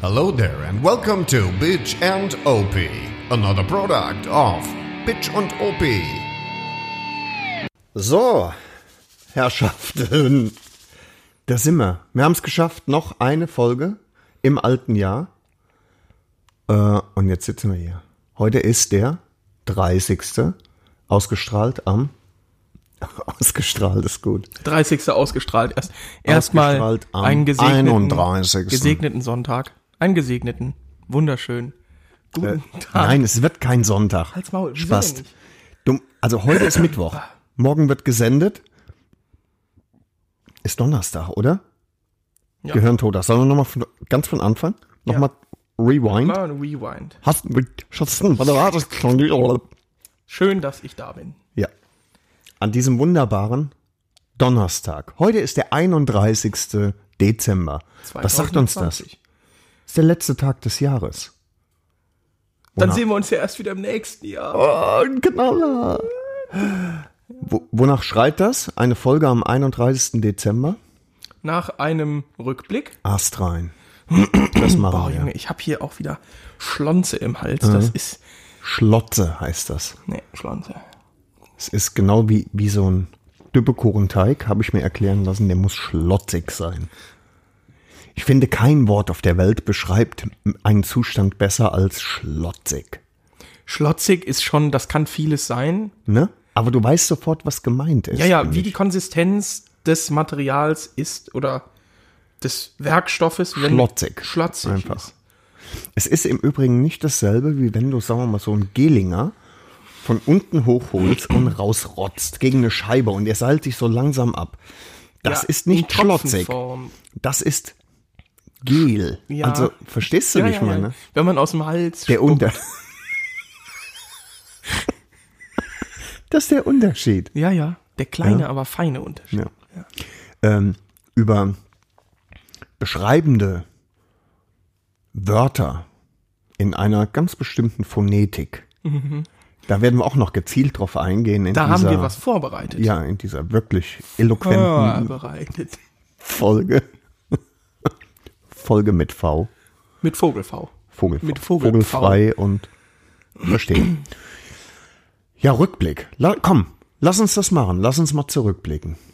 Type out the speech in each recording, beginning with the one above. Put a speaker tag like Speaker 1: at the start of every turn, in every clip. Speaker 1: Hello there and welcome to Bitch and OP, another product of Bitch und OP.
Speaker 2: So, Herrschaften, da sind wir. Wir haben es geschafft, noch eine Folge im alten Jahr. Äh, und jetzt sitzen wir hier. Heute ist der 30. Ausgestrahlt am... Ausgestrahlt ist gut.
Speaker 3: 30. ausgestrahlt. Erst erstmal
Speaker 2: Ausgestrahlt am
Speaker 3: einen gesegneten,
Speaker 2: 31..
Speaker 3: gesegneten Sonntag. Einen gesegneten. Wunderschön. Guten Tag.
Speaker 2: Äh, Nein, es wird kein Sonntag.
Speaker 3: Halt's Maul, wieso
Speaker 2: Spaß.
Speaker 3: denn nicht?
Speaker 2: Dumm. Also heute ist Mittwoch. Morgen wird gesendet. Ist Donnerstag, oder?
Speaker 3: Ja.
Speaker 2: Gehirntod. Sollen wir nochmal von, ganz von Anfang? Nochmal rewind?
Speaker 3: Mal ein Rewind.
Speaker 2: Hast mit Schatzen, warte, warte, das klang die-
Speaker 3: Schön, dass ich da bin.
Speaker 2: Ja. An diesem wunderbaren Donnerstag. Heute ist der 31. Dezember. Was sagt uns das?
Speaker 3: 2020.
Speaker 2: Ist der letzte Tag des Jahres.
Speaker 3: Dann
Speaker 2: Wonach-
Speaker 3: sehen wir uns ja erst wieder im nächsten Jahr.
Speaker 2: Oh, ein Knaller. Wo, wonach schreit das? Eine Folge am 31. Dezember?
Speaker 3: Nach einem Rückblick.
Speaker 2: Ast rein. Das
Speaker 3: Boah,
Speaker 2: machen
Speaker 3: Junge,
Speaker 2: wir.
Speaker 3: ich habe hier auch wieder Schlonze im
Speaker 2: Mhm.
Speaker 3: Hals. Das ist.
Speaker 2: Schlotze heißt das.
Speaker 3: Nee, Schlonze.
Speaker 2: Es ist genau wie, wie so ein Düppekuchenteig, habe ich mir erklären lassen, der muss schlotzig sein. Ich finde, kein Wort auf der Welt beschreibt einen Zustand besser als schlotzig.
Speaker 3: Schlotzig ist schon, das kann vieles sein.
Speaker 2: Ne? Aber du weißt sofort, was gemeint ist.
Speaker 3: Ja, ja,
Speaker 2: finde
Speaker 3: wie
Speaker 2: ich.
Speaker 3: die Konsistenz des Materials ist oder des Werkstoffes, wenn
Speaker 2: Schlotzig.
Speaker 3: schlotzig
Speaker 2: Einfach.
Speaker 3: ist.
Speaker 2: Es ist im Übrigen nicht dasselbe, wie wenn du, sagen wir mal, so einen Gelinger von unten hochholst und rausrotzt gegen eine Scheibe und er seilt sich so langsam ab. Das
Speaker 3: Ja,
Speaker 2: ist nicht
Speaker 3: in
Speaker 2: schlotzig.
Speaker 3: Tropfenform.
Speaker 2: Das ist Gel.
Speaker 3: Ja.
Speaker 2: Also, verstehst du,
Speaker 3: Ja,
Speaker 2: wie ich
Speaker 3: ja, Oh. ja.
Speaker 2: meine?
Speaker 3: Wenn man aus dem Hals
Speaker 2: Der
Speaker 3: spuckt.
Speaker 2: Unter. das ist der Unterschied.
Speaker 3: Ja, ja, der kleine, aber feine Unterschied.
Speaker 2: Ja. Ähm, über beschreibende Wörter in einer ganz bestimmten Phonetik. Da werden wir auch noch gezielt drauf eingehen. In
Speaker 3: Mhm. Da haben
Speaker 2: dieser,
Speaker 3: wir was Ah. vorbereitet.
Speaker 2: Ja, in dieser wirklich eloquenten
Speaker 3: Vorbereitet.
Speaker 2: Folge. Folge mit V.
Speaker 3: Mit Vogelv.
Speaker 2: Vogel,
Speaker 3: Mit Vogel-
Speaker 2: vogelfrei und verstehen. Ja, Rückblick. La, komm, lass uns das machen. Lass uns mal zurückblicken.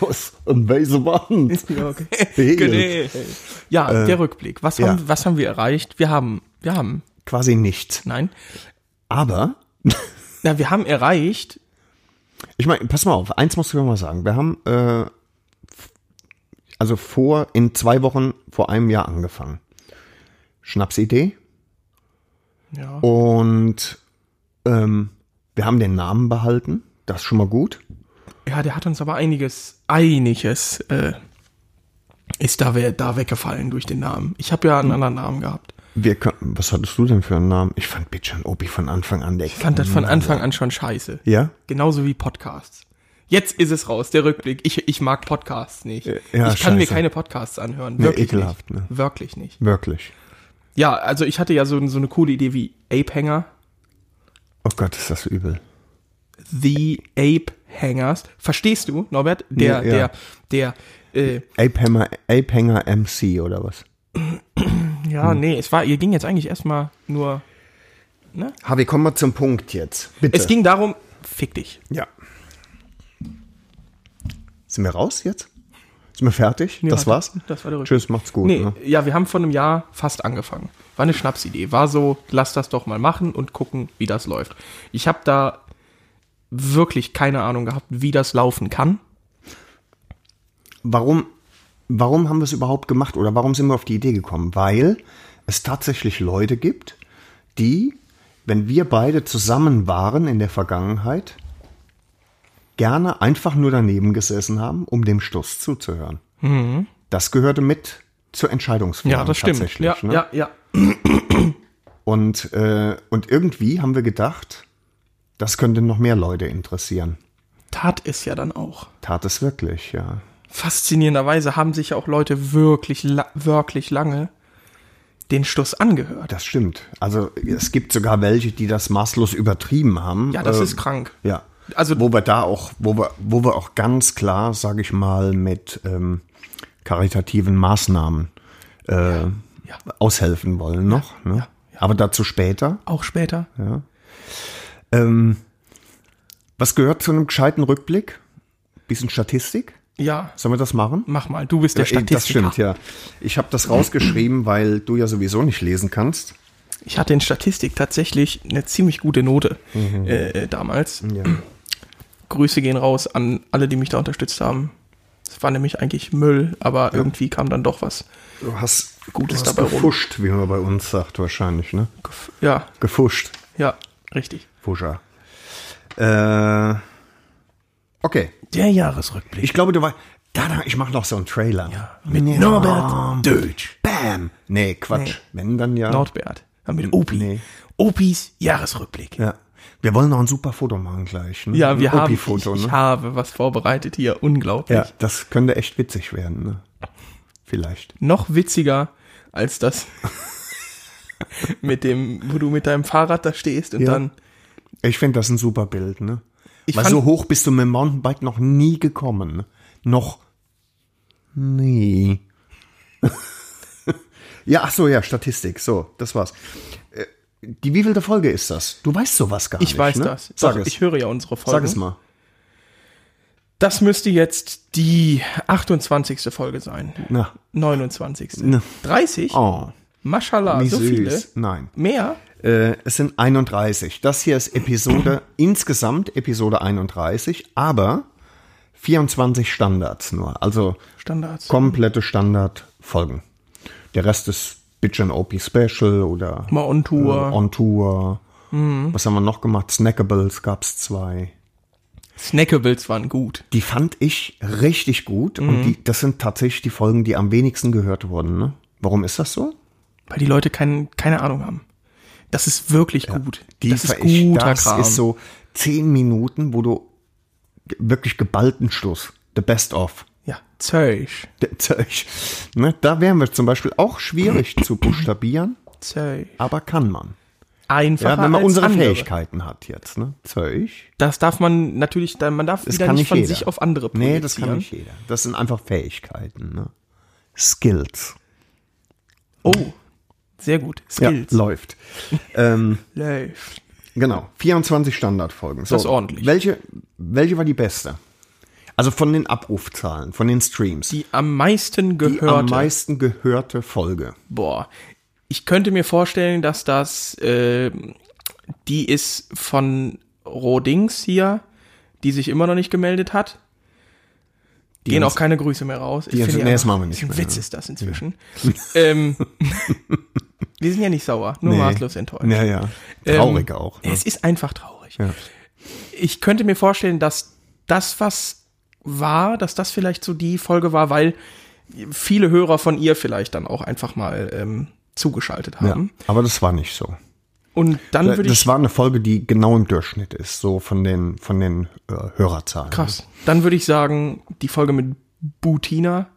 Speaker 2: das amazing Wand.
Speaker 3: Ja, okay.
Speaker 2: Regel.
Speaker 3: Genau. ja der Rückblick. Was,
Speaker 2: Äh, ja.
Speaker 3: haben, was haben wir erreicht? Wir haben, wir haben,
Speaker 2: Quasi nichts.
Speaker 3: nein,
Speaker 2: Aber,
Speaker 3: na, wir haben erreicht,
Speaker 2: ich meine, pass mal auf, eins musst du mir mal sagen. Wir haben, äh, f- also vor, in zwei Wochen, vor einem Jahr angefangen. Schnapsidee.
Speaker 3: ja,
Speaker 2: Und ähm, wir haben den Namen behalten. Das ist schon mal gut.
Speaker 3: ja, der hat uns aber einiges, einiges, äh, ist da, we- da weggefallen durch den Namen. Ich habe ja einen
Speaker 2: Hm.
Speaker 3: anderen Namen gehabt.
Speaker 2: Wir können, was hattest du denn für einen Namen? Ich fand Bitch und Opi von Anfang an der
Speaker 3: Ich fand das von Anfang an schon scheiße.
Speaker 2: Ja?
Speaker 3: Genauso wie Podcasts. Jetzt ist es raus, der Rückblick. Ich, ich mag Podcasts nicht.
Speaker 2: Ja,
Speaker 3: ich kann mir
Speaker 2: scheiße.
Speaker 3: keine Podcasts anhören.
Speaker 2: Nee,
Speaker 3: Wirklich
Speaker 2: ekelhaft,
Speaker 3: nicht.
Speaker 2: ne?
Speaker 3: Wirklich nicht.
Speaker 2: Wirklich.
Speaker 3: Ja, also ich hatte ja so, so eine coole Idee wie Ape Hanger.
Speaker 2: Oh Gott, ist das übel.
Speaker 3: The Ape Hangers. Verstehst du, Norbert? Der,
Speaker 2: Nee, ja.
Speaker 3: der, der, äh,
Speaker 2: Ape Hammer, Ape Hanger MC oder was?
Speaker 3: ja,
Speaker 2: Hm.
Speaker 3: nee, es war, ihr ging jetzt eigentlich erstmal nur,
Speaker 2: Harvey, komm mal zum Punkt jetzt. Bitte.
Speaker 3: es ging darum, fick dich.
Speaker 2: ja. Sind wir raus jetzt? Sind wir fertig? das war's?
Speaker 3: Das war der Rückblick.
Speaker 2: Tschüss, macht's gut.
Speaker 3: Nee,
Speaker 2: Ne?
Speaker 3: ja, wir haben vor einem Jahr fast angefangen. War eine Schnapsidee. War so, lass das doch mal machen und gucken, wie das läuft. Ich habe da wirklich keine Ahnung gehabt, wie das laufen kann.
Speaker 2: warum, warum haben wir es überhaupt gemacht oder warum sind wir auf die Idee gekommen? Weil es tatsächlich Leute gibt, die, wenn wir beide zusammen waren in der Vergangenheit, gerne einfach nur daneben gesessen haben, um dem Stuss zuzuhören. Das gehörte mit zur Entscheidungsfindung. tatsächlich,
Speaker 3: Mhm. Ja,
Speaker 2: ne?
Speaker 3: ja, ja.
Speaker 2: Und, äh, und irgendwie haben wir gedacht, das könnte noch mehr Leute interessieren.
Speaker 3: Tat es ja dann auch.
Speaker 2: Tat es wirklich, ja.
Speaker 3: Faszinierenderweise haben sich ja auch Leute wirklich, la wirklich lange den Stuss angehört.
Speaker 2: Das stimmt. Also es gibt sogar welche, die das maßlos übertrieben haben.
Speaker 3: Ja, das
Speaker 2: Ähm,
Speaker 3: ist krank.
Speaker 2: Ja.
Speaker 3: Also-
Speaker 2: Also wo wir da auch, wo wir, wo wir auch ganz klar, sage ich mal, mit ähm, karitativen Maßnahmen äh,
Speaker 3: ja.
Speaker 2: aushelfen wollen noch. ne? Aber dazu später.
Speaker 3: Auch später.
Speaker 2: Ähm, was gehört zu einem gescheiten Rückblick? Bisschen Statistik?
Speaker 3: Ja,
Speaker 2: Sollen wir das machen?
Speaker 3: mach mal. Du bist der
Speaker 2: Äh,
Speaker 3: Statistiker.
Speaker 2: Das stimmt, ja. Ich habe das rausgeschrieben, weil du ja sowieso nicht lesen kannst.
Speaker 3: Ich hatte in Statistik tatsächlich eine ziemlich gute Note
Speaker 2: Mhm.
Speaker 3: äh, damals. Grüße gehen raus an alle, die mich da unterstützt haben. Es war nämlich eigentlich Müll, aber irgendwie kam dann doch was.
Speaker 2: Du hast
Speaker 3: Gutes
Speaker 2: du hast
Speaker 3: dabei rum.
Speaker 2: gefuscht, wie man bei uns sagt, wahrscheinlich, ne?
Speaker 3: Gef- Ja,
Speaker 2: Gefuscht.
Speaker 3: ja, richtig.
Speaker 2: Fuscher. Äh, okay.
Speaker 3: Der Jahresrückblick.
Speaker 2: Ich glaube, du weißt. Da, da, ich mache noch so einen Trailer. Ja,
Speaker 3: mit Norbert Deutsch.
Speaker 2: Bam! Nee, Quatsch. Wenn dann ja.
Speaker 3: Nordbert. Dann mit Opi.
Speaker 2: Nee.
Speaker 3: Opis Jahresrückblick.
Speaker 2: ja. Wir wollen noch ein super Foto machen gleich. Ne?
Speaker 3: Ja,
Speaker 2: Ein
Speaker 3: wir haben, ich,
Speaker 2: Opi-Foto,
Speaker 3: ich
Speaker 2: ne?
Speaker 3: habe was vorbereitet hier. Unglaublich.
Speaker 2: Ja, das könnte echt witzig werden, ne? Vielleicht.
Speaker 3: noch witziger als das mit dem, wo du mit deinem Fahrrad da stehst und
Speaker 2: Ja.
Speaker 3: dann
Speaker 2: Ich finde das ein super Bild, ne?
Speaker 3: Ich
Speaker 2: Weil
Speaker 3: fand-
Speaker 2: so hoch bist du mit dem Mountainbike noch nie gekommen. Ne? Noch nie. ja, ach so, ja, Statistik. So, das war's. Äh, Die wievielte Folge ist das? Du weißt sowas gar nicht.
Speaker 3: ich weiß
Speaker 2: ne?
Speaker 3: das.
Speaker 2: Sag
Speaker 3: Doch,
Speaker 2: es.
Speaker 3: Ich höre ja unsere Folgen.
Speaker 2: Sag es mal.
Speaker 3: Das müsste jetzt die 28. Folge sein.
Speaker 2: Na.
Speaker 3: 29.
Speaker 2: Na.
Speaker 3: 30?
Speaker 2: Ne. Oh,
Speaker 3: Maschallah,
Speaker 2: wie
Speaker 3: so
Speaker 2: süß.
Speaker 3: viele.
Speaker 2: Nein.
Speaker 3: Mehr?
Speaker 2: Äh, es sind 31. Das hier ist Episode, insgesamt Episode 31, aber 24 Standards nur. Also
Speaker 3: Standards.
Speaker 2: komplette Standardfolgen. Der Rest ist Bitch and OP Special oder
Speaker 3: Mal on Tour. Mhm.
Speaker 2: Äh, on Tour. Was haben wir noch gemacht? Snackables gab's zwei.
Speaker 3: Snackables waren gut.
Speaker 2: Die fand ich richtig gut
Speaker 3: Mhm.
Speaker 2: und die, das sind tatsächlich die Folgen, die am wenigsten gehört wurden. Ne? Warum ist das so?
Speaker 3: Weil die Leute kein, keine Ahnung haben. Das ist wirklich gut.
Speaker 2: Die
Speaker 3: das ist
Speaker 2: ver- ich-
Speaker 3: guter
Speaker 2: das
Speaker 3: Kram.
Speaker 2: ist so zehn Minuten, wo du ge- wirklich geballten Schluss, the best of.
Speaker 3: ja, Zeug.
Speaker 2: Der Zeug. Ne? Da wären wir zum Beispiel auch schwierig zu buchstabieren,
Speaker 3: Zeug.
Speaker 2: aber kann man.
Speaker 3: Einfacher
Speaker 2: Ja, wenn man
Speaker 3: als
Speaker 2: unsere
Speaker 3: andere.
Speaker 2: Fähigkeiten hat jetzt, ne? Zeug.
Speaker 3: Das darf man natürlich, da- man darf
Speaker 2: Das
Speaker 3: wieder
Speaker 2: kann
Speaker 3: nicht
Speaker 2: nicht
Speaker 3: von
Speaker 2: jeder.
Speaker 3: sich auf andere projizieren.
Speaker 2: Nee, das kann nicht jeder. Das sind einfach Fähigkeiten, ne? Skills.
Speaker 3: Oh, sehr gut. Skills.
Speaker 2: Ja, läuft. ähm,
Speaker 3: Läuft.
Speaker 2: genau. 24 Standardfolgen. So,
Speaker 3: Das ist ordentlich.
Speaker 2: Welche, welche war die beste? Also von den Abrufzahlen, von den Streams.
Speaker 3: Die am meisten
Speaker 2: die am
Speaker 3: gehörte.
Speaker 2: meisten gehörte Folge.
Speaker 3: Boah. Ich könnte mir vorstellen, dass das, äh, die ist von Rodings hier, die sich immer noch nicht gemeldet hat. Gehen
Speaker 2: uns-
Speaker 3: auch keine Grüße mehr raus. Ich
Speaker 2: Die uns-
Speaker 3: finde
Speaker 2: nee,
Speaker 3: ja-
Speaker 2: das machen wir nicht
Speaker 3: Ein
Speaker 2: mehr,
Speaker 3: Witz
Speaker 2: ne?
Speaker 3: ist das inzwischen. ähm, wir sind ja nicht sauer, nur maßlos enttäuscht.
Speaker 2: Ja, ja.
Speaker 3: Ähm,
Speaker 2: Traurig auch. Ne?
Speaker 3: Es ist einfach traurig. Ich könnte mir vorstellen, dass das, was war, dass das vielleicht so die Folge war, weil viele Hörer von ihr vielleicht dann auch einfach mal ähm, zugeschaltet
Speaker 2: Ja.
Speaker 3: haben.
Speaker 2: Aber das war nicht so.
Speaker 3: Und ähm. dann würde
Speaker 2: Das
Speaker 3: ich
Speaker 2: war eine Folge, die genau im Durchschnitt ist, so von den, von den äh, Hörerzahlen.
Speaker 3: krass. Dann würde ich sagen, die Folge mit Butina.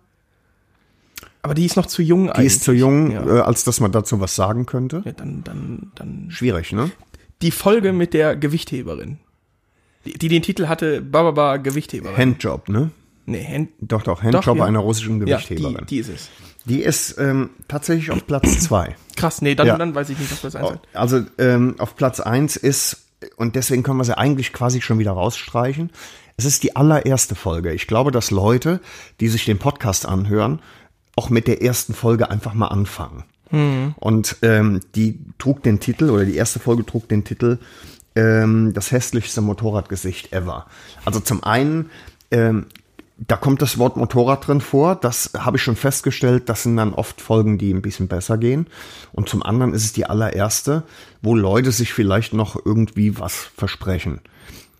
Speaker 3: Aber die ist noch zu jung
Speaker 2: Die ist zu jung,
Speaker 3: Ja.
Speaker 2: äh, als dass man dazu was sagen könnte.
Speaker 3: Ja, dann, dann, dann.
Speaker 2: Schwierig, ne?
Speaker 3: Die Folge mit der Gewichtheberin. Die, die den Titel hatte Bababa Gewichtheberin.
Speaker 2: Handjob, ne?
Speaker 3: nee, Hand,
Speaker 2: Doch, doch, Handjob
Speaker 3: Doch, ja.
Speaker 2: einer russischen
Speaker 3: ja,
Speaker 2: Gewichtheberin. die,
Speaker 3: die, die ist es.
Speaker 2: ist ähm, tatsächlich auf Platz zwei.
Speaker 3: Krass, nee, dann,
Speaker 2: Ja.
Speaker 3: dann weiß ich nicht, was das sein soll.
Speaker 2: Also ähm, auf Platz eins ist, und deswegen können wir sie eigentlich quasi schon wieder rausstreichen, es ist die allererste Folge. Ich glaube, dass Leute, die sich den Podcast anhören, auch mit der ersten Folge einfach mal anfangen.
Speaker 3: Hm.
Speaker 2: Und ähm, die trug den Titel, oder die erste Folge trug den Titel ähm, Das hässlichste Motorradgesicht ever. Also zum einen, ähm, da kommt das Wort Motorrad drin vor. Das habe ich schon festgestellt. Das sind dann oft Folgen, die ein bisschen besser gehen. Und zum anderen ist es die allererste, wo Leute sich vielleicht noch irgendwie was versprechen.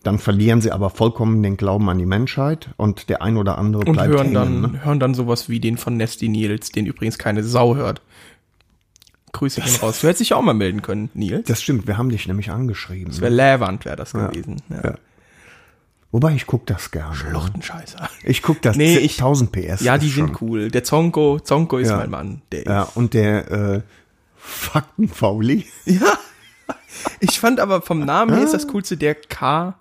Speaker 2: Dann verlieren sie aber vollkommen den Glauben an die Menschheit und der ein oder andere
Speaker 3: Und
Speaker 2: bleibt
Speaker 3: hören,
Speaker 2: hängen.
Speaker 3: dann,
Speaker 2: ne?
Speaker 3: hören dann sowas wie den von Nesty Nils, den übrigens keine Sau hört. Grüße gehen raus. Du hättest dich ja auch mal melden können, Nils.
Speaker 2: Das stimmt, wir haben dich nämlich angeschrieben.
Speaker 3: Wär Läwand wäre das gewesen. Ja.
Speaker 2: Wobei ich guck das gerne.
Speaker 3: Luchtenscheißer.
Speaker 2: Ich guck das
Speaker 3: Nee, ich-
Speaker 2: 1000 PS.
Speaker 3: Ja,
Speaker 2: ist
Speaker 3: die
Speaker 2: schon-
Speaker 3: sind cool. Der Zonko, Zonko ist
Speaker 2: Ja.
Speaker 3: mein Mann. Der
Speaker 2: Ja,
Speaker 3: ist.
Speaker 2: und der äh, Faktenfauli.
Speaker 3: Ja. Ich fand aber vom Namen her ist
Speaker 2: Ah.
Speaker 3: das coolste der K.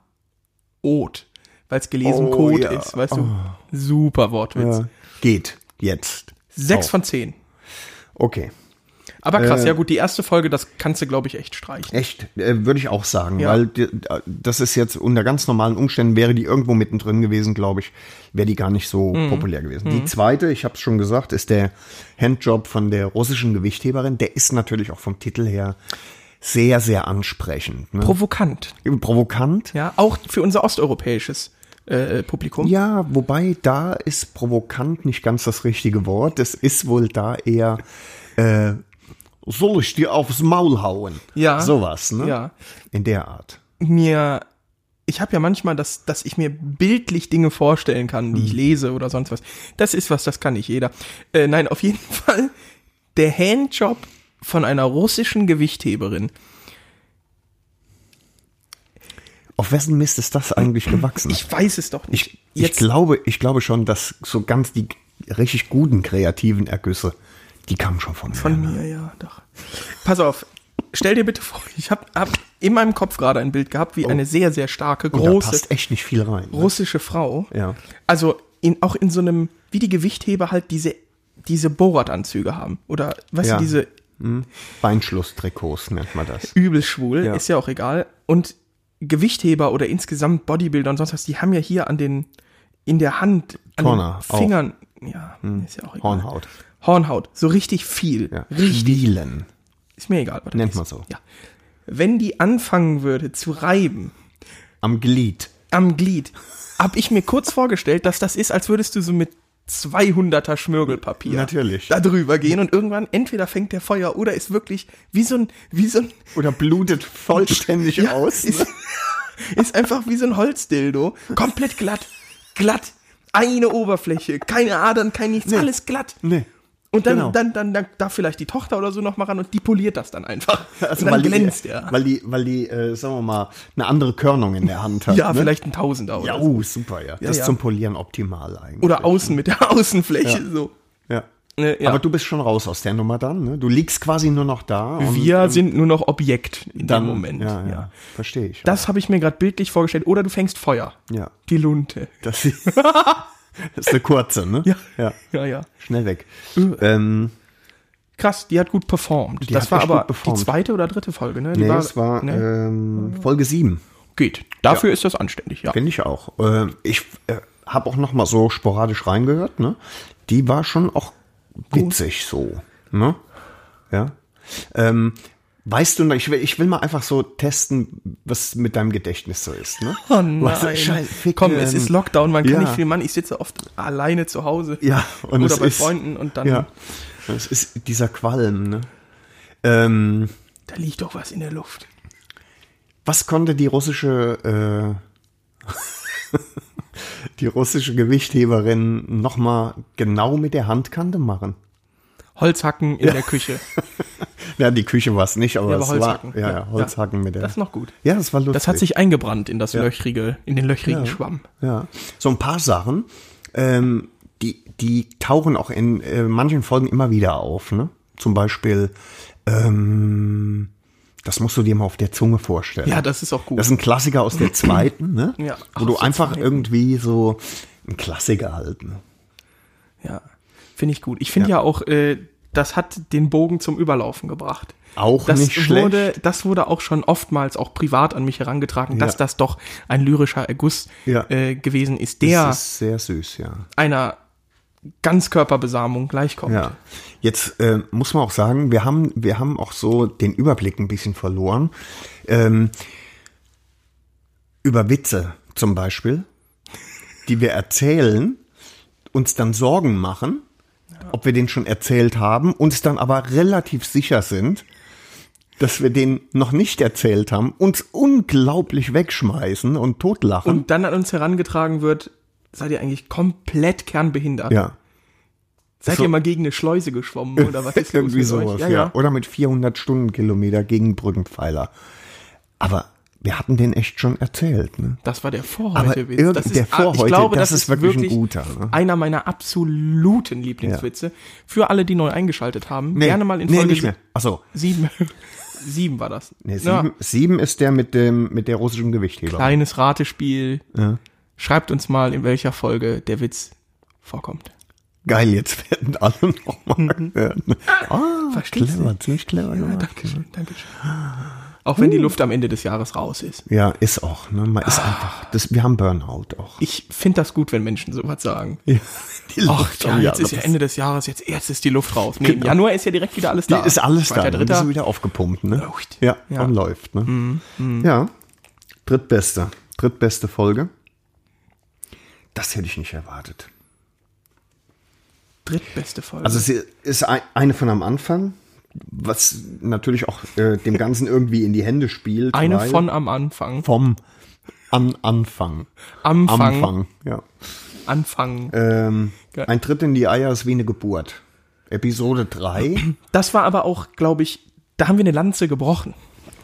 Speaker 3: Ot. Weil es gelesen
Speaker 2: Oh,
Speaker 3: Code
Speaker 2: ja. Oh.
Speaker 3: ist, weißt du? Super Wortwitz.
Speaker 2: Geht. Jetzt.
Speaker 3: Sechs
Speaker 2: Auch.
Speaker 3: von zehn.
Speaker 2: Okay.
Speaker 3: Aber krass,
Speaker 2: Oh. Äh.
Speaker 3: ja gut, die erste Folge, das kannst du, glaube ich, echt streichen.
Speaker 2: Echt, äh, würde ich auch sagen,
Speaker 3: Ja.
Speaker 2: weil die, äh, das ist jetzt unter ganz normalen Umständen, wäre die irgendwo mittendrin gewesen, glaube ich, wäre die gar nicht so populär gewesen. Die zweite, ich habe es schon gesagt, ist der Handjob von der russischen Gewichtheberin. Der ist natürlich auch vom Titel her sehr, sehr ansprechend. Ne?
Speaker 3: Provokant.
Speaker 2: Provokant.
Speaker 3: Ja, auch für unser osteuropäisches äh, Publikum.
Speaker 2: Ja, wobei da ist provokant nicht ganz das richtige Wort. Das ist wohl da eher, äh, soll ich dir aufs Maul hauen?
Speaker 3: Ja.
Speaker 2: Sowas, ne?
Speaker 3: Ja.
Speaker 2: In der Art.
Speaker 3: mir, ich habe ja manchmal das, dass ich mir bildlich Dinge vorstellen kann, die
Speaker 2: Hm.
Speaker 3: ich lese oder sonst was. Das ist was, das kann nicht jeder. Äh, nein, auf jeden Fall der Handjob von einer russischen Gewichtheberin.
Speaker 2: Auf wessen Mist ist das eigentlich gewachsen?
Speaker 3: Ich weiß es doch nicht.
Speaker 2: Ich, ich glaube, ich glaube schon, dass so ganz die richtig guten kreativen Ergüsse, die kamen schon von,
Speaker 3: Von
Speaker 2: mir.
Speaker 3: mir, ja, doch. Pass auf, stell dir bitte vor, ich habe hab in meinem Kopf gerade ein Bild gehabt, wie eine sehr, sehr starke,
Speaker 2: Oh. Und da
Speaker 3: große
Speaker 2: passt echt nicht viel rein. ne?
Speaker 3: russische Frau.
Speaker 2: Ja.
Speaker 3: Also in, auch in so einem, wie die Gewichtheber halt diese, diese Borat-Anzüge haben. Oder, weißt
Speaker 2: Ja.
Speaker 3: du, diese
Speaker 2: Beinschlusstrikots nennt man das.
Speaker 3: übel schwul,
Speaker 2: Ja.
Speaker 3: ist ja auch egal. Und Gewichtheber oder insgesamt Bodybuilder und sonst was, die haben ja hier an den, in der Hand, an
Speaker 2: Corner,
Speaker 3: den Fingern, ja, ist ja auch egal.
Speaker 2: Hornhaut.
Speaker 3: Hornhaut, so richtig viel.
Speaker 2: Ja.
Speaker 3: Richtig,
Speaker 2: Schwielen.
Speaker 3: ist mir egal. Was das
Speaker 2: Nennt
Speaker 3: ist.
Speaker 2: man so.
Speaker 3: Ja. Wenn die anfangen würde zu reiben
Speaker 2: Am Glied.
Speaker 3: am Glied, hab ich mir kurz vorgestellt, dass das ist, als würdest du so mit 200er Schmirgelpapier
Speaker 2: Natürlich.
Speaker 3: da drüber gehen und irgendwann entweder fängt der Feuer oder ist wirklich wie so ein, wie so ein
Speaker 2: Oder blutet vollständig aus.
Speaker 3: Ist, ist einfach wie so ein Holzdildo. Komplett glatt. Glatt. Eine Oberfläche. Keine Adern, kein nichts. Alles glatt.
Speaker 2: Nee.
Speaker 3: Und dann,
Speaker 2: Genau.
Speaker 3: dann, dann, dann da vielleicht die Tochter oder so noch mal ran und die poliert das dann einfach.
Speaker 2: Also
Speaker 3: und
Speaker 2: weil
Speaker 3: dann glänzt
Speaker 2: die,
Speaker 3: er.
Speaker 2: Weil die, weil die äh, sagen wir mal, eine andere Körnung in der Hand hat.
Speaker 3: Ja,
Speaker 2: ne?
Speaker 3: vielleicht ein Tausender oder
Speaker 2: Ja,
Speaker 3: so.
Speaker 2: oh, super, ja. Das ist
Speaker 3: ja.
Speaker 2: zum Polieren optimal eigentlich.
Speaker 3: Oder außen mit der Außenfläche so.
Speaker 2: Ja.
Speaker 3: Ne, ja.
Speaker 2: Aber du bist schon raus aus der Nummer dann, ne? Du liegst quasi nur noch da. und ähm,
Speaker 3: Wir sind nur noch Objekt in
Speaker 2: dann,
Speaker 3: dem Moment.
Speaker 2: Ja, ja. Verstehe ich.
Speaker 3: Das habe ich mir gerade bildlich vorgestellt. Oder du fängst Feuer.
Speaker 2: Ja.
Speaker 3: Die Lunte.
Speaker 2: Das ist, das ist eine kurze, ne? ja.
Speaker 3: Ja, ja.
Speaker 2: Schnell weg. Ähm,
Speaker 3: Krass, die hat gut performt.
Speaker 2: Die
Speaker 3: das
Speaker 2: hat
Speaker 3: war
Speaker 2: echt
Speaker 3: aber
Speaker 2: gut performt.
Speaker 3: die zweite oder dritte Folge, ne? Die
Speaker 2: nee, es war
Speaker 3: ne?
Speaker 2: ähm, Folge 7,
Speaker 3: Geht. Dafür ist das anständig, ja.
Speaker 2: finde ich auch. Ähm, ich äh, habe auch noch mal so sporadisch reingehört, ne? Die war schon auch witzig so, ne? Ja. Ähm, weißt du noch, ich will, ich will mal einfach so testen, was mit deinem Gedächtnis so ist, ne?
Speaker 3: Oh nein.
Speaker 2: Was- Scheiße, Ficken.
Speaker 3: Komm, es ist Lockdown, man
Speaker 2: Ja.
Speaker 3: kann nicht viel machen. Ich sitze oft alleine zu Hause
Speaker 2: Ja, und
Speaker 3: oder
Speaker 2: es
Speaker 3: bei
Speaker 2: ist-
Speaker 3: Freunden und dann,
Speaker 2: Ja. Das ist dieser Qualm, ne? Ähm,
Speaker 3: da liegt doch was in der Luft.
Speaker 2: Was konnte die russische äh, die russische Gewichtheberin noch mal genau mit der Handkante machen?
Speaker 3: Holzhacken in der Küche.
Speaker 2: Ja, die Küche war es nicht, aber,
Speaker 3: Ja,
Speaker 2: es
Speaker 3: aber Holzhacken.
Speaker 2: war ja, ja, Holzhacken mit der.
Speaker 3: Das ist noch gut.
Speaker 2: ja, das war lustig.
Speaker 3: Das hat sich eingebrannt in das löchrige, in den löchrigen Schwamm.
Speaker 2: ja so ein paar Sachen, ähm, die die tauchen auch in äh, manchen Folgen immer wieder auf. Ne? Zum Beispiel, ähm, das musst du dir mal auf der Zunge vorstellen.
Speaker 3: Ja, das ist auch gut.
Speaker 2: Das ist ein Klassiker aus der zweiten, ne?
Speaker 3: Ja.
Speaker 2: Wo du
Speaker 3: Aus der
Speaker 2: einfach
Speaker 3: zweiten.
Speaker 2: irgendwie so ein Klassiker halt, ne?
Speaker 3: ja. Finde ich gut. Ich finde ja. auch, äh, das hat den Bogen zum Überlaufen gebracht.
Speaker 2: Auch
Speaker 3: das
Speaker 2: nicht schlecht.
Speaker 3: wurde, Das wurde auch schon oftmals auch privat an mich herangetragen, dass
Speaker 2: Ja.
Speaker 3: das doch ein lyrischer Erguss
Speaker 2: Ja.
Speaker 3: äh, gewesen ist, der
Speaker 2: Das ist sehr süß, ja.
Speaker 3: einer Ganzkörperbesamung gleichkommt.
Speaker 2: Ja. Jetzt äh, muss man auch sagen, wir haben, wir haben auch so den Überblick ein bisschen verloren. Ähm, über Witze zum Beispiel, die wir erzählen, uns dann Sorgen machen, ob wir den schon erzählt haben, uns dann aber relativ sicher sind, dass wir den noch nicht erzählt haben, uns unglaublich wegschmeißen und totlachen.
Speaker 3: Und dann an uns herangetragen wird, seid ihr eigentlich komplett kernbehindert?
Speaker 2: ja.
Speaker 3: Seid
Speaker 2: So-
Speaker 3: ihr mal gegen eine Schleuse geschwommen oder was ist los
Speaker 2: Irgendwie
Speaker 3: mit
Speaker 2: sowas,
Speaker 3: euch?
Speaker 2: ja, Oder mit 400 Stundenkilometer gegen Brückenpfeiler. Aber wir hatten den echt schon erzählt, ne?
Speaker 3: Das war der
Speaker 2: Aber
Speaker 3: Vorheute-Witz.
Speaker 2: irgend-
Speaker 3: Das ist-
Speaker 2: der
Speaker 3: ah,
Speaker 2: Vorheute,
Speaker 3: ich glaube,
Speaker 2: das ist wirklich ein guter, ne?
Speaker 3: Einer meiner absoluten Lieblingswitze. Für alle, die neu eingeschaltet haben, gerne mal in Folge
Speaker 2: nicht mehr. Achso.
Speaker 3: sieben. sieben war das.
Speaker 2: Nee,
Speaker 3: Ja.
Speaker 2: sieben, sieben ist der mit dem, mit der russischen Gewichtheber.
Speaker 3: kleines Ratespiel. Schreibt uns mal, in welcher Folge der Witz vorkommt.
Speaker 2: Geil, jetzt werden alle nochmal hören. Ah,
Speaker 3: Verstehst
Speaker 2: clever, ziemlich clever
Speaker 3: Mhm. Ja,
Speaker 2: gemacht.
Speaker 3: Dankeschön, Dankeschön. Auch wenn die Luft am Ende des Jahres raus ist.
Speaker 2: Ja, ist auch. Ne? Man
Speaker 3: Ah.
Speaker 2: ist einfach. Das, wir haben Burnout auch.
Speaker 3: Ich finde das gut, wenn Menschen sowas sagen.
Speaker 2: Ja, die
Speaker 3: Ach,
Speaker 2: Luft
Speaker 3: ja,
Speaker 2: am
Speaker 3: jetzt ist ja
Speaker 2: Jahres-
Speaker 3: Ende des Jahres, jetzt, jetzt ist die Luft raus. Nee, im Januar ist ja direkt wieder alles
Speaker 2: Genau. Die
Speaker 3: da.
Speaker 2: ist alles da.
Speaker 3: Zweiter,
Speaker 2: Dann bist
Speaker 3: dritter.
Speaker 2: du wieder aufgepumpt, ne?
Speaker 3: Läuft.
Speaker 2: Ja,
Speaker 3: Ja. Mhm,
Speaker 2: und läuft, ne? Ja. Drittbeste. Drittbeste Folge. Das hätte ich nicht erwartet.
Speaker 3: Drittbeste Folge.
Speaker 2: Also sie ist ein- eine von am Anfang, was natürlich auch äh, dem Ganzen irgendwie in die Hände spielt.
Speaker 3: eine
Speaker 2: weil-
Speaker 3: von am Anfang.
Speaker 2: vom an Anfang.
Speaker 3: Anfang. Anfang.
Speaker 2: Anfang, ja.
Speaker 3: Äh.
Speaker 2: Ähm,
Speaker 3: Geil.
Speaker 2: ein Tritt in die Eier ist wie eine Geburt. Episode 3.
Speaker 3: Das war aber auch, glaube ich, da haben wir eine Lanze gebrochen.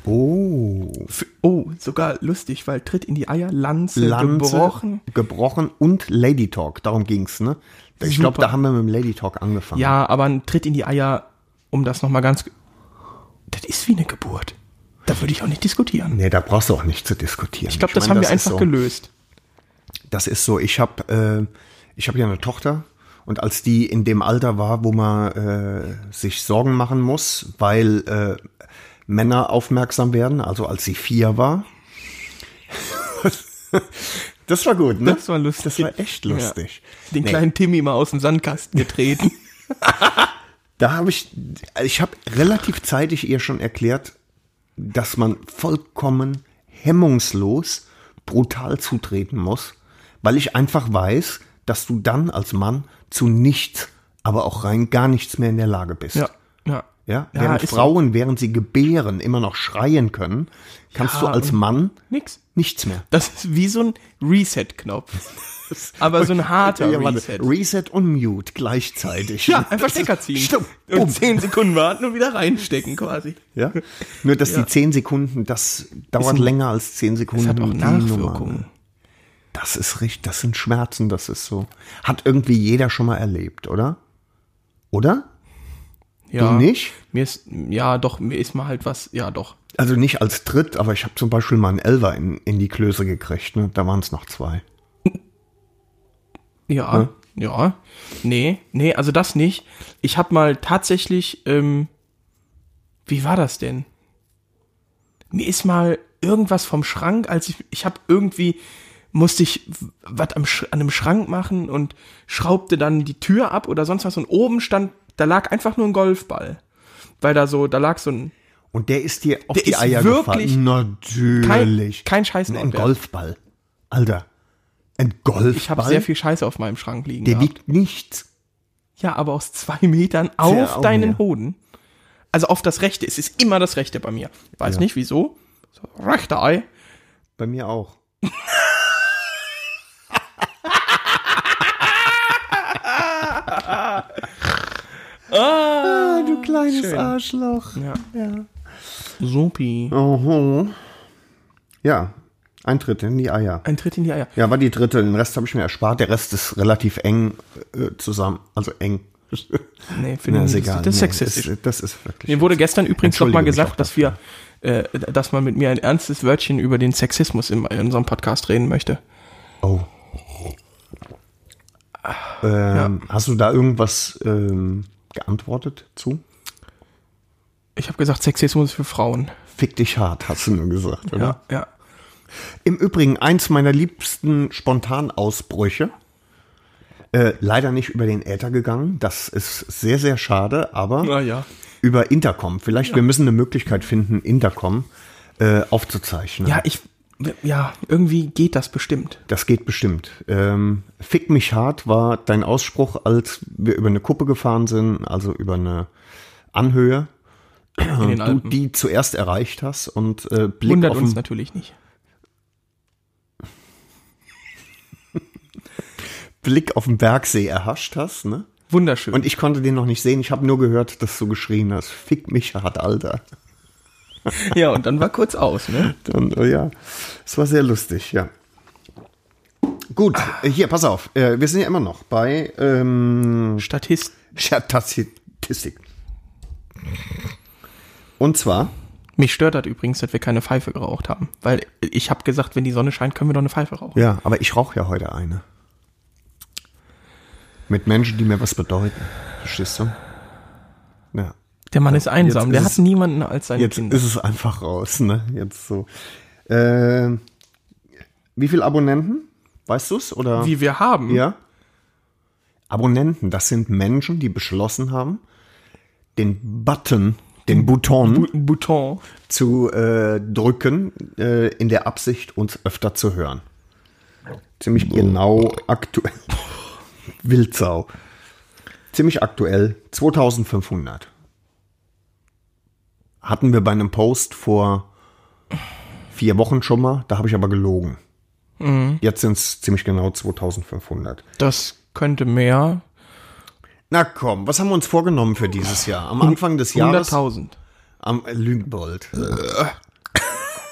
Speaker 2: Oh.
Speaker 3: F- Oh, sogar lustig, weil Tritt in die Eier, Lanze,
Speaker 2: Lanze,
Speaker 3: gebrochen.
Speaker 2: gebrochen und Lady Talk. Darum ging's, ne? Ich glaube,
Speaker 3: Super.
Speaker 2: da haben wir mit dem Lady Talk angefangen.
Speaker 3: Ja, aber ein Tritt in die Eier, um das nochmal ganz. Das ist wie eine Geburt. Da würde ich auch nicht diskutieren.
Speaker 2: Nee, da brauchst du auch nicht zu diskutieren.
Speaker 3: Ich glaube,
Speaker 2: mein,
Speaker 3: das haben wir
Speaker 2: ist
Speaker 3: einfach
Speaker 2: so,
Speaker 3: gelöst.
Speaker 2: Das ist so. Ich habe äh, ich hab ja eine Tochter. Und als die in dem Alter war, wo man äh, sich Sorgen machen muss, weil äh, Männer aufmerksam werden, also als sie vier war. das war gut, ne?
Speaker 3: Das war lustig.
Speaker 2: Das war echt lustig.
Speaker 3: Den
Speaker 2: Nee.
Speaker 3: kleinen Timmy mal aus dem Sandkasten getreten.
Speaker 2: Da habe ich, ich habe relativ zeitig ihr schon erklärt, dass man vollkommen hemmungslos brutal zutreten muss, weil ich einfach weiß, dass du dann als Mann zu nichts, aber auch rein gar nichts mehr in der Lage bist.
Speaker 3: ja, ja.
Speaker 2: Ja? während
Speaker 3: ist so.
Speaker 2: Frauen, während sie gebären, immer noch schreien können, kannst du
Speaker 3: Ja,
Speaker 2: als
Speaker 3: und-
Speaker 2: Mann
Speaker 3: Nix.
Speaker 2: nichts mehr.
Speaker 3: Das ist wie so ein Reset-Knopf. Aber so ein harter
Speaker 2: Ja, warte.
Speaker 3: Reset.
Speaker 2: Reset und Mute gleichzeitig.
Speaker 3: Ja, einfach Stecker ziehen.
Speaker 2: Stumm.
Speaker 3: Und zehn Sekunden warten und wieder reinstecken quasi.
Speaker 2: Ja? Nur, dass die 10 Sekunden, das dauert länger als 10 Sekunden.
Speaker 3: Das hat auch
Speaker 2: die Mhm, Nummer.
Speaker 3: Nachwirkungen.
Speaker 2: Das ist richtig, das sind Schmerzen, das ist so. Hat irgendwie jeder schon mal erlebt, oder? Oder?
Speaker 3: Ja.
Speaker 2: Du nicht?
Speaker 3: Mir ist, ja, doch, mir ist mal halt was, ja, doch.
Speaker 2: Also nicht als Tritt, aber ich habe zum Beispiel mal einen Elver in, in die Klöße gekriegt, ne? Da waren es noch zwei.
Speaker 3: Ja,
Speaker 2: Ne?
Speaker 3: ja. Nee, nee, also das nicht. Ich habe mal tatsächlich, ähm, wie war das denn? Mir ist mal irgendwas vom Schrank, als ich, ich habe irgendwie, musste ich was am Sch- an einem Schrank machen und schraubte dann die Tür ab oder sonst was und oben stand, da lag einfach nur ein Golfball. Weil da so, da lag so ein,
Speaker 2: Und der ist dir auf
Speaker 3: Der
Speaker 2: die
Speaker 3: ist
Speaker 2: Eier
Speaker 3: wirklich
Speaker 2: gefallen. Natürlich.
Speaker 3: kein Scheiß
Speaker 2: Ein
Speaker 3: Nordwert.
Speaker 2: Golfball. Alter. Ein Golfball.
Speaker 3: ich habe sehr viel Scheiße auf meinem Schrank liegen.
Speaker 2: der
Speaker 3: gehabt.
Speaker 2: wiegt nichts.
Speaker 3: Ja, aber aus zwei Metern auf
Speaker 2: Ja, auch
Speaker 3: deinen
Speaker 2: mehr.
Speaker 3: Hoden. Also auf das rechte. Es ist immer das rechte bei mir. Weiß nicht wieso. So, rechte Ei.
Speaker 2: Bei mir auch. ah, du kleines Arschloch.
Speaker 3: Ja. Supi.
Speaker 2: Oho. Ja, Eintritt in die Eier.
Speaker 3: Ein Tritt in die Eier.
Speaker 2: Ja, war die dritte. Den Rest habe ich mir erspart. Der Rest ist relativ eng äh, zusammen. Also eng.
Speaker 3: Nee, finde
Speaker 2: Na, ist
Speaker 3: ich das,
Speaker 2: egal.
Speaker 3: das ist
Speaker 2: Nee,
Speaker 3: sexistisch.
Speaker 2: Das, das ist wirklich.
Speaker 3: Mir wurde gestern übrigens noch
Speaker 2: Entschuldige
Speaker 3: mal
Speaker 2: mich
Speaker 3: gesagt,
Speaker 2: auch
Speaker 3: dass wir, äh, dass man mit mir ein ernstes Wörtchen über den Sexismus in, in unserem Podcast reden möchte.
Speaker 2: Oh. Ähm, Hast du da irgendwas ähm, geantwortet zu?
Speaker 3: Ich habe gesagt, Sexismus für Frauen.
Speaker 2: Fick dich hart, hast du nur gesagt, oder?
Speaker 3: Ja, ja.
Speaker 2: Im Übrigen, eins meiner liebsten Spontanausbrüche. Äh, leider nicht über den Äther gegangen. Das ist sehr, sehr schade, aber
Speaker 3: Ah, ja.
Speaker 2: über Intercom. Vielleicht, wir müssen eine Möglichkeit finden, Intercom äh, aufzuzeichnen.
Speaker 3: Ja, ich, ja, irgendwie geht das bestimmt.
Speaker 2: Das geht bestimmt. Ähm, Fick mich hart war dein Ausspruch, als wir über eine Kuppe gefahren sind, also über eine Anhöhe,
Speaker 3: In den
Speaker 2: du
Speaker 3: Alpen.
Speaker 2: die zuerst erreicht hast und äh, Blick
Speaker 3: Wundert
Speaker 2: auf
Speaker 3: uns
Speaker 2: den,
Speaker 3: natürlich nicht.
Speaker 2: Blick auf den Bergsee erhascht hast, ne?
Speaker 3: Wunderschön.
Speaker 2: Und ich konnte den noch nicht sehen. Ich habe nur gehört, dass du geschrien hast. Fick mich hart, Alter.
Speaker 3: ja, und dann war kurz aus, ne?
Speaker 2: Und äh, ja, es war sehr lustig, ja. Gut, äh, hier, pass auf. Äh, wir sind ja immer noch bei ähm,
Speaker 3: Statist.
Speaker 2: Statistik. Und zwar,
Speaker 3: Mich stört das übrigens, dass wir keine Pfeife geraucht haben. Weil ich habe gesagt, wenn die Sonne scheint, können wir doch eine Pfeife rauchen.
Speaker 2: ja, aber ich rauche ja heute eine. Mit Menschen, die mir was bedeuten. Verstehst du? Ja.
Speaker 3: Der Mann ist einsam,
Speaker 2: jetzt
Speaker 3: der
Speaker 2: ist
Speaker 3: hat
Speaker 2: es-
Speaker 3: niemanden als seine
Speaker 2: Jetzt
Speaker 3: Kinder.
Speaker 2: ist es einfach raus, ne? Jetzt so. Äh, wie viele Abonnenten? Weißt du es? Oder?
Speaker 3: Wie wir haben.
Speaker 2: Ja. Abonnenten, das sind Menschen, die beschlossen haben, den Button, den Button
Speaker 3: Bu- Bouton.
Speaker 2: zu äh, drücken, äh, in der Absicht, uns öfter zu hören. Ziemlich genau aktuell. Wildsau. Ziemlich aktuell. 2500. Hatten wir bei einem Post vor vier Wochen schon mal, da habe ich aber gelogen. Jetzt sind es ziemlich genau 2500.
Speaker 3: Das könnte mehr.
Speaker 2: Na komm, was haben wir uns vorgenommen für dieses Jahr? Am Anfang des Jahres
Speaker 3: 100.000.
Speaker 2: am äh, Lügenbold.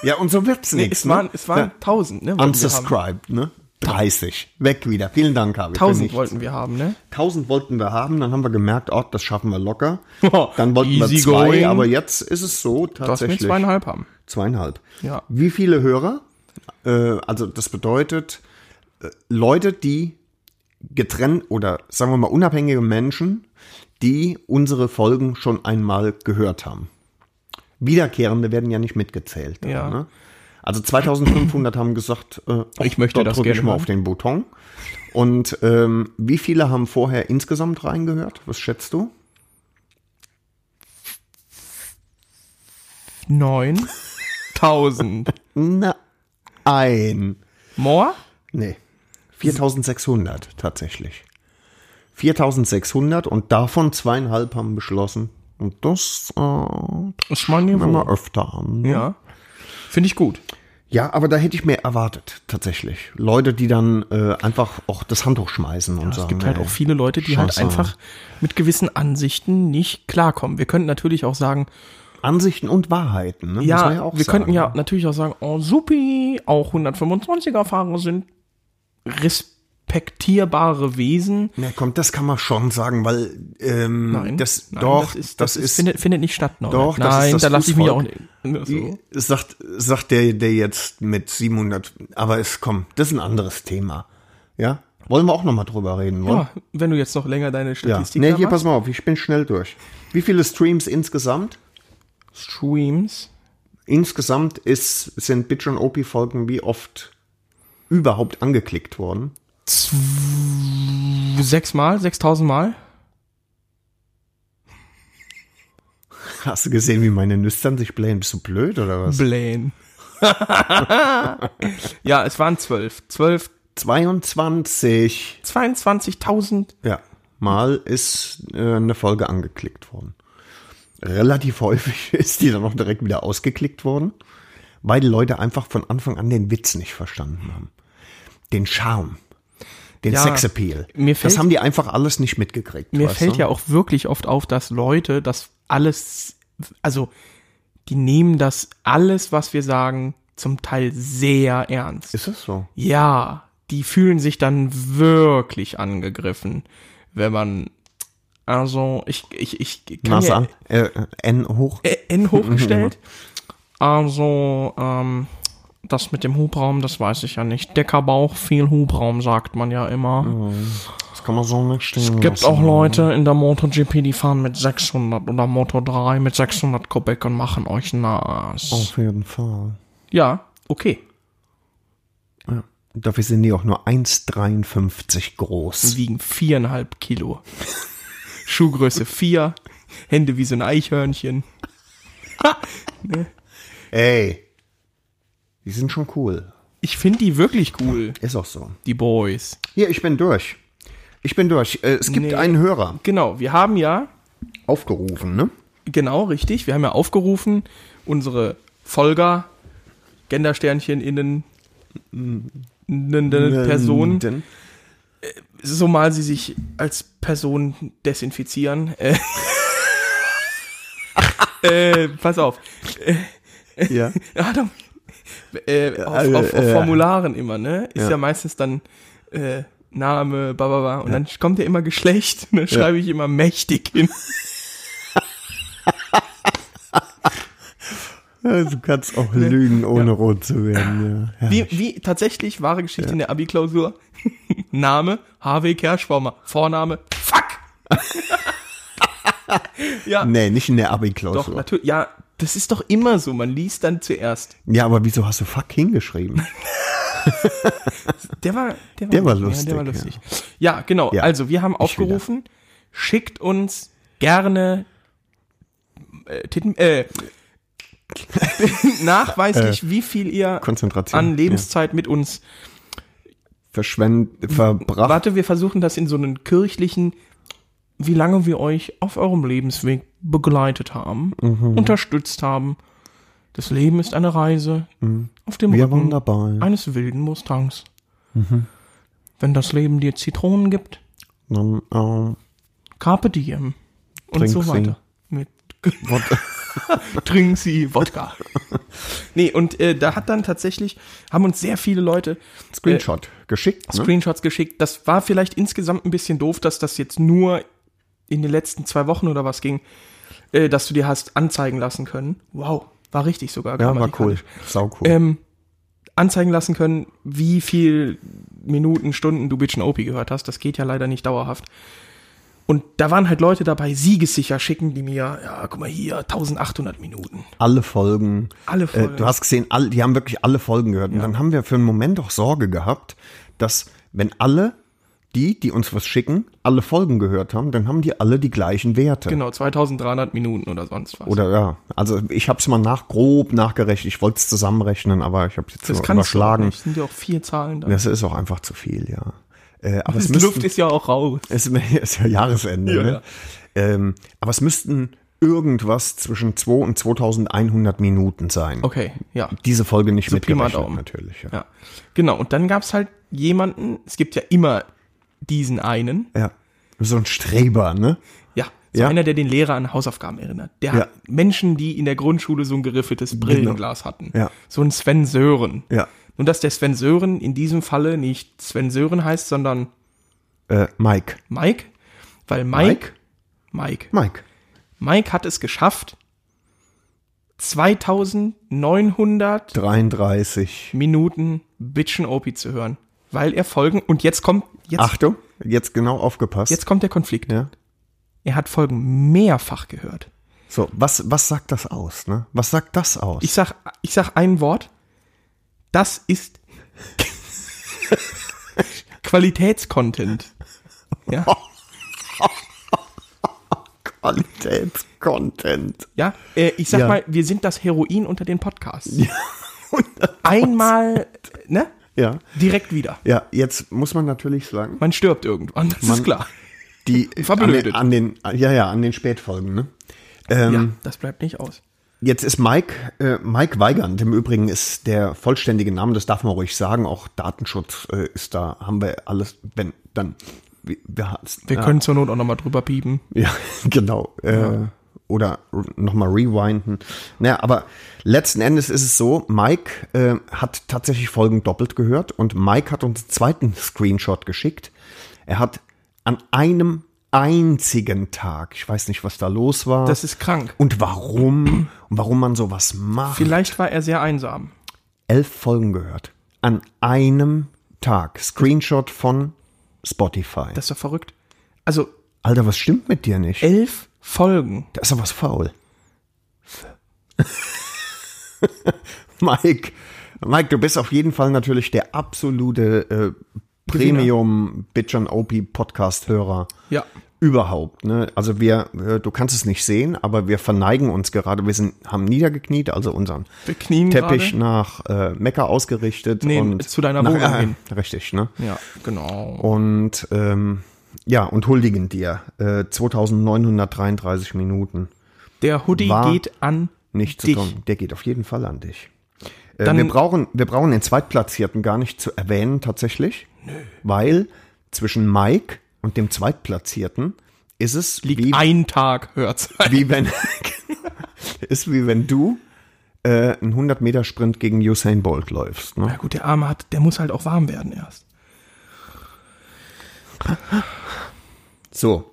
Speaker 2: ja, und so wird's nichts.
Speaker 3: Äh. Es waren,
Speaker 2: ne?
Speaker 3: es waren 1.000, ne? wollten wir haben.
Speaker 2: Unsubscribed, ne? 30. Weg wieder. Vielen Dank, Harvey. für
Speaker 3: 1.000
Speaker 2: nichts.
Speaker 3: wollten wir haben, ne?
Speaker 2: 1000 wollten wir haben, dann haben wir gemerkt, oh, das schaffen wir locker.
Speaker 3: Oh,
Speaker 2: Dann wollten wir
Speaker 3: easy
Speaker 2: zwei,
Speaker 3: going.
Speaker 2: aber jetzt ist es so
Speaker 3: Du hast mir
Speaker 2: tatsächlich.
Speaker 3: zweieinhalb haben.
Speaker 2: Zweieinhalb.
Speaker 3: Ja.
Speaker 2: Wie viele Hörer? Äh, also das bedeutet äh, Leute, die getrennt oder sagen wir mal unabhängige Menschen, die unsere Folgen schon einmal gehört haben. Wiederkehrende werden ja nicht mitgezählt.
Speaker 3: Ja.
Speaker 2: Ne? Also 2500 haben gesagt, äh, oh,
Speaker 3: Ich möchte
Speaker 2: da
Speaker 3: das
Speaker 2: drücke ich
Speaker 3: gerne
Speaker 2: mal
Speaker 3: hören.
Speaker 2: auf den Button. Und ähm, wie viele haben vorher insgesamt reingehört? Was schätzt du?
Speaker 3: Neun. Tausend.
Speaker 2: Na, ein.
Speaker 3: More?
Speaker 2: Nee. 4600 tatsächlich. 4600 und davon zweieinhalb haben beschlossen. Und das äh, tun
Speaker 3: Ist mein
Speaker 2: wir
Speaker 3: Niveau.
Speaker 2: mal öfter an.
Speaker 3: Ja. Finde ich gut.
Speaker 2: ja, aber da hätte ich mehr erwartet, tatsächlich. Leute, die dann äh, einfach auch das Handtuch schmeißen und sagen. äh,
Speaker 3: Es gibt halt
Speaker 2: nee,
Speaker 3: auch viele Leute, die halt
Speaker 2: Scheiße.
Speaker 3: einfach mit gewissen Ansichten nicht klarkommen. Wir könnten natürlich auch sagen,
Speaker 2: Ansichten und Wahrheiten. Ne? Muss
Speaker 3: ja,
Speaker 2: man auch
Speaker 3: wir
Speaker 2: sagen.
Speaker 3: könnten
Speaker 2: ne?
Speaker 3: ja natürlich auch sagen, oh supi, auch 125er-Fahrer sind respektierbare Wesen.
Speaker 2: Na komm, das kann man schon sagen, weil ähm, das, doch, das ist,
Speaker 3: findet, findet nicht statt. Norbert.
Speaker 2: Doch, das ist
Speaker 3: Nein,
Speaker 2: das
Speaker 3: da lasse ich mich auch
Speaker 2: Fußvolk.
Speaker 3: nicht. ne, So.
Speaker 2: sagt, sagt der, der jetzt mit 700, aber es kommt, das ist ein anderes Thema. Ja? Wollen wir auch nochmal drüber reden,
Speaker 3: Ja,
Speaker 2: oder?
Speaker 3: wenn du jetzt noch länger deine
Speaker 2: Ja.
Speaker 3: Statistik
Speaker 2: Nee,
Speaker 3: da
Speaker 2: hier,
Speaker 3: machst.
Speaker 2: pass mal auf, ich bin schnell durch. Wie viele Streams insgesamt?
Speaker 3: Streams.
Speaker 2: Insgesamt ist, sind Bitch und Opie Folgen wie oft überhaupt angeklickt worden?
Speaker 3: Sechsmal, sechstausendmal.
Speaker 2: Hast du gesehen, wie meine Nüstern sich blähen? Bist du blöd oder was?
Speaker 3: Blaine. ja, es waren zwölf. Zwölf,
Speaker 2: 22.
Speaker 3: 22.000.
Speaker 2: Ja. Mal ist äh, eine Folge angeklickt worden. Relativ häufig ist die dann auch direkt wieder ausgeklickt worden, weil die Leute einfach von Anfang an den Witz nicht verstanden haben. Den Charme, den
Speaker 3: Ja,
Speaker 2: Sexappeal.
Speaker 3: mir fällt-
Speaker 2: das haben die einfach alles nicht mitgekriegt.
Speaker 3: Mir
Speaker 2: weißt
Speaker 3: fällt
Speaker 2: du?
Speaker 3: ja auch wirklich oft auf, dass Leute das alles, also die nehmen das alles, was wir sagen, zum Teil sehr ernst.
Speaker 2: Ist das so?
Speaker 3: ja, die fühlen sich dann wirklich angegriffen, wenn man, also ich, ich, ich kann
Speaker 2: Nase
Speaker 3: ja-
Speaker 2: an, äh, äh, N hoch.
Speaker 3: Ä- N hochgestellt. also, ähm, das mit dem Hubraum, das weiß ich ja nicht. Deckerbauch, viel Hubraum, sagt man ja immer.
Speaker 2: Mhm. Das kann man so nicht stehen.
Speaker 3: Es gibt
Speaker 2: lassen.
Speaker 3: auch Leute in der MotoGP, die fahren mit 600 oder Moto 3 mit 600 Kubik und machen euch nass.
Speaker 2: Auf jeden Fall.
Speaker 3: Ja, okay.
Speaker 2: Dafür sind die auch nur 1,53 groß.
Speaker 3: Wiegen viereinhalb Kilo. Schuhgröße 4, Hände wie so ein Eichhörnchen.
Speaker 2: Ey. Die sind schon cool.
Speaker 3: Ich finde die wirklich cool,
Speaker 2: Ist auch so.
Speaker 3: die Boys.
Speaker 2: Hier, ich bin durch. Ich bin durch. Äh, Es gibt
Speaker 3: Nee.
Speaker 2: einen Hörer
Speaker 3: Genau, wir haben ja
Speaker 2: aufgerufen, ne?
Speaker 3: Genau, richtig. Wir haben ja aufgerufen, unsere Folger, Gendersternchen innen, innen Personen,
Speaker 2: Äh, Denn
Speaker 3: so mal sie sich als Person desinfizieren. Äh, äh, pass auf.
Speaker 2: Ja.
Speaker 3: Adam, äh, auf, auf, auf Formularen immer, ne? Ist ja, meistens dann äh, Name, bababa, und dann kommt ja immer Geschlecht, und dann schreibe ich immer mächtig hin.
Speaker 2: Ja, du kannst auch lügen, ohne rot zu werden. Ja.
Speaker 3: Wie, wie tatsächlich wahre Geschichte in der Abi-Klausur. Name, HW Kerschbaumer. Vorname, fuck! ja,
Speaker 2: Nee, nicht in der
Speaker 3: doch,
Speaker 2: Abi-Klausur.
Speaker 3: natürlich. Ja, das ist doch immer so. Man liest dann zuerst.
Speaker 2: Ja, aber wieso hast du fuck hingeschrieben?
Speaker 3: Der war, der war,
Speaker 2: Der war
Speaker 3: ja,
Speaker 2: lustig,
Speaker 3: der war lustig. Ja, genau.
Speaker 2: Ja,
Speaker 3: also, wir haben
Speaker 2: ich wieder.
Speaker 3: aufgerufen, schickt uns gerne äh, Titten, äh, nachweislich,
Speaker 2: Äh,
Speaker 3: wie viel ihr
Speaker 2: Konzentration.
Speaker 3: an Lebenszeit mit uns.
Speaker 2: Verschwend, verbracht.
Speaker 3: Warte, wir versuchen das in so einen kirchlichen, wie lange wir euch auf eurem Lebensweg begleitet haben,
Speaker 2: Mhm.
Speaker 3: unterstützt haben. Das Leben ist eine Reise auf dem
Speaker 2: Mhm. Wir Mhm. waren
Speaker 3: Rücken
Speaker 2: dabei.
Speaker 3: eines wilden Mustangs. Wenn das Leben dir Zitronen gibt,
Speaker 2: Dann, ähm,
Speaker 3: Carpe diem. Und
Speaker 2: Trink
Speaker 3: so
Speaker 2: sie.
Speaker 3: weiter. Mit Trink sie Wodka. nee, und äh, da hat dann tatsächlich, haben uns sehr viele Leute äh,
Speaker 2: Screenshot geschickt. Ne?
Speaker 3: Screenshots geschickt. Das war vielleicht insgesamt ein bisschen doof, dass das jetzt nur in den letzten zwei Wochen oder was ging, äh, dass du dir hast anzeigen lassen können. Wow, war richtig sogar.
Speaker 2: Ja, war cool.
Speaker 3: grammatikalisch.
Speaker 2: Sau cool.
Speaker 3: Ähm, anzeigen lassen können, wie viel Minuten, Stunden du Bitchin' OP gehört hast. Das geht ja leider nicht dauerhaft. Und da waren halt Leute dabei, siegessicher schicken, die mir, ja, guck mal hier, 1800 Minuten.
Speaker 2: alle Folgen.
Speaker 3: Alle Folgen.
Speaker 2: Äh, du hast gesehen, all, die haben wirklich alle Folgen gehört. Und dann haben wir für einen Moment auch Sorge gehabt, dass wenn alle die, die uns was schicken, alle Folgen gehört haben, dann haben die alle die gleichen Werte.
Speaker 3: Genau, 2300 Minuten oder sonst was.
Speaker 2: Oder ja, also ich habe es mal nach grob nachgerechnet. Ich wollte es zusammenrechnen, aber ich habe jetzt nur
Speaker 3: das kannst du auch
Speaker 2: überschlagen.
Speaker 3: nicht. Sind ja auch vier Zahlen da.
Speaker 2: Das ist auch einfach zu viel, ja. Äh, aber es
Speaker 3: Die Luft
Speaker 2: müssten,
Speaker 3: ist ja auch raus.
Speaker 2: es ist ja Jahresende,
Speaker 3: Ja,
Speaker 2: ne? Ähm, aber es müssten irgendwas zwischen 2 und 2100 Minuten sein.
Speaker 3: Okay, ja.
Speaker 2: Diese Folge nicht
Speaker 3: Pi mal
Speaker 2: mitgerechnet,
Speaker 3: Daumen.
Speaker 2: natürlich. Ja.
Speaker 3: Ja, genau. Und dann gab es halt jemanden, es gibt ja immer diesen einen,
Speaker 2: Ja. So ein Streber, ne?
Speaker 3: ja, so
Speaker 2: Ja.
Speaker 3: einer, der den Lehrer an Hausaufgaben erinnert. Der
Speaker 2: Ja. Genau.
Speaker 3: hat Menschen, die in der Grundschule so ein geriffeltes Brillenglas hatten.
Speaker 2: Ja.
Speaker 3: So ein Sven Sören.
Speaker 2: Ja.
Speaker 3: Nur, dass der Sven Sören in diesem Falle nicht Sven Sören heißt, sondern
Speaker 2: Äh, Mike.
Speaker 3: Mike. Weil Mike, Mike, Mike,
Speaker 2: Mike.
Speaker 3: hat es geschafft, 2900
Speaker 2: 33.
Speaker 3: Minuten Bitchen Opie zu hören. Weil er Folgen, und jetzt kommt, jetzt,
Speaker 2: Achtung, jetzt genau aufgepasst.
Speaker 3: jetzt kommt der Konflikt.
Speaker 2: Ja.
Speaker 3: Er hat Folgen mehrfach gehört.
Speaker 2: So, was, was sagt das aus, ne? Was sagt das aus?
Speaker 3: Ich sag, ich sag ein Wort. Das ist Qualitätscontent. Ja,
Speaker 2: Qualitätscontent.
Speaker 3: ja. Äh, ich sag
Speaker 2: Ja.
Speaker 3: mal, wir sind das Heroin unter den Podcasts. Einmal, ne?
Speaker 2: Ja.
Speaker 3: Direkt wieder.
Speaker 2: Ja, jetzt muss man natürlich sagen,
Speaker 3: Man stirbt irgendwann, das ist klar.
Speaker 2: die an
Speaker 3: Verblödet.
Speaker 2: den, an den, ja, ja, an den Spätfolgen, ne?
Speaker 3: ja, das bleibt nicht aus.
Speaker 2: Jetzt ist Mike, äh, Mike Weigand, im Übrigen ist der vollständige Name, das darf man ruhig sagen, auch Datenschutz äh, ist da, haben wir alles, wenn, dann, wir, wir, ne? hat's-
Speaker 3: Wir
Speaker 2: ja,
Speaker 3: können zur Not auch nochmal drüber piepen.
Speaker 2: Ja, genau. Äh, Oder nochmal rewinden. Naja, aber letzten Endes ist es so, Mike äh, hat tatsächlich Folgen doppelt gehört und Mike hat uns einen zweiten Screenshot geschickt. Er hat an einem einzigen Tag, ich weiß nicht, was da los war.
Speaker 3: Das ist krank.
Speaker 2: und warum und warum man sowas macht.
Speaker 3: Vielleicht war er sehr einsam.
Speaker 2: elf Folgen gehört. An einem Tag. Screenshot von Spotify.
Speaker 3: Das ist doch verrückt. Also
Speaker 2: Alter, was stimmt mit dir nicht?
Speaker 3: elf Folgen.
Speaker 2: Da ist doch was faul. Mike, Mike, du bist auf jeden Fall natürlich der absolute äh, Premium Bitch on OP Podcast Hörer
Speaker 3: Ja.
Speaker 2: überhaupt. Ne? Also wir, äh, du kannst es nicht sehen, aber wir verneigen uns gerade. Wir sind, haben niedergekniet, also unseren
Speaker 3: Wir knien
Speaker 2: Teppich
Speaker 3: gerade.
Speaker 2: nach äh, Mekka ausgerichtet
Speaker 3: Nee,
Speaker 2: und
Speaker 3: zu deiner
Speaker 2: nach,
Speaker 3: Wohnung hin.
Speaker 2: Richtig, ne?
Speaker 3: Ja, genau.
Speaker 2: Und ähm, ja, und huldigen dir äh, 2933 Minuten.
Speaker 3: Der Hoodie
Speaker 2: War
Speaker 3: geht an
Speaker 2: Nicht zu
Speaker 3: dich.
Speaker 2: tun. Der geht auf jeden Fall an dich. Äh,
Speaker 3: Dann-
Speaker 2: wir, brauchen, wir brauchen den Zweitplatzierten gar nicht zu erwähnen, tatsächlich. Weil zwischen Mike und dem Zweitplatzierten ist es
Speaker 3: Liegt
Speaker 2: wie,
Speaker 3: ein Tag Hörzeit.
Speaker 2: wie wenn ist wie wenn du äh, einen 100 Meter Sprint gegen Usain Bolt läufst.
Speaker 3: Na
Speaker 2: Ne?
Speaker 3: gut, der Arme hat, der muss halt auch warm werden erst.
Speaker 2: So,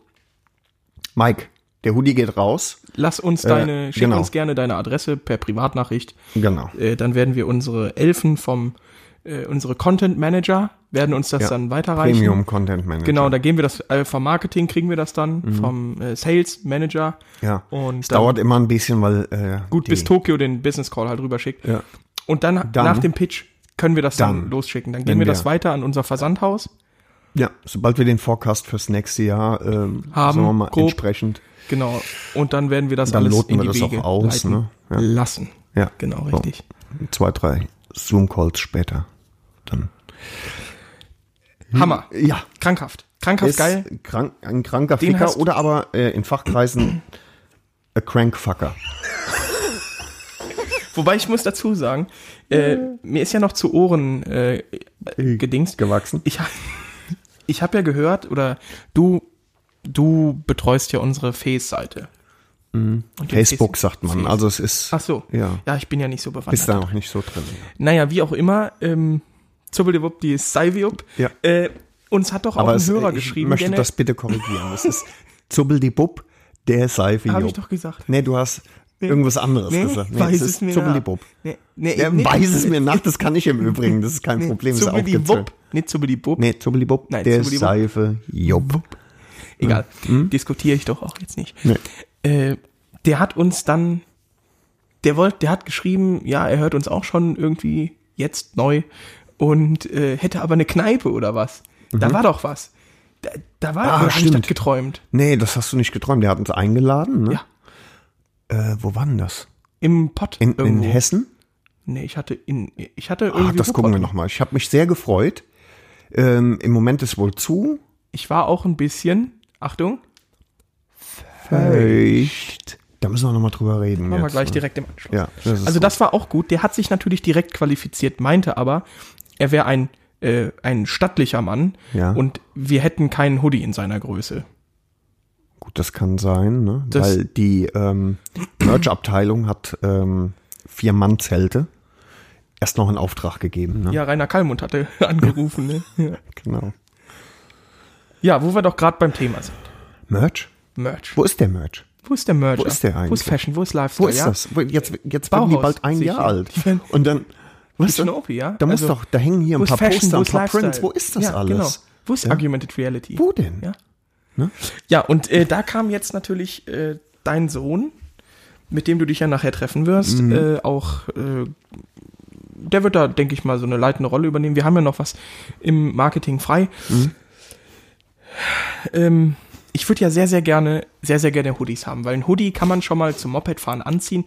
Speaker 2: Mike, Der Hoodie geht raus.
Speaker 3: Lass uns deine, schick
Speaker 2: genau.
Speaker 3: uns gerne deine Adresse per Privatnachricht.
Speaker 2: Genau.
Speaker 3: Äh, dann werden wir unsere Elfen vom, äh, unsere Content Manager werden uns das
Speaker 2: Ja.
Speaker 3: dann weiterreichen.
Speaker 2: Premium Content Manager.
Speaker 3: Genau, da gehen wir das äh, vom Marketing kriegen wir das dann vom äh, Sales Manager.
Speaker 2: Ja.
Speaker 3: Und
Speaker 2: es
Speaker 3: dann-
Speaker 2: dauert immer ein bisschen, weil äh,
Speaker 3: Gut,
Speaker 2: die-
Speaker 3: bis Tokio den Business Call halt rüberschickt.
Speaker 2: Ja.
Speaker 3: Und dann,
Speaker 2: Dann-
Speaker 3: nach dem Pitch können wir das dann,
Speaker 2: Dann.
Speaker 3: losschicken. Dann
Speaker 2: Wenn
Speaker 3: gehen wir das
Speaker 2: wir-
Speaker 3: weiter an unser Versandhaus.
Speaker 2: Ja, sobald wir den Forecast fürs nächste Jahr ähm,
Speaker 3: Haben,
Speaker 2: sagen wir mal
Speaker 3: grob.
Speaker 2: entsprechend.
Speaker 3: Genau. Und dann werden wir das
Speaker 2: Dann
Speaker 3: alles
Speaker 2: loten
Speaker 3: in
Speaker 2: wir
Speaker 3: die
Speaker 2: das auch
Speaker 3: Wege
Speaker 2: aus,
Speaker 3: leiten
Speaker 2: ne? Ja.
Speaker 3: lassen.
Speaker 2: Ja.
Speaker 3: Genau,
Speaker 2: So.
Speaker 3: richtig.
Speaker 2: Zwei, drei Zoom-Calls später. Dann.
Speaker 3: Hammer.
Speaker 2: Ja.
Speaker 3: Krankhaft. Krankhaft
Speaker 2: Hm. ist
Speaker 3: geil.
Speaker 2: Krank, ein kranker
Speaker 3: Den
Speaker 2: Ficker
Speaker 3: hast-
Speaker 2: oder aber äh, in Fachkreisen a Crankfucker.
Speaker 3: Wobei ich muss dazu sagen, äh, mir ist ja noch zu Ohren äh,
Speaker 2: Hm.
Speaker 3: gedingst.
Speaker 2: gewachsen.
Speaker 3: Ich, ha- ich habe ja gehört, oder du, du betreust ja unsere Face-Seite. Und
Speaker 2: Hm.
Speaker 3: den
Speaker 2: Facebook
Speaker 3: Face-
Speaker 2: sagt man.
Speaker 3: Face-
Speaker 2: Also es ist
Speaker 3: Ach so.
Speaker 2: Ja.
Speaker 3: ja, ich bin ja nicht so bewandert.
Speaker 2: ist da noch nicht so drin.
Speaker 3: Naja, wie auch immer, ähm, Zubbeldiwupp, die Saiviup,
Speaker 2: Ja.
Speaker 3: äh, uns hat doch auch
Speaker 2: Aber
Speaker 3: ein
Speaker 2: es, äh,
Speaker 3: Hörer
Speaker 2: ich
Speaker 3: geschrieben,
Speaker 2: möchte
Speaker 3: gerne-
Speaker 2: das bitte korrigieren. Es ist Zubbeldi-Bub, der Seife.
Speaker 3: Hab ich doch gesagt.
Speaker 2: Nee, du hast irgendwas anderes gesagt. Nee,
Speaker 3: weiß es mir nach.
Speaker 2: Zubbeldi-Bub.
Speaker 3: Nee, nee,
Speaker 2: Der
Speaker 3: nee,
Speaker 2: weiß es mir nach, das kann ich im Übrigen, das ist kein
Speaker 3: nee,
Speaker 2: Problem. Ist aufgezählt.
Speaker 3: Zubbeldiwupp, nicht Zubbeldiwupp,
Speaker 2: Nee, Zubbelibub,
Speaker 3: Nein,
Speaker 2: der
Speaker 3: Zubbelibub.
Speaker 2: Seife, Job.
Speaker 3: egal, diskutiere ich doch auch jetzt nicht.
Speaker 2: Mhm. Nee.
Speaker 3: Äh, der hat uns dann, der wollte, der hat geschrieben, ja, er hört uns auch schon irgendwie jetzt neu und äh, hätte aber eine Kneipe oder was. Da war doch was. Da, da war,
Speaker 2: Mhm. Ah,
Speaker 3: oder hab ich das
Speaker 2: stimmt.
Speaker 3: geträumt.
Speaker 2: Nee, das hast du nicht geträumt. Der hat uns eingeladen, ne?
Speaker 3: Ja.
Speaker 2: Äh, wo war denn das?
Speaker 3: Im Pott
Speaker 2: In, in
Speaker 3: irgendwo.
Speaker 2: Hessen?
Speaker 3: Nee, ich hatte in, ich hatte irgendwie.
Speaker 2: Ah, das gucken wir nochmal. Ich habe mich sehr gefreut. Ähm, Im Moment ist wohl zu.
Speaker 3: Ich war auch ein bisschen, Achtung,
Speaker 2: Feucht. Da müssen wir nochmal drüber reden.
Speaker 3: machen wir
Speaker 2: jetzt,
Speaker 3: gleich
Speaker 2: ne?
Speaker 3: direkt im Anschluss.
Speaker 2: Ja, das ist
Speaker 3: also das war auch gut. Der hat sich natürlich direkt qualifiziert, meinte aber, er wäre ein, äh, ein stattlicher Mann
Speaker 2: Ja.
Speaker 3: und wir hätten keinen Hoodie in seiner Größe.
Speaker 2: Gut, das kann sein, ne?
Speaker 3: Das-
Speaker 2: weil die ähm, Merch-Abteilung hat ähm, vier Mann-Zelte erst noch in Auftrag gegeben. Ne?
Speaker 3: Ja, Rainer Kallmund hatte angerufen. Ne? Ja.
Speaker 2: Genau.
Speaker 3: ja, wo wir doch gerade beim Thema sind.
Speaker 2: Merch?
Speaker 3: Merch.
Speaker 2: Wo ist der Merch?
Speaker 3: Wo ist der Merch?
Speaker 2: Wo ist der
Speaker 3: Wo ist
Speaker 2: eigentlich?
Speaker 3: Fashion? Wo ist Lifestyle?
Speaker 2: Wo ist
Speaker 3: ja?
Speaker 2: das? Wo- Jetzt, jetzt werden die
Speaker 3: Bauhaus,
Speaker 2: bald ein
Speaker 3: sicher.
Speaker 2: Jahr alt.
Speaker 3: Die werden-
Speaker 2: Und dann,
Speaker 3: Ist
Speaker 2: weißt
Speaker 3: schon
Speaker 2: du,
Speaker 3: OP, ja?
Speaker 2: da muss
Speaker 3: Also,
Speaker 2: doch, da hängen hier
Speaker 3: Wo
Speaker 2: ein
Speaker 3: ist
Speaker 2: paar
Speaker 3: Fashion?
Speaker 2: Poster,
Speaker 3: Wo
Speaker 2: ein
Speaker 3: ist
Speaker 2: paar
Speaker 3: Lifestyle?
Speaker 2: Prints. Wo ist das
Speaker 3: ja,
Speaker 2: alles?
Speaker 3: Genau. Wo ist Augmented Reality?
Speaker 2: Wo denn?
Speaker 3: Ja. Ja, und äh, da kam jetzt natürlich äh, dein Sohn, mit dem du dich ja nachher treffen wirst,
Speaker 2: Mhm.
Speaker 3: äh, auch. Äh, der wird da, denke ich mal, so eine leitende Rolle übernehmen. Wir haben ja noch was im Marketing frei.
Speaker 2: Mhm.
Speaker 3: Ähm, ich würde ja sehr, sehr gerne, sehr, sehr gerne Hoodies haben, weil ein Hoodie kann man schon mal zum Mopedfahren anziehen.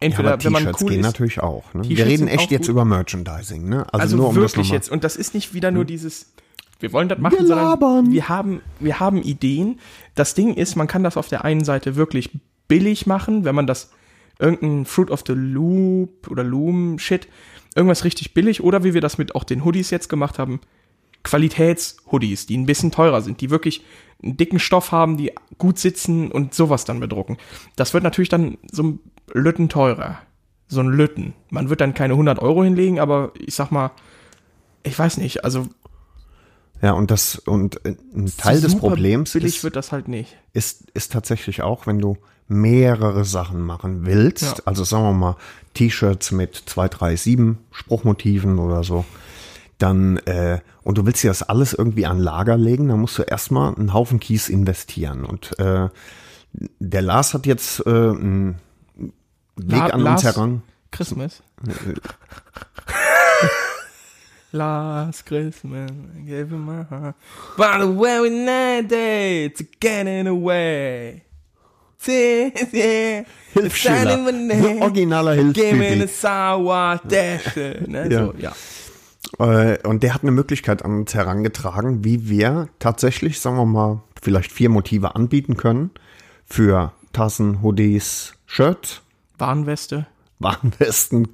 Speaker 3: Entweder,
Speaker 2: aber
Speaker 3: wenn man
Speaker 2: T-Shirts
Speaker 3: cool
Speaker 2: gehen
Speaker 3: ist,
Speaker 2: natürlich auch. Ne? Wir
Speaker 3: T-Shirts
Speaker 2: reden
Speaker 3: sind
Speaker 2: echt
Speaker 3: auch
Speaker 2: jetzt
Speaker 3: gut.
Speaker 2: über Merchandising. Ne? Also,
Speaker 3: Also
Speaker 2: nur um das
Speaker 3: wirklich
Speaker 2: nochmal. Mhm.
Speaker 3: jetzt. Und das ist nicht wieder nur dieses, wir wollen das machen,
Speaker 2: Wir labern.
Speaker 3: sondern wir haben, wir haben Ideen. Das Ding ist, man kann das auf der einen Seite wirklich billig machen, wenn man das irgendein Fruit of the Loop oder Loom Shit, irgendwas richtig billig oder wie wir das mit auch den Hoodies jetzt gemacht haben, Qualitäts-Hoodies, die ein bisschen teurer sind, die wirklich einen dicken Stoff haben, die gut sitzen und sowas dann bedrucken. Das wird natürlich dann so ein Lütten teurer. So ein Lütten. Man wird dann keine 100 Euro hinlegen, aber ich sag mal, ich weiß nicht, also
Speaker 2: Ja, und das und äh, ein Teil des
Speaker 3: super
Speaker 2: Problems
Speaker 3: billig
Speaker 2: ist,
Speaker 3: wird das halt nicht.
Speaker 2: ist, ist tatsächlich auch, wenn du mehrere Sachen machen willst,
Speaker 3: Ja.
Speaker 2: also sagen wir mal T-Shirts mit zwei, drei, sieben Spruchmotiven oder so, dann äh, und du willst dir das alles irgendwie an Lager legen, dann musst du erstmal einen Haufen Kies investieren. Und äh, der Lars hat jetzt äh, einen Weg
Speaker 3: La-
Speaker 2: an
Speaker 3: Lars-
Speaker 2: uns heran.
Speaker 3: Christmas. Last Christmas, I gave you my heart. But when we night day to get it away.
Speaker 2: Hilfsschüler. Ein originaler
Speaker 3: Game in a
Speaker 2: Hilfsschüler.
Speaker 3: sour dash. Ne,
Speaker 2: Ja.
Speaker 3: So, ja.
Speaker 2: Äh, Und der hat eine Möglichkeit an uns herangetragen, wie wir tatsächlich, sagen wir mal, vielleicht vier Motive anbieten können für Tassen, Hoodies, Shirts,
Speaker 3: Warnweste.
Speaker 2: Warnwesten,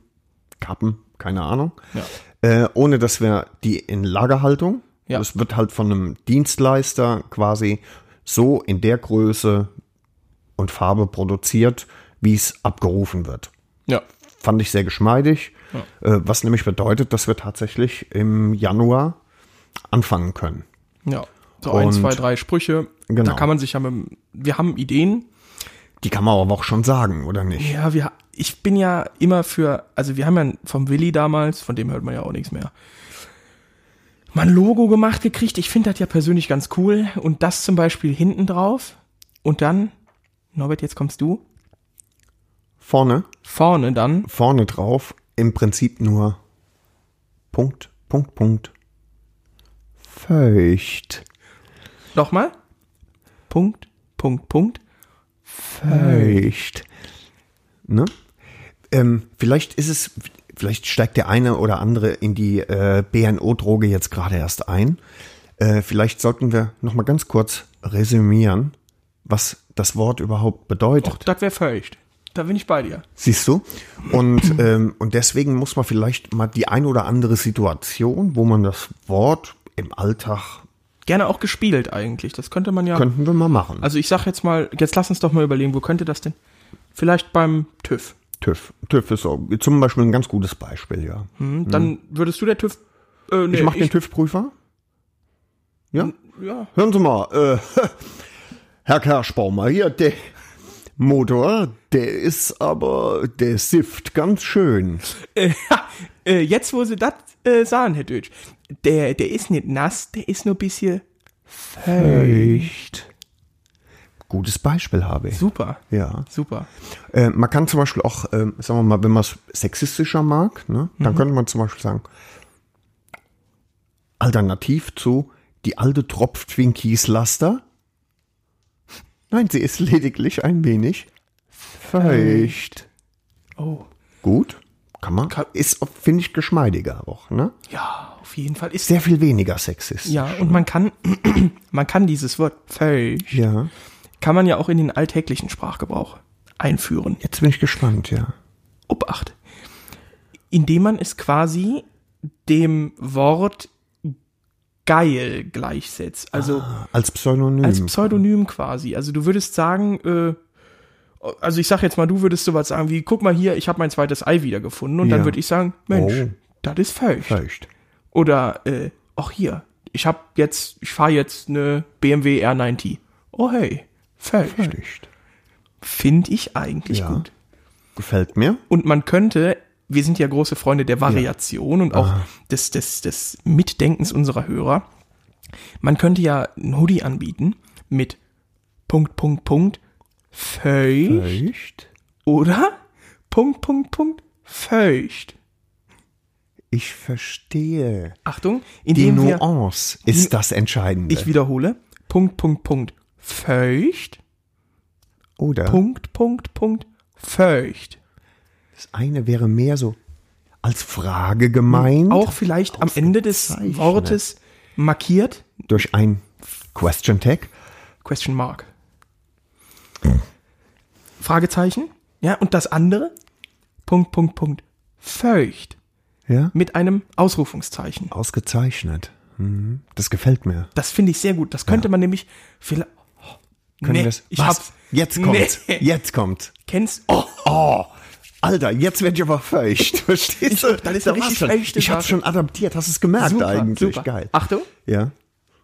Speaker 2: Kappen, keine Ahnung.
Speaker 3: Ja.
Speaker 2: Äh, ohne dass wir die in Lagerhaltung,
Speaker 3: Ja.
Speaker 2: das wird halt von einem Dienstleister quasi so in der Größe und Farbe produziert, wie es abgerufen wird
Speaker 3: Ja.
Speaker 2: fand ich sehr geschmeidig. Äh, was nämlich bedeutet, dass wir tatsächlich im Januar anfangen können.
Speaker 3: Ja. So ein,
Speaker 2: Und-
Speaker 3: zwei, drei Sprüche.
Speaker 2: Genau.
Speaker 3: Da kann man sich ja mit, dem- wir haben Ideen.
Speaker 2: Die kann man aber auch schon sagen, oder nicht?
Speaker 3: Ja, wir, ich bin ja immer für, also wir haben ja vom Willi damals, von dem hört man ja auch nichts mehr, mal ein Logo gemacht gekriegt. Ich finde das ja persönlich ganz cool. Und das zum Beispiel hinten drauf. Und dann, Norbert, jetzt kommst du.
Speaker 2: Vorne,
Speaker 3: Vorne dann.
Speaker 2: vorne drauf, im Prinzip nur Punkt, Punkt, Punkt. Feucht.
Speaker 3: Nochmal. Punkt, Punkt, Punkt.
Speaker 2: Feucht. Ne? Ähm, vielleicht ist es, vielleicht steigt der eine oder andere in die äh, BNO-Droge jetzt gerade erst ein. Äh, vielleicht sollten wir nochmal ganz kurz resümieren, was das Wort überhaupt bedeutet.
Speaker 3: Och, das wäre feucht. Da bin ich bei dir.
Speaker 2: Siehst du? Und, ähm, und deswegen muss man vielleicht mal die ein oder andere Situation, wo man das Wort im Alltag
Speaker 3: Gerne auch gespielt eigentlich. Das könnte man ja.
Speaker 2: könnten wir mal machen.
Speaker 3: Also ich sag jetzt mal, jetzt lass uns doch mal überlegen, wo könnte das denn? Vielleicht beim TÜV.
Speaker 2: TÜV. TÜV ist auch zum Beispiel ein ganz gutes Beispiel, ja.
Speaker 3: Hm? Dann würdest du der TÜV. Äh, nee,
Speaker 2: Mhm. ich mache den TÜV-Prüfer. Ja?
Speaker 3: Ja.
Speaker 2: Hören Sie mal, äh, Herr Kerschbaumer, hier, der Motor, der ist aber, der sift ganz schön.
Speaker 3: Äh, ha, äh, jetzt, wo sie das äh, sahen, Herr Deutsch, der, der ist nicht nass, der ist nur ein bisschen
Speaker 2: Echt? Ähm, Gutes Beispiel habe ich.
Speaker 3: super.
Speaker 2: Ja.
Speaker 3: Super.
Speaker 2: Äh, man kann zum Beispiel auch, ähm, sagen wir mal, wenn man es sexistischer mag, ne, dann könnte man zum Beispiel sagen, alternativ zu die alte tropft wie ein Kieslaster. Nein, sie ist lediglich ein wenig feucht.
Speaker 3: Oh.
Speaker 2: Gut, kann man.
Speaker 3: Kann-
Speaker 2: Ist, finde ich, geschmeidiger auch, ne?
Speaker 3: Ja, auf jeden Fall ist der.
Speaker 2: Sehr viel weniger sexistisch.
Speaker 3: Ja, und man kann, man kann dieses Wort völlig,
Speaker 2: Ja.
Speaker 3: kann man ja auch in den alltäglichen Sprachgebrauch einführen.
Speaker 2: Jetzt bin ich gespannt, ja.
Speaker 3: Obacht. Indem man es quasi dem Wort geil gleichsetzt. Also
Speaker 2: Als Pseudonym.
Speaker 3: als Pseudonym quasi. Also du würdest sagen, äh, also ich sag jetzt mal, du würdest sowas sagen wie, guck mal hier, ich habe mein zweites Ei wiedergefunden. Und
Speaker 2: Ja.
Speaker 3: dann würde ich sagen, Mensch,
Speaker 2: Oh.
Speaker 3: das ist falsch.
Speaker 2: feucht.
Speaker 3: Oder, äh, auch hier, ich habe jetzt, ich fahre jetzt ne eine BMW R90. Oh hey, falsch.
Speaker 2: Feucht.
Speaker 3: Finde ich eigentlich
Speaker 2: Ja.
Speaker 3: gut.
Speaker 2: Gefällt mir.
Speaker 3: Und man könnte, wir sind ja große Freunde der Variation und auch des, des, des Mitdenkens unserer Hörer. Man könnte ja einen Hoodie anbieten mit Punkt, Punkt, Punkt, feucht
Speaker 2: Feucht.
Speaker 3: oder Punkt, Punkt, Punkt, feucht.
Speaker 2: Ich verstehe.
Speaker 3: Achtung,
Speaker 2: Die
Speaker 3: indem wir,
Speaker 2: Nuance ist das Entscheidende.
Speaker 3: ich wiederhole, Punkt, Punkt, Punkt, feucht,
Speaker 2: Oder
Speaker 3: Punkt, Punkt, Punkt, feucht.
Speaker 2: das eine wäre mehr so als Frage gemeint,
Speaker 3: Auch vielleicht am Ende des
Speaker 2: Ausgezeichnet.
Speaker 3: Wortes markiert,
Speaker 2: durch ein Question Tag.
Speaker 3: Question mark.
Speaker 2: Hm.
Speaker 3: Fragezeichen. Ja, und das andere? Punkt, Punkt, Punkt. Feucht.
Speaker 2: Ja?
Speaker 3: Mit einem Ausrufungszeichen.
Speaker 2: Ausgezeichnet. Mhm. Das gefällt mir.
Speaker 3: Das finde ich sehr gut. Das könnte man nämlich vielleicht. Oh,
Speaker 2: Können
Speaker 3: nee,
Speaker 2: wir das-
Speaker 3: ich
Speaker 2: Was?
Speaker 3: hab's.
Speaker 2: Jetzt kommt's.
Speaker 3: Nee.
Speaker 2: Jetzt kommt's.
Speaker 3: Kennst oh,
Speaker 2: Oh, Alter, jetzt werd ich aber feucht. Verstehst du?
Speaker 3: Ich- das ist
Speaker 2: Da
Speaker 3: eine
Speaker 2: war's
Speaker 3: richtig
Speaker 2: schon.
Speaker 3: feuchte
Speaker 2: Ich hab's
Speaker 3: Sache.
Speaker 2: schon adaptiert. Hast es gemerkt
Speaker 3: super,
Speaker 2: eigentlich.
Speaker 3: super.
Speaker 2: Geil.
Speaker 3: Achtung,
Speaker 2: Ja.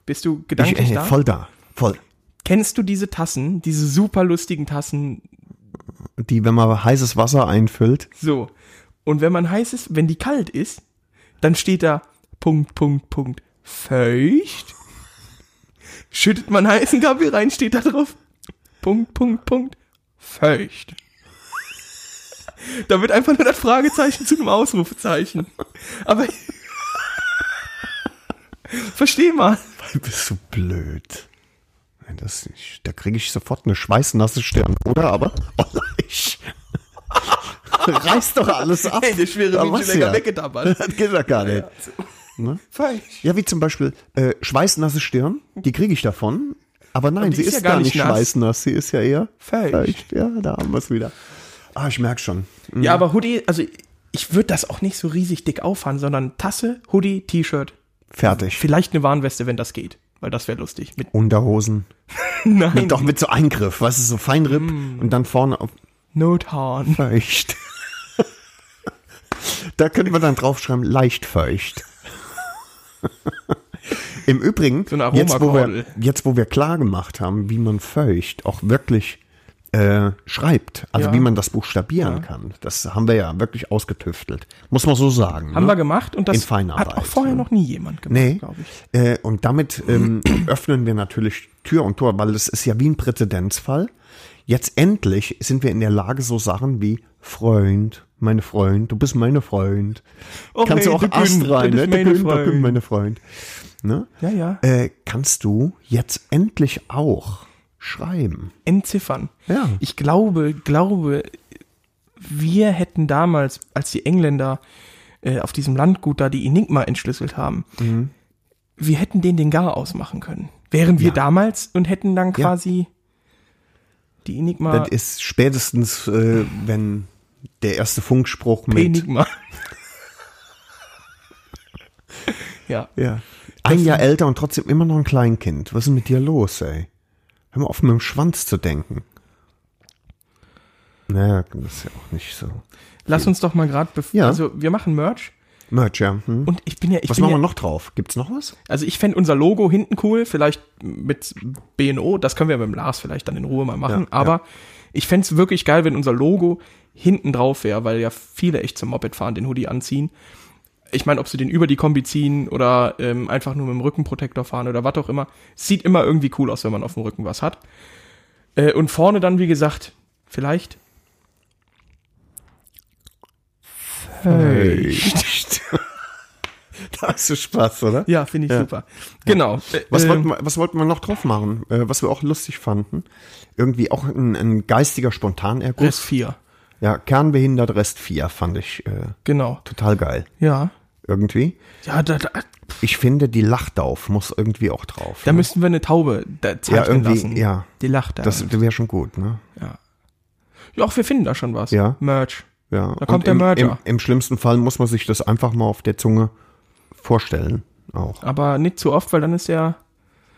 Speaker 3: bist du
Speaker 2: Ich,
Speaker 3: gedanklich
Speaker 2: äh,
Speaker 3: da?
Speaker 2: voll da. Voll.
Speaker 3: Kennst du diese Tassen, diese super lustigen Tassen?
Speaker 2: Die, wenn man heißes Wasser einfüllt,
Speaker 3: So. Und wenn man heiß ist, wenn die kalt ist, dann steht da Punkt, Punkt, Punkt, feucht. Schüttet man heißen Kaffee rein, steht da drauf Punkt, Punkt, Punkt, feucht. Da wird einfach nur das Fragezeichen zu einem Ausrufezeichen. Aber versteh mal.
Speaker 2: Bist du blöd? Nein, das nicht. Da kriege ich sofort eine schweißnasse Stirn, oder? Aber oh, ich reiß doch alles ab.
Speaker 3: Hey, der schwere
Speaker 2: Da
Speaker 3: Mensch
Speaker 2: war's
Speaker 3: ist lecker weggedabbert.
Speaker 2: Das geht doch gar nicht.
Speaker 3: Feucht.
Speaker 2: Ja, wie zum Beispiel äh, schweißnasse Stirn, die kriege ich davon. Aber nein,
Speaker 3: die
Speaker 2: sie ist, ja gar nicht
Speaker 3: nass.
Speaker 2: schweißnass, sie ist ja eher
Speaker 3: Feucht.
Speaker 2: Ja, da haben wir es wieder. Ah, ich merke schon.
Speaker 3: Ja, aber Hoodie, also ich würde das auch nicht so riesig dick auffahren, sondern Tasse, Hoodie, T-Shirt,
Speaker 2: Fertig.
Speaker 3: Vielleicht eine Warnweste, wenn das geht. Weil das wäre lustig. Mit
Speaker 2: Unterhosen.
Speaker 3: Nein.
Speaker 2: Doch mit so Eingriff, was ist so Feinripp und dann vorne auf
Speaker 3: Not Horn.
Speaker 2: feucht. da könnten wir dann draufschreiben, leicht feucht. Im Übrigen,
Speaker 3: ein
Speaker 2: jetzt, wo wir,
Speaker 3: Aromakordel.
Speaker 2: jetzt wo wir klar gemacht haben, wie man feucht auch wirklich äh, schreibt, also
Speaker 3: Ja.
Speaker 2: wie man das buchstabieren
Speaker 3: Ja.
Speaker 2: kann. Das haben wir ja wirklich ausgetüftelt. Muss man so sagen.
Speaker 3: Haben
Speaker 2: ne?
Speaker 3: wir gemacht und
Speaker 2: In
Speaker 3: das
Speaker 2: Feinarbeit,
Speaker 3: hat auch vorher
Speaker 2: ne?
Speaker 3: noch nie jemand gemacht,
Speaker 2: Nee.
Speaker 3: glaube ich.
Speaker 2: Äh, und damit ähm, öffnen wir natürlich Tür und Tor, weil es ist ja wie ein Präzedenzfall. Jetzt endlich sind wir in der Lage, so Sachen wie Freund, meine Freund, du bist meine Freund.
Speaker 3: Oh,
Speaker 2: kannst
Speaker 3: hey,
Speaker 2: du auch
Speaker 3: du
Speaker 2: Ast
Speaker 3: Gün,
Speaker 2: rein, ne?
Speaker 3: du bist
Speaker 2: Du
Speaker 3: meine
Speaker 2: Gün, du Gün,
Speaker 3: Freund.
Speaker 2: meine Freund. Ne?
Speaker 3: Ja, ja.
Speaker 2: Äh, kannst du jetzt endlich auch schreiben?
Speaker 3: Entziffern.
Speaker 2: Ja.
Speaker 3: Ich glaube, glaube, wir hätten damals, als die Engländer äh, auf diesem Landgut da die Enigma entschlüsselt haben,
Speaker 2: Mhm.
Speaker 3: wir hätten denen den Gar ausmachen können. Wären wir
Speaker 2: Ja.
Speaker 3: damals und hätten dann quasi die Enigma,
Speaker 2: Das ist spätestens, äh, wenn der erste Funkspruch mit
Speaker 3: Enigma. ja.
Speaker 2: Ja. Ein Jahr älter und trotzdem immer noch ein Kleinkind. Was ist denn mit dir los, ey? Hör mal auf, mit dem Schwanz zu denken. Naja, das ist ja auch nicht so.
Speaker 3: Lass uns doch mal gerade,
Speaker 2: Ja.
Speaker 3: also wir machen Merch
Speaker 2: Merch, ja. Hm.
Speaker 3: und ich bin ja, ich
Speaker 2: Was
Speaker 3: bin
Speaker 2: machen
Speaker 3: ja,
Speaker 2: wir noch drauf? Gibt's noch was?
Speaker 3: Also ich fände unser Logo hinten cool, vielleicht mit BNO, das können wir mit dem Lars vielleicht dann in Ruhe mal machen,
Speaker 2: Ja,
Speaker 3: aber ich fände es wirklich geil, wenn unser Logo hinten drauf wäre, weil ja viele echt zum Moped fahren, den Hoodie anziehen. Ich meine, ob sie den über die Kombi ziehen oder ähm, einfach nur mit dem Rückenprotektor fahren oder was auch immer, sieht immer irgendwie cool aus, wenn man auf dem Rücken was hat. Äh, und vorne dann, wie gesagt, vielleicht.
Speaker 2: Echt? da hast du Spaß, oder?
Speaker 3: Ja, finde ich super. Genau.
Speaker 2: Was,
Speaker 3: Äh,
Speaker 2: wollten wir, was wollten wir noch drauf machen? Äh, was wir auch lustig fanden. Irgendwie auch ein, ein geistiger Spontanerguss.
Speaker 3: Rest 4.
Speaker 2: Ja, Kernbehindert Rest 4 fand ich äh,
Speaker 3: Genau.
Speaker 2: total geil.
Speaker 3: Ja.
Speaker 2: Irgendwie.
Speaker 3: Ja, da, da,
Speaker 2: Ich finde, die Lachdauf muss irgendwie auch drauf.
Speaker 3: Da müssten wir eine Taube da zeichnen
Speaker 2: Ja, irgendwie,
Speaker 3: lassen.
Speaker 2: ja.
Speaker 3: Die lacht da.
Speaker 2: Das wäre schon gut, ne?
Speaker 3: ja. ja, auch wir finden da schon was.
Speaker 2: Ja.
Speaker 3: Merch.
Speaker 2: Ja.
Speaker 3: Da kommt
Speaker 2: im,
Speaker 3: der Mörder.
Speaker 2: Im, Im schlimmsten Fall muss man sich das einfach mal auf der Zunge vorstellen. Auch.
Speaker 3: Aber nicht zu oft, weil dann ist ja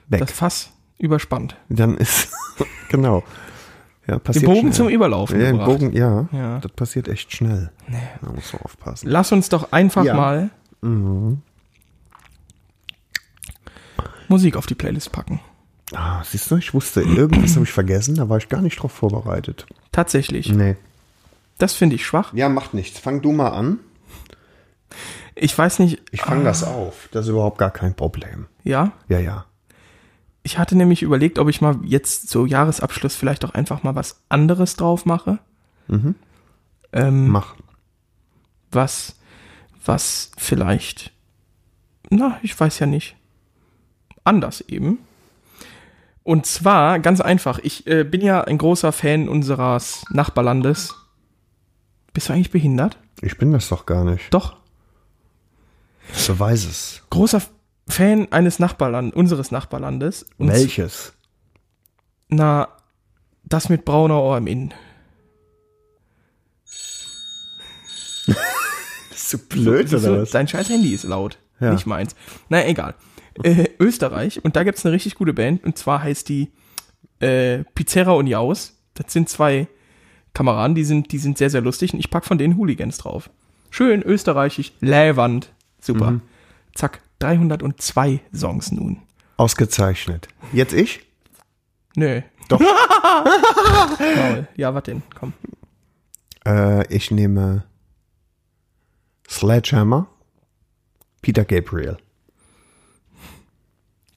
Speaker 2: Weg.
Speaker 3: das Fass überspannt.
Speaker 2: Dann ist. genau. Ja,
Speaker 3: Den
Speaker 2: passiert
Speaker 3: Bogen zum
Speaker 2: schnell.
Speaker 3: Überlaufen
Speaker 2: ja, den
Speaker 3: gebracht.
Speaker 2: Bogen, ja,
Speaker 3: Ja.
Speaker 2: Das passiert echt schnell. Nee. Da muss man aufpassen.
Speaker 3: Lass uns doch einfach
Speaker 2: Ja. Mhm.
Speaker 3: mal Musik auf die Playlist packen.
Speaker 2: Ah, siehst du, ich wusste, irgendwas habe ich vergessen, da war ich gar nicht drauf vorbereitet.
Speaker 3: Tatsächlich.
Speaker 2: Nee.
Speaker 3: Das finde ich schwach.
Speaker 2: Ja, macht nichts. Fang du mal an.
Speaker 3: Ich weiß nicht.
Speaker 2: Ich fange das auf. Das ist überhaupt gar kein Problem.
Speaker 3: Ja.
Speaker 2: Ja, ja.
Speaker 3: Ich hatte nämlich überlegt, ob ich mal jetzt so Jahresabschluss vielleicht doch einfach mal was anderes drauf mache. Ähm,
Speaker 2: Mach.
Speaker 3: was, was vielleicht, na, ich weiß ja nicht, anders eben. Und zwar ganz einfach, ich äh, bin ja ein großer Fan unseres Nachbarlandes. Bist du eigentlich behindert?
Speaker 2: Ich bin das doch gar nicht.
Speaker 3: Doch.
Speaker 2: Beweis es.
Speaker 3: Großer F- Fan eines Nachbarlandes, unseres Nachbarlandes. Und
Speaker 2: Welches?
Speaker 3: Na, das mit brauner Ohr im Innen.
Speaker 2: Bist du blöd
Speaker 3: Wieso? Dein scheiß Handy ist laut.
Speaker 2: Ja.
Speaker 3: Nicht meins. Na, egal. Äh, Österreich. Und da gibt's eine richtig gute Band. Und zwar heißt die äh, Pizzeria und Jaus. Das sind zwei Kameraden, die sind, die sind sehr, sehr lustig. Und ich pack von denen Hooligans drauf. Schön österreichisch. Läwand. Super.
Speaker 2: Mhm.
Speaker 3: Zack. 302 Songs nun.
Speaker 2: Ausgezeichnet. Jetzt ich?
Speaker 3: Nö.
Speaker 2: Doch.
Speaker 3: Maul. Ja, was denn? Komm.
Speaker 2: Äh, ich nehme Sledgehammer, Peter Gabriel.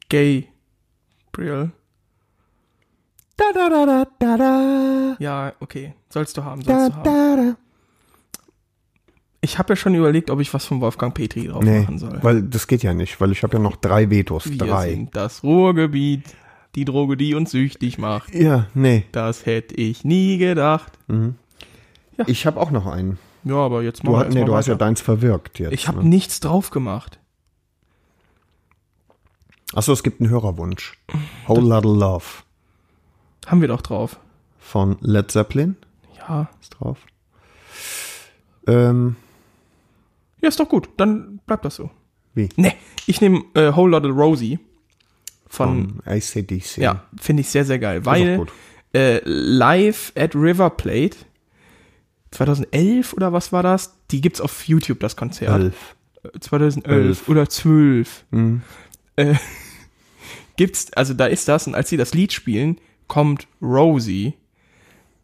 Speaker 3: Gay. Brill.
Speaker 2: Da, da, da, da, da, da,
Speaker 3: Ja, okay. Sollst du haben,
Speaker 2: da,
Speaker 3: sollst du haben.
Speaker 2: da, da.
Speaker 3: Ich habe ja schon überlegt, ob ich was von Wolfgang Petri drauf
Speaker 2: Nee,
Speaker 3: machen soll.
Speaker 2: weil das geht ja nicht, weil ich habe ja noch drei Vetos.
Speaker 3: Wir
Speaker 2: drei.
Speaker 3: sind das Ruhrgebiet, die Droge, die uns süchtig macht.
Speaker 2: Ja, nee.
Speaker 3: Das hätte ich nie gedacht.
Speaker 2: Ich habe auch noch einen.
Speaker 3: Ja, aber jetzt
Speaker 2: Du,
Speaker 3: machen
Speaker 2: hat,
Speaker 3: wir
Speaker 2: nee,
Speaker 3: erst
Speaker 2: du
Speaker 3: mal
Speaker 2: hast ja
Speaker 3: weiter.
Speaker 2: deins verwirkt jetzt.
Speaker 3: Ich habe nichts drauf gemacht.
Speaker 2: Achso, es gibt einen Hörerwunsch. Whole Lotta Love
Speaker 3: Haben wir doch drauf.
Speaker 2: von Led Zeppelin
Speaker 3: Ja.
Speaker 2: ist drauf. Ähm,
Speaker 3: Ja, ist doch gut. Dann bleibt das so.
Speaker 2: Wie?
Speaker 3: Nee, ich nehme äh, Whole Lotta Rosie
Speaker 2: von
Speaker 3: von,
Speaker 2: ACDC.
Speaker 3: ja, finde ich sehr, sehr geil,
Speaker 2: auch
Speaker 3: weil
Speaker 2: gut.
Speaker 3: äh, live at River Plate 2011 oder was war das? Die gibt's auf YouTube, das Konzert.
Speaker 2: Elf.
Speaker 3: 2011 oder 12 äh, gibt's, also da ist das und als sie das Lied spielen, kommt Rosie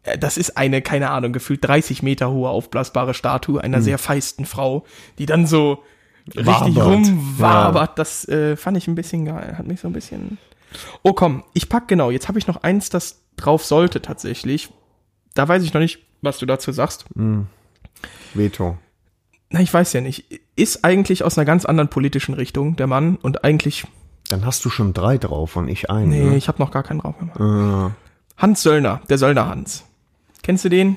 Speaker 3: äh, das ist eine, keine Ahnung, gefühlt 30 Meter hohe aufblasbare Statue einer sehr feisten Frau, die dann so richtig
Speaker 2: Wabert.
Speaker 3: rumwabert. Das äh, fand ich ein bisschen geil. Hat mich so ein bisschen. Oh komm, ich pack genau. Jetzt habe ich noch eins, das drauf sollte tatsächlich. Da weiß ich noch nicht, was du dazu sagst.
Speaker 2: Veto.
Speaker 3: Na, ich weiß ja nicht. Ist eigentlich aus einer ganz anderen politischen Richtung der Mann und eigentlich
Speaker 2: Dann hast du schon drei drauf und ich einen.
Speaker 3: Nee,
Speaker 2: ne? Äh,
Speaker 3: ich habe noch gar keinen drauf gemacht. Hans Söllner, der Söllner Hans. Kennst du den?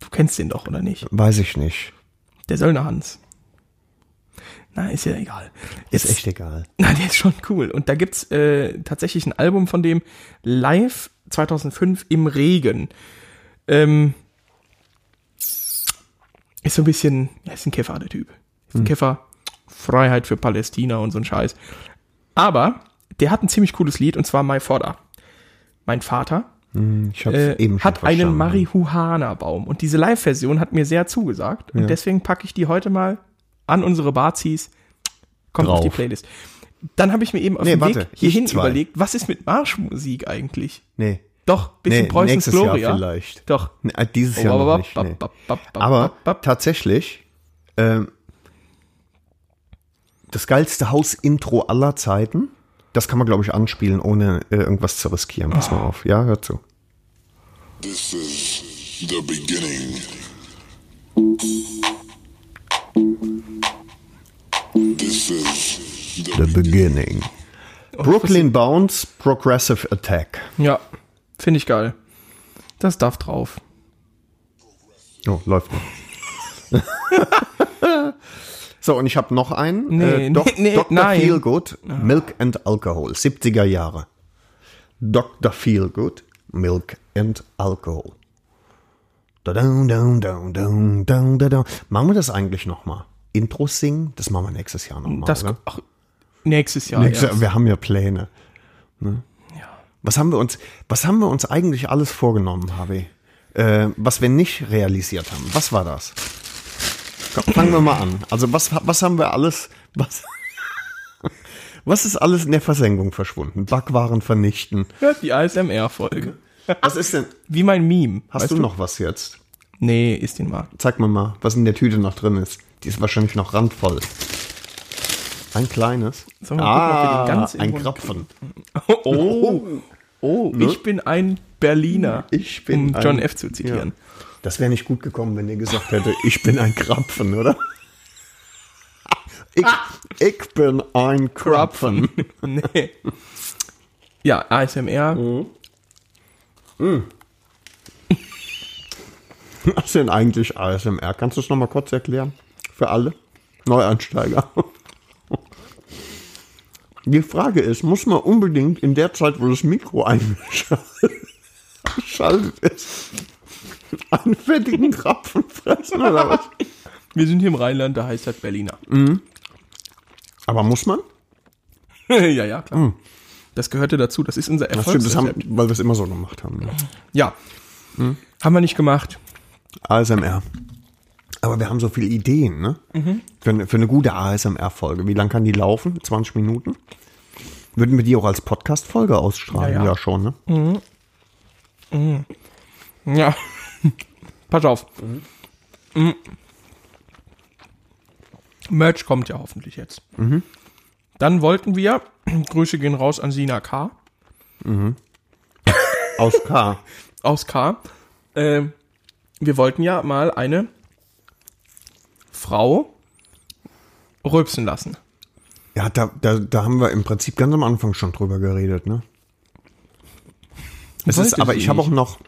Speaker 3: Du kennst den doch, oder nicht?
Speaker 2: Weiß ich nicht.
Speaker 3: Der Söllner Hans. Na, ist ja egal.
Speaker 2: Ist
Speaker 3: Jetzt-
Speaker 2: echt egal.
Speaker 3: Na, der ist schon cool. Und da gibt's äh, tatsächlich ein Album von dem live 2005 im Regen. Ähm, ist so ein bisschen, ja, ist ein Käfer, der Typ. Ist ein Käfer, Freiheit für Palästina und so ein Scheiß. Aber der hat ein ziemlich cooles Lied und zwar My Father. Mein Vater
Speaker 2: Ich hab's
Speaker 3: äh,
Speaker 2: eben schon
Speaker 3: hat einen
Speaker 2: verstanden.
Speaker 3: Marihuana-Baum. Und diese Live-Version hat mir sehr zugesagt. Und deswegen packe ich die heute mal an unsere Bazis. Kommt auf die
Speaker 2: Drauf.
Speaker 3: Playlist. Dann habe ich mir eben auf
Speaker 2: Nee,
Speaker 3: dem
Speaker 2: warte,
Speaker 3: Weg
Speaker 2: ich
Speaker 3: hierhin
Speaker 2: zwei.
Speaker 3: überlegt, was ist mit Marschmusik eigentlich?
Speaker 2: Nee.
Speaker 3: Doch, bisschen
Speaker 2: Nee,
Speaker 3: Preußens
Speaker 2: nächstes Jahr
Speaker 3: Gloria.
Speaker 2: vielleicht.
Speaker 3: Doch.
Speaker 2: Nee, äh,
Speaker 3: Oh,
Speaker 2: Dieses Jahr noch nicht. Nee. Aber tatsächlich, ähm, das geilste Hausintro aller Zeiten, das kann man, glaube ich, anspielen, ohne äh, irgendwas zu riskieren. Pass
Speaker 3: Ah.
Speaker 2: mal auf. Ja, hör zu.
Speaker 4: This is the beginning. This is the
Speaker 2: The Beginning.
Speaker 3: Oh,
Speaker 2: Brooklyn Bounce, Progressive Attack.
Speaker 3: ja, finde ich geil. Das darf drauf.
Speaker 2: Oh, läuft noch. so, und ich habe noch einen. Äh,
Speaker 3: Nee,
Speaker 2: Doc,
Speaker 3: nee, nee,
Speaker 2: Dr.
Speaker 3: nein. Ah.
Speaker 2: Feelgood, Milk and Alcohol, 70er Jahre. Dr. Feelgood, Milk and Alcohol. Da, da, da, da, da, da, da, da. Machen wir das eigentlich nochmal? Intro singen, das machen wir nächstes Jahr nochmal.
Speaker 3: Das,
Speaker 2: oder?
Speaker 3: ach, nächstes Jahr.
Speaker 2: Nächstes Jahr,
Speaker 3: erst.
Speaker 2: wir haben ja Pläne. Ne? Was, haben wir uns, was haben wir uns eigentlich alles vorgenommen, Harvey? Äh, was wir nicht realisiert haben. Was war das? Komm, fangen wir mal an. Also was, was haben wir alles... Was, was ist alles in der Versenkung verschwunden? Backwaren vernichten.
Speaker 3: Hört die ASMR-Folge.
Speaker 2: Was ist denn...
Speaker 3: Wie mein Meme.
Speaker 2: Hast du, noch was jetzt?
Speaker 3: Nee, ist den mal.
Speaker 2: Zeig mir mal, was in der Tüte noch drin ist. Die ist wahrscheinlich noch randvoll. Ein kleines. Ah,
Speaker 3: Sollen wir mal gucken, ob wir den ganz
Speaker 2: ein
Speaker 3: irgendwo
Speaker 2: Krapfen.
Speaker 3: Oh, oh, ich bin ein Berliner.
Speaker 2: ne? Ich bin
Speaker 3: um John
Speaker 2: ein-
Speaker 3: F. zu zitieren.
Speaker 2: Ja. Das wäre nicht gut gekommen, wenn ihr gesagt hätte, ich bin ein Krapfen, oder? Ich, ich bin ein Krapfen.
Speaker 3: nee. Ja, ASMR.
Speaker 2: Mhm. Was denn eigentlich ASMR? Kannst du es nochmal kurz erklären? Für alle Neueinsteiger. Die Frage ist, muss man unbedingt in der Zeit, wo das Mikro eingeschaltet ist, einen fettigen Krapfen fressen oder was?
Speaker 3: Wir sind hier im Rheinland, da heißt das Berliner.
Speaker 2: Mhm. Aber muss man?
Speaker 3: ja, ja, klar. Das gehörte dazu. Das ist unser
Speaker 2: Mhm. Das stimmt, das haben, Mhm.
Speaker 3: Erfolgsrezept.
Speaker 2: weil wir es immer so gemacht haben. Ne?
Speaker 3: Ja. Haben wir nicht gemacht.
Speaker 2: ASMR. Aber wir haben so viele Ideen, ne?
Speaker 3: Mhm.
Speaker 2: Für, eine- für eine gute ASMR-Folge. Wie lang kann die laufen? 20 Minuten? Würden wir die auch als Podcast-Folge ausstrahlen?
Speaker 3: Ja,
Speaker 2: Ja,
Speaker 3: ja. Mhm.
Speaker 2: schon, ne?
Speaker 3: Ja. Pass auf. Mhm. Merch kommt ja hoffentlich jetzt.
Speaker 2: Mhm.
Speaker 3: Dann wollten wir, Grüße gehen raus an Sina K.
Speaker 2: Aus K.
Speaker 3: aus K. Äh, wir wollten ja mal eine Frau rülpsen lassen.
Speaker 2: Ja, da, da, da haben wir im Prinzip ganz am Anfang schon drüber geredet, ne? Es ist,
Speaker 3: Wollte
Speaker 2: aber
Speaker 3: sie
Speaker 2: ich habe auch
Speaker 3: nicht.
Speaker 2: noch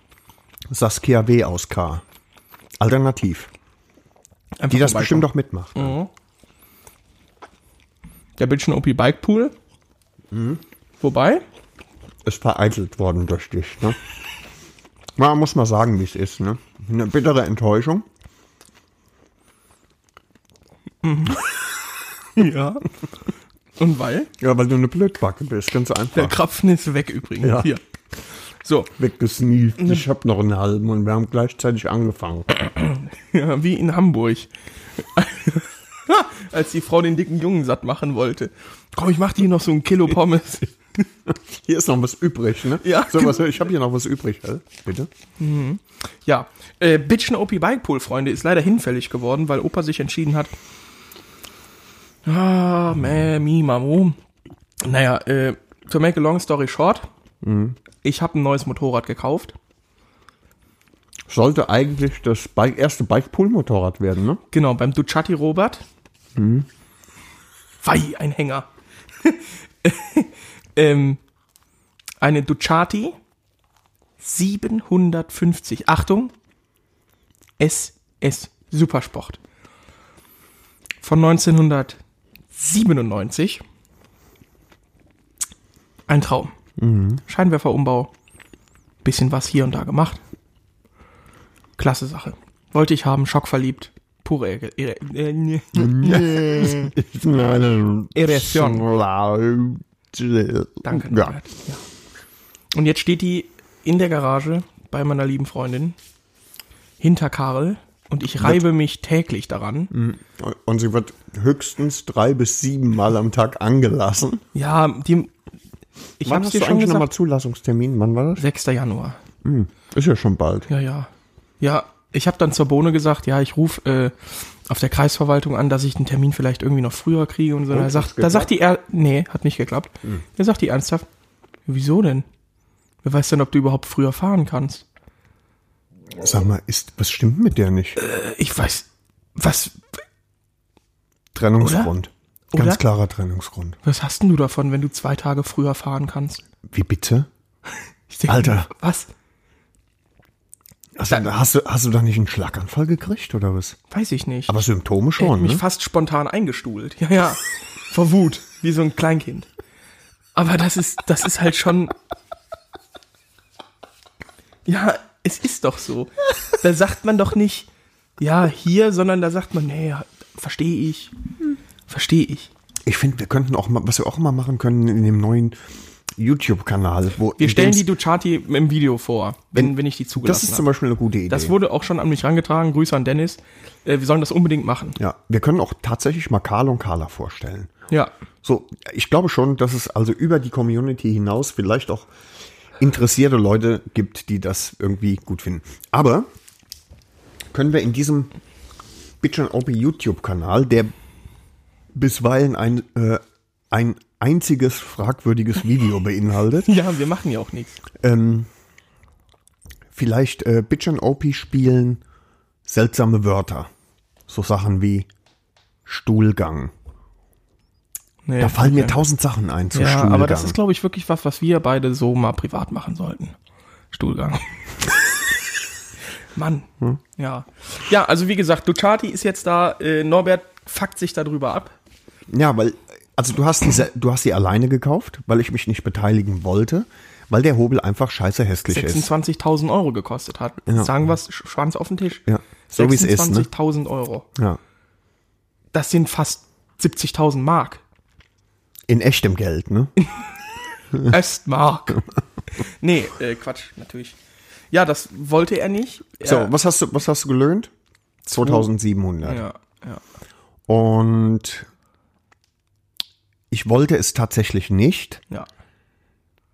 Speaker 2: Saskia W. aus K. Alternativ.
Speaker 3: Einfach
Speaker 2: Die das
Speaker 3: vorbeikommen.
Speaker 2: bestimmt auch mitmacht.
Speaker 3: Mhm. Der Bitchen OP Bike Pool.
Speaker 2: Mhm.
Speaker 3: Wobei,
Speaker 2: ist vereitelt worden durch dich. Ne? Ja, muss man sagen, wie es ist. Ne? Eine bittere Enttäuschung.
Speaker 3: ja. Und weil,
Speaker 2: Ja, weil du eine Blödbacke bist, ganz
Speaker 3: der
Speaker 2: einfach.
Speaker 3: Krapfen ist weg übrigens.
Speaker 2: Ah. Ja.
Speaker 3: Hier. So,
Speaker 2: Weggesneeft.
Speaker 3: Ne-
Speaker 2: Ich habe noch einen halben und wir haben gleichzeitig angefangen.
Speaker 3: ja, wie in Hamburg. Als die Frau den dicken Jungen satt machen wollte. Komm, ich mach dir noch so ein Kilo Pommes.
Speaker 2: Hier ist noch was übrig, ne?
Speaker 3: Ja, genau.
Speaker 2: So was, ich habe hier noch was übrig, hä? bitte.
Speaker 3: Ja, äh, Bitchen OP Bike Pool, Freunde, ist leider hinfällig geworden, weil Opa sich entschieden hat. Ah, meh, mi, mamu. Naja, äh, to make a long story short, ich habe ein neues Motorrad gekauft.
Speaker 2: Sollte eigentlich das Bike, erste Bike-Pool-Motorrad werden, ne?
Speaker 3: Genau, beim Ducati Robert. Wei, ein Hänger. ähm, eine Ducati 750. Achtung, SS Supersport. Von 1997. Ein Traum. Scheinwerferumbau. Bisschen was hier und da gemacht. Klasse Sache. Wollte ich haben, schockverliebt. Pure Irre Irre
Speaker 2: Mhm. Nee. Ich meine,
Speaker 3: Erektion. Danke.
Speaker 2: Ja.
Speaker 3: Norbert. Ja. Und jetzt steht die in der Garage bei meiner lieben Freundin hinter Karel und ich reibe mich täglich daran.
Speaker 2: Mhm. Und sie wird höchstens drei bis sieben Mal am Tag angelassen.
Speaker 3: Ja, die, ich
Speaker 2: Wann
Speaker 3: hab's
Speaker 2: hast
Speaker 3: dir
Speaker 2: du
Speaker 3: schon
Speaker 2: eigentlich nochmal
Speaker 3: gesagt.
Speaker 2: Zulassungstermin? Wann war das?
Speaker 3: 6. Januar.
Speaker 2: Ist ja schon bald.
Speaker 3: Ja, ja. Ja, ich habe dann zur Bohne gesagt, ja, ich rufe äh, auf der Kreisverwaltung an, dass ich den Termin vielleicht irgendwie noch früher kriege und so. da,
Speaker 2: hat's
Speaker 3: sagt, da
Speaker 2: geklappt? Hm.
Speaker 3: sagt die er, nee, hat nicht geklappt. Da sagt die ernsthaft, wieso denn? Wer weiß denn, ob du überhaupt früher fahren kannst?
Speaker 2: Sag mal, ist, was stimmt mit der nicht?
Speaker 3: Äh, Ich weiß, was,
Speaker 2: Trennungsgrund.
Speaker 3: Oder?
Speaker 2: Ganz klarer Trennungsgrund.
Speaker 3: Was hast denn du davon, wenn du zwei Tage früher fahren kannst?
Speaker 2: Wie bitte?
Speaker 3: Ich denk,
Speaker 2: Alter.
Speaker 3: Was?
Speaker 2: Also, hast, du, hast du da nicht einen Schlaganfall gekriegt oder was?
Speaker 3: Weiß ich nicht.
Speaker 2: Aber Symptome
Speaker 3: ich hätte
Speaker 2: schon,
Speaker 3: Äh, mich
Speaker 2: ne?
Speaker 3: fast spontan eingestuhlt. Ja, ja. Vor Wut. Wie so ein Kleinkind. Aber das ist, das ist halt schon. Ja, es ist doch so. Da sagt man doch nicht, ja, hier, sondern da sagt man, nee, ja, verstehe ich. Verstehe ich.
Speaker 2: Ich finde, wir könnten auch mal, was wir auch mal machen können in dem neuen YouTube-Kanal, wo
Speaker 3: Wir
Speaker 2: in
Speaker 3: stellen
Speaker 2: dem's-
Speaker 3: die Ducati im Video vor, wenn, wenn ich die
Speaker 2: Das
Speaker 3: zugelassen
Speaker 2: ist
Speaker 3: habe.
Speaker 2: zum Beispiel eine gute Idee.
Speaker 3: Das wurde auch schon an mich rangetragen. Grüße an Dennis. Äh, wir sollen das unbedingt machen.
Speaker 2: ja, wir können auch tatsächlich mal Karl und Carla vorstellen.
Speaker 3: Ja.
Speaker 2: So, ich glaube schon, dass es also über die Community hinaus vielleicht auch interessierte Leute gibt, die das irgendwie gut finden. Aber können wir in diesem Bitchin' OP YouTube-Kanal, der bisweilen ein, äh, ein einziges fragwürdiges Video beinhaltet,
Speaker 3: Ja, wir machen ja auch nichts.
Speaker 2: ähm, vielleicht äh, Bitchin' OP spielen seltsame Wörter. So Sachen wie Stuhlgang.
Speaker 3: Nee,
Speaker 2: Da fallen mir
Speaker 3: okay.
Speaker 2: tausend Sachen ein zu
Speaker 3: Ja,
Speaker 2: Stuhlgang.
Speaker 3: aber das ist, glaube ich, wirklich was, was wir beide so mal privat machen sollten. Stuhlgang. Mann.
Speaker 2: Hm?
Speaker 3: Ja. Ja, also wie gesagt, Ducati ist jetzt da. Äh, Norbert fuckt sich darüber ab.
Speaker 2: Ja, weil, also du hast, diese, du hast sie alleine gekauft, weil ich mich nicht beteiligen wollte, weil der Hobel einfach scheiße hässlich ist.
Speaker 3: 26.000 Euro gekostet hat.
Speaker 2: Ja.
Speaker 3: Sagen wir Schwanz auf den Tisch.
Speaker 2: Ja. So wie es ist, ne?
Speaker 3: 26.000 Euro.
Speaker 2: Ja.
Speaker 3: Das sind fast 70.000 Mark.
Speaker 2: In echtem Geld, ne?
Speaker 3: Östmark. nee, äh, Quatsch, natürlich. Ja, das wollte er nicht. Er,
Speaker 2: So, was hast du, was hast du gelöhnt? 2700.
Speaker 3: Ja, ja.
Speaker 2: Und ich wollte es tatsächlich nicht,
Speaker 3: ja.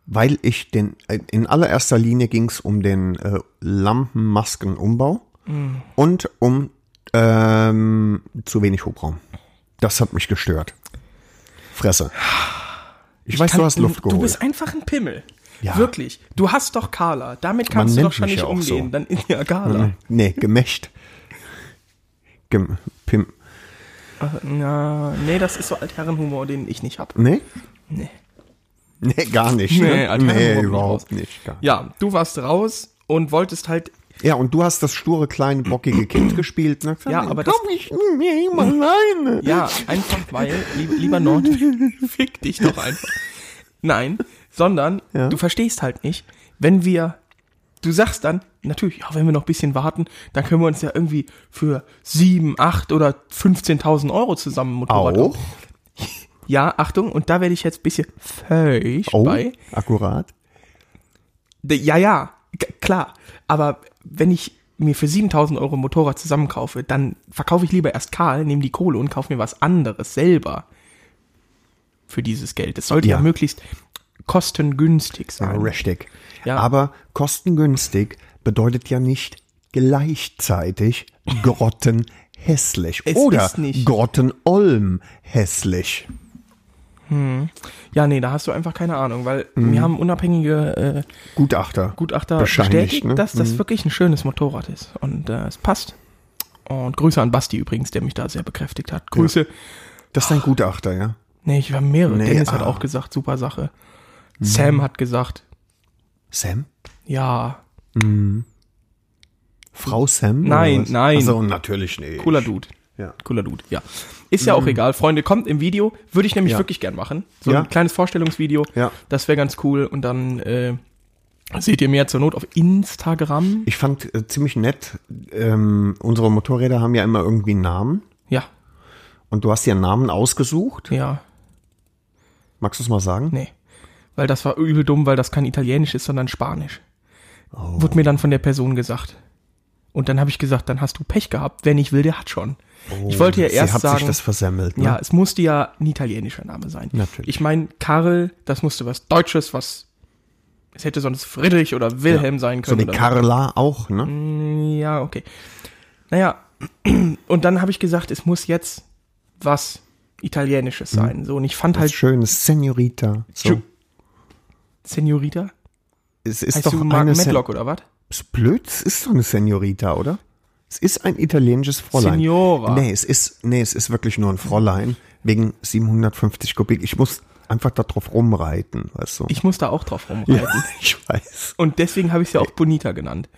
Speaker 2: weil ich den, äh, in allererster Linie ging es um den äh, Lampenmaskenumbau
Speaker 3: Mhm.
Speaker 2: und um ähm, zu wenig Hubraum. Das hat mich gestört. Fresse. Ich, weiß,
Speaker 3: Kann-
Speaker 2: du hast Luft geholt.
Speaker 3: Du bist einfach ein Pimmel.
Speaker 2: Ja.
Speaker 3: Wirklich. Du hast doch Carla. Damit kannst
Speaker 2: Man
Speaker 3: du
Speaker 2: nennt
Speaker 3: doch schon
Speaker 2: mich
Speaker 3: nicht
Speaker 2: ja auch
Speaker 3: umgehen.
Speaker 2: so.
Speaker 3: Dann in ja, Carla.
Speaker 2: Hm, nee, gemächt. Gem Pim Mhm.
Speaker 3: Na, nee, das ist so Altherrenhumor, den ich nicht habe.
Speaker 2: nee?
Speaker 3: Nee.
Speaker 2: Nee, gar nicht.
Speaker 3: Nee,
Speaker 2: ne?
Speaker 3: Altherrenhumor bin
Speaker 2: nee
Speaker 3: ich
Speaker 2: überhaupt
Speaker 3: raus.
Speaker 2: nicht. Gar nicht.
Speaker 3: Ja, du warst raus und wolltest halt.
Speaker 2: Ja, und du hast das sture, kleine, bockige Kind gespielt, ne?
Speaker 3: Ja, aber das-
Speaker 2: Komm ich mir immer alleine.
Speaker 3: Ja, einfach weil, lieb, lieber Nord, fick dich doch einfach. Nein, sondern
Speaker 2: Ja.
Speaker 3: du verstehst halt nicht, wenn wir. Du sagst dann, natürlich, ja, wenn wir noch ein bisschen warten, dann können wir uns ja irgendwie für 7, 8 oder 15.000 Euro zusammen ein Motorrad
Speaker 2: Auch?
Speaker 3: Ja, Achtung, und da werde ich jetzt ein bisschen feucht
Speaker 2: Oh,
Speaker 3: bei.
Speaker 2: akkurat.
Speaker 3: D- Ja, ja, k- klar. Aber wenn ich mir für 7000 Euro ein Motorrad zusammenkaufe, dann verkaufe ich lieber erst Karl, nehme die Kohle und kaufe mir was anderes selber für dieses Geld. Das sollte ja,
Speaker 2: Ja.
Speaker 3: möglichst kostengünstig
Speaker 2: Ja,
Speaker 3: sein.
Speaker 2: Richtig.
Speaker 3: Ja.
Speaker 2: Aber kostengünstig bedeutet ja nicht gleichzeitig grottenhässlich
Speaker 3: Es
Speaker 2: oder
Speaker 3: ist nicht.
Speaker 2: grottenolm hässlich.
Speaker 3: Ja, nee, da hast du einfach keine Ahnung, weil
Speaker 2: Mhm.
Speaker 3: mir haben unabhängige äh,
Speaker 2: Gutachter.
Speaker 3: Gutachter
Speaker 2: Bescheinigt,
Speaker 3: bestätigt,
Speaker 2: ne?
Speaker 3: dass das wirklich ein schönes Motorrad ist und äh, es passt. Und Grüße an Basti übrigens, der mich da sehr bekräftigt hat. Grüße.
Speaker 2: Das ist ein Gutachter, ja.
Speaker 3: Nee, Mhm. ich war mehrere.
Speaker 2: Nee,
Speaker 3: Dennis hat
Speaker 2: ah.
Speaker 3: auch gesagt, super Sache. Sam hat gesagt,
Speaker 2: Sam?
Speaker 3: ja,
Speaker 2: Frau Sam? oder
Speaker 3: Nein,
Speaker 2: was?
Speaker 3: nein.
Speaker 2: Also natürlich nicht.
Speaker 3: cooler Dude.
Speaker 2: Ja.
Speaker 3: Cooler Dude, ja. Ist ja auch egal. Freunde, kommt im Video. Würde ich nämlich
Speaker 2: Ja.
Speaker 3: wirklich gern machen. So
Speaker 2: Ja.
Speaker 3: ein kleines Vorstellungsvideo.
Speaker 2: Ja.
Speaker 3: Das wäre ganz cool. Und dann äh, seht ihr mehr zur Not auf Instagram.
Speaker 2: Ich fand äh, ziemlich nett, ähm, unsere Motorräder haben ja immer irgendwie einen Namen.
Speaker 3: Ja,
Speaker 2: Und du hast dir einen Namen ausgesucht.
Speaker 3: ja.
Speaker 2: Magst du es mal sagen?
Speaker 3: Nee. Weil das war übel dumm, weil das kein Italienisch ist, sondern Spanisch. Wurde mir dann von der Person gesagt. Und dann habe ich gesagt, dann hast du Pech gehabt. Wer nicht will, der hat schon. ich wollte ja
Speaker 2: Sie
Speaker 3: erst
Speaker 2: hat
Speaker 3: sagen,
Speaker 2: sich das versemmelt. Ne?
Speaker 3: ja, es musste ja ein italienischer Name sein.
Speaker 2: Natürlich.
Speaker 3: Ich meine, Karl, das musste was Deutsches, was es hätte sonst Friedrich oder Wilhelm sein Mhm.
Speaker 2: so
Speaker 3: können.
Speaker 2: wie
Speaker 3: oder
Speaker 2: Carla auch, ne?
Speaker 3: ja, okay. Naja, und dann habe ich gesagt, es muss jetzt was Italienisches sein. So, und ich fand
Speaker 2: Halt
Speaker 3: halt
Speaker 2: schönes Senorita. So.
Speaker 3: Tschu- Senorita.
Speaker 2: Es ist
Speaker 3: Heißt
Speaker 2: doch
Speaker 3: du Mark
Speaker 2: eine Sen-
Speaker 3: Medlock oder was?
Speaker 2: Ist blöd, es ist doch eine Senorita, oder? Es ist ein italienisches Fräulein.
Speaker 3: Signora.
Speaker 2: Nee, es ist nee, es ist wirklich nur ein Fräulein wegen 750 Kubik. Ich muss einfach da drauf rumreiten, weißt du?
Speaker 3: Ich muss da auch drauf rumreiten.
Speaker 2: ich weiß.
Speaker 3: Und deswegen habe ich sie auch Bonita genannt.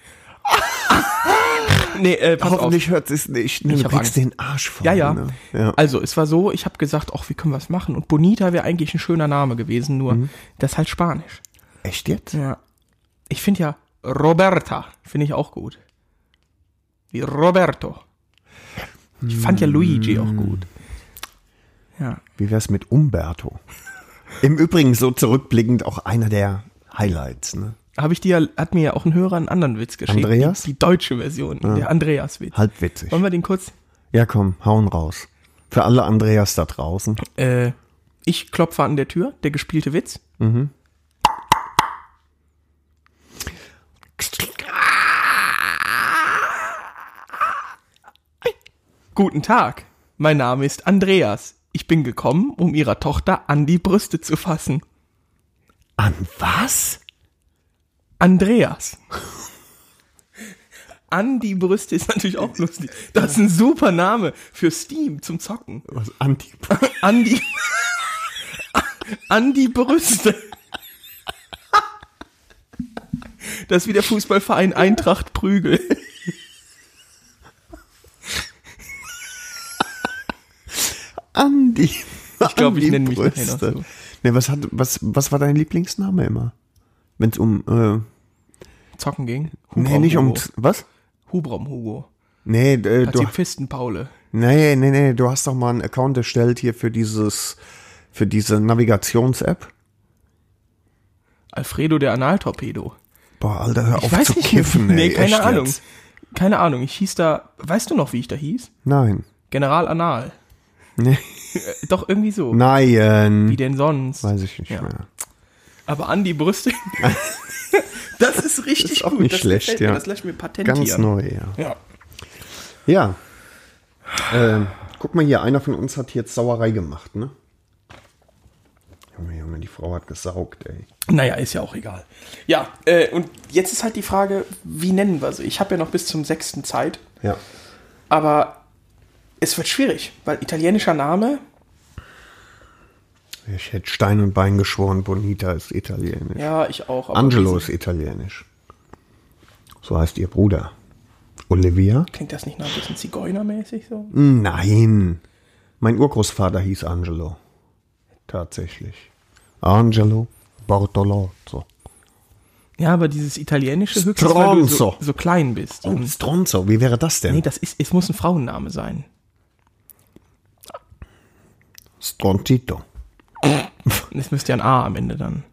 Speaker 3: nee, äh, pass auf.
Speaker 2: Hoffentlich hört es nicht. Ne,
Speaker 3: Ich
Speaker 2: du
Speaker 3: hab
Speaker 2: kriegst
Speaker 3: Angst.
Speaker 2: den Arsch voll.
Speaker 3: Ja, ja.
Speaker 2: Ne? ja.
Speaker 3: Also, es war so, ich habe gesagt, ach, wie können wir es machen? Und Bonita wäre eigentlich ein schöner Name gewesen, nur
Speaker 2: Mhm.
Speaker 3: das ist halt Spanisch.
Speaker 2: Echt jetzt?
Speaker 3: Ja. Ich finde ja Roberta, finde ich auch gut. Wie Roberto. Ich fand ja Luigi
Speaker 2: Mhm.
Speaker 3: auch gut. Ja.
Speaker 2: Wie wär's mit Umberto? Im Übrigen so zurückblickend auch einer der Highlights, ne?
Speaker 3: Habe ich dir, hat mir ja auch ein Hörer einen anderen Witz geschickt.
Speaker 2: Andreas? Ah.
Speaker 3: Die, die deutsche Version, der Andreas-Witz.
Speaker 2: Halb witzig.
Speaker 3: Wollen wir den kurz?
Speaker 2: Ja, komm, hauen raus. Für alle Andreas da draußen.
Speaker 3: Äh, ich klopfe an der Tür, der gespielte Witz. Guten Tag, mein Name ist Andreas. Ich bin gekommen, um ihrer Tochter an die Brüste zu fassen.
Speaker 2: An was?
Speaker 3: Andreas. An die Brüste ist natürlich auch lustig. Das ist ein super Name für Steam zum Zocken.
Speaker 2: Was? Anti
Speaker 3: An die, an die Brüste. Das ist wie der Fußballverein Eintracht Prügel.
Speaker 2: Andi. Ich
Speaker 3: glaub, ich nenne mich nachher noch so.
Speaker 2: Nee, was, hat, was, was war dein Lieblingsname immer? Wenn es um. Äh,
Speaker 3: Zocken ging.
Speaker 2: nee,
Speaker 3: Hubraum
Speaker 2: nicht um.
Speaker 3: Hugo.
Speaker 2: Was?
Speaker 3: Hubraum Hugo.
Speaker 2: Nee, äh, du,
Speaker 3: Pazifisten Paule.
Speaker 2: nee, nee, nee, du hast doch mal einen Account erstellt hier für dieses. Für diese Navigations-App.
Speaker 3: Alfredo der Analtorpedo.
Speaker 2: Boah, Alter, hör auf
Speaker 3: Ich weiß
Speaker 2: zu
Speaker 3: nicht.
Speaker 2: kiffen,
Speaker 3: nee,
Speaker 2: ey, echt
Speaker 3: keine Ahnung.
Speaker 2: jetzt.
Speaker 3: Keine Ahnung. Ich hieß da. Weißt du noch, wie ich da hieß?
Speaker 2: Nein.
Speaker 3: General Anal.
Speaker 2: Nee.
Speaker 3: Äh, Doch irgendwie so. Wie
Speaker 2: Nein.
Speaker 3: denn sonst?
Speaker 2: Weiß ich nicht
Speaker 3: Ja.
Speaker 2: mehr.
Speaker 3: Aber an die Brüste. das ist richtig
Speaker 2: Ist auch
Speaker 3: gut.
Speaker 2: nicht
Speaker 3: das
Speaker 2: schlecht,
Speaker 3: gefällt
Speaker 2: ja.
Speaker 3: Mir. Das lässt mir patentieren.
Speaker 2: Ganz neu, ja.
Speaker 3: Ja.
Speaker 2: Ja. Ähm, guck mal hier, einer von uns hat jetzt Sauerei gemacht, ne? Junge, Junge, die Frau hat gesaugt, ey.
Speaker 3: Naja, ist ja auch egal. Ja, äh, und jetzt ist halt die Frage, wie nennen wir sie? Ich habe ja noch bis zum sechsten Zeit,
Speaker 2: Ja.
Speaker 3: aber es wird schwierig, weil italienischer Name,
Speaker 2: Ich hätte Stein und Bein geschworen, Bonita ist italienisch.
Speaker 3: ja, ich auch. Aber
Speaker 2: Angelo ist italienisch. So heißt ihr Bruder. Olivia?
Speaker 3: Klingt das nicht nach ein bisschen Zigeunermäßig so?
Speaker 2: Nein. Mein Urgroßvater hieß Angelo. Tatsächlich. Angelo Bortolotto.
Speaker 3: Ja, aber dieses italienische höchstens, weil du so,
Speaker 2: Stronzo.
Speaker 3: so klein bist.
Speaker 2: Oh, Stronzo, wie wäre das denn?
Speaker 3: Nee, das ist, es muss ein Frauenname sein.
Speaker 2: Strontito.
Speaker 3: Und Es müsste ja ein A am Ende dann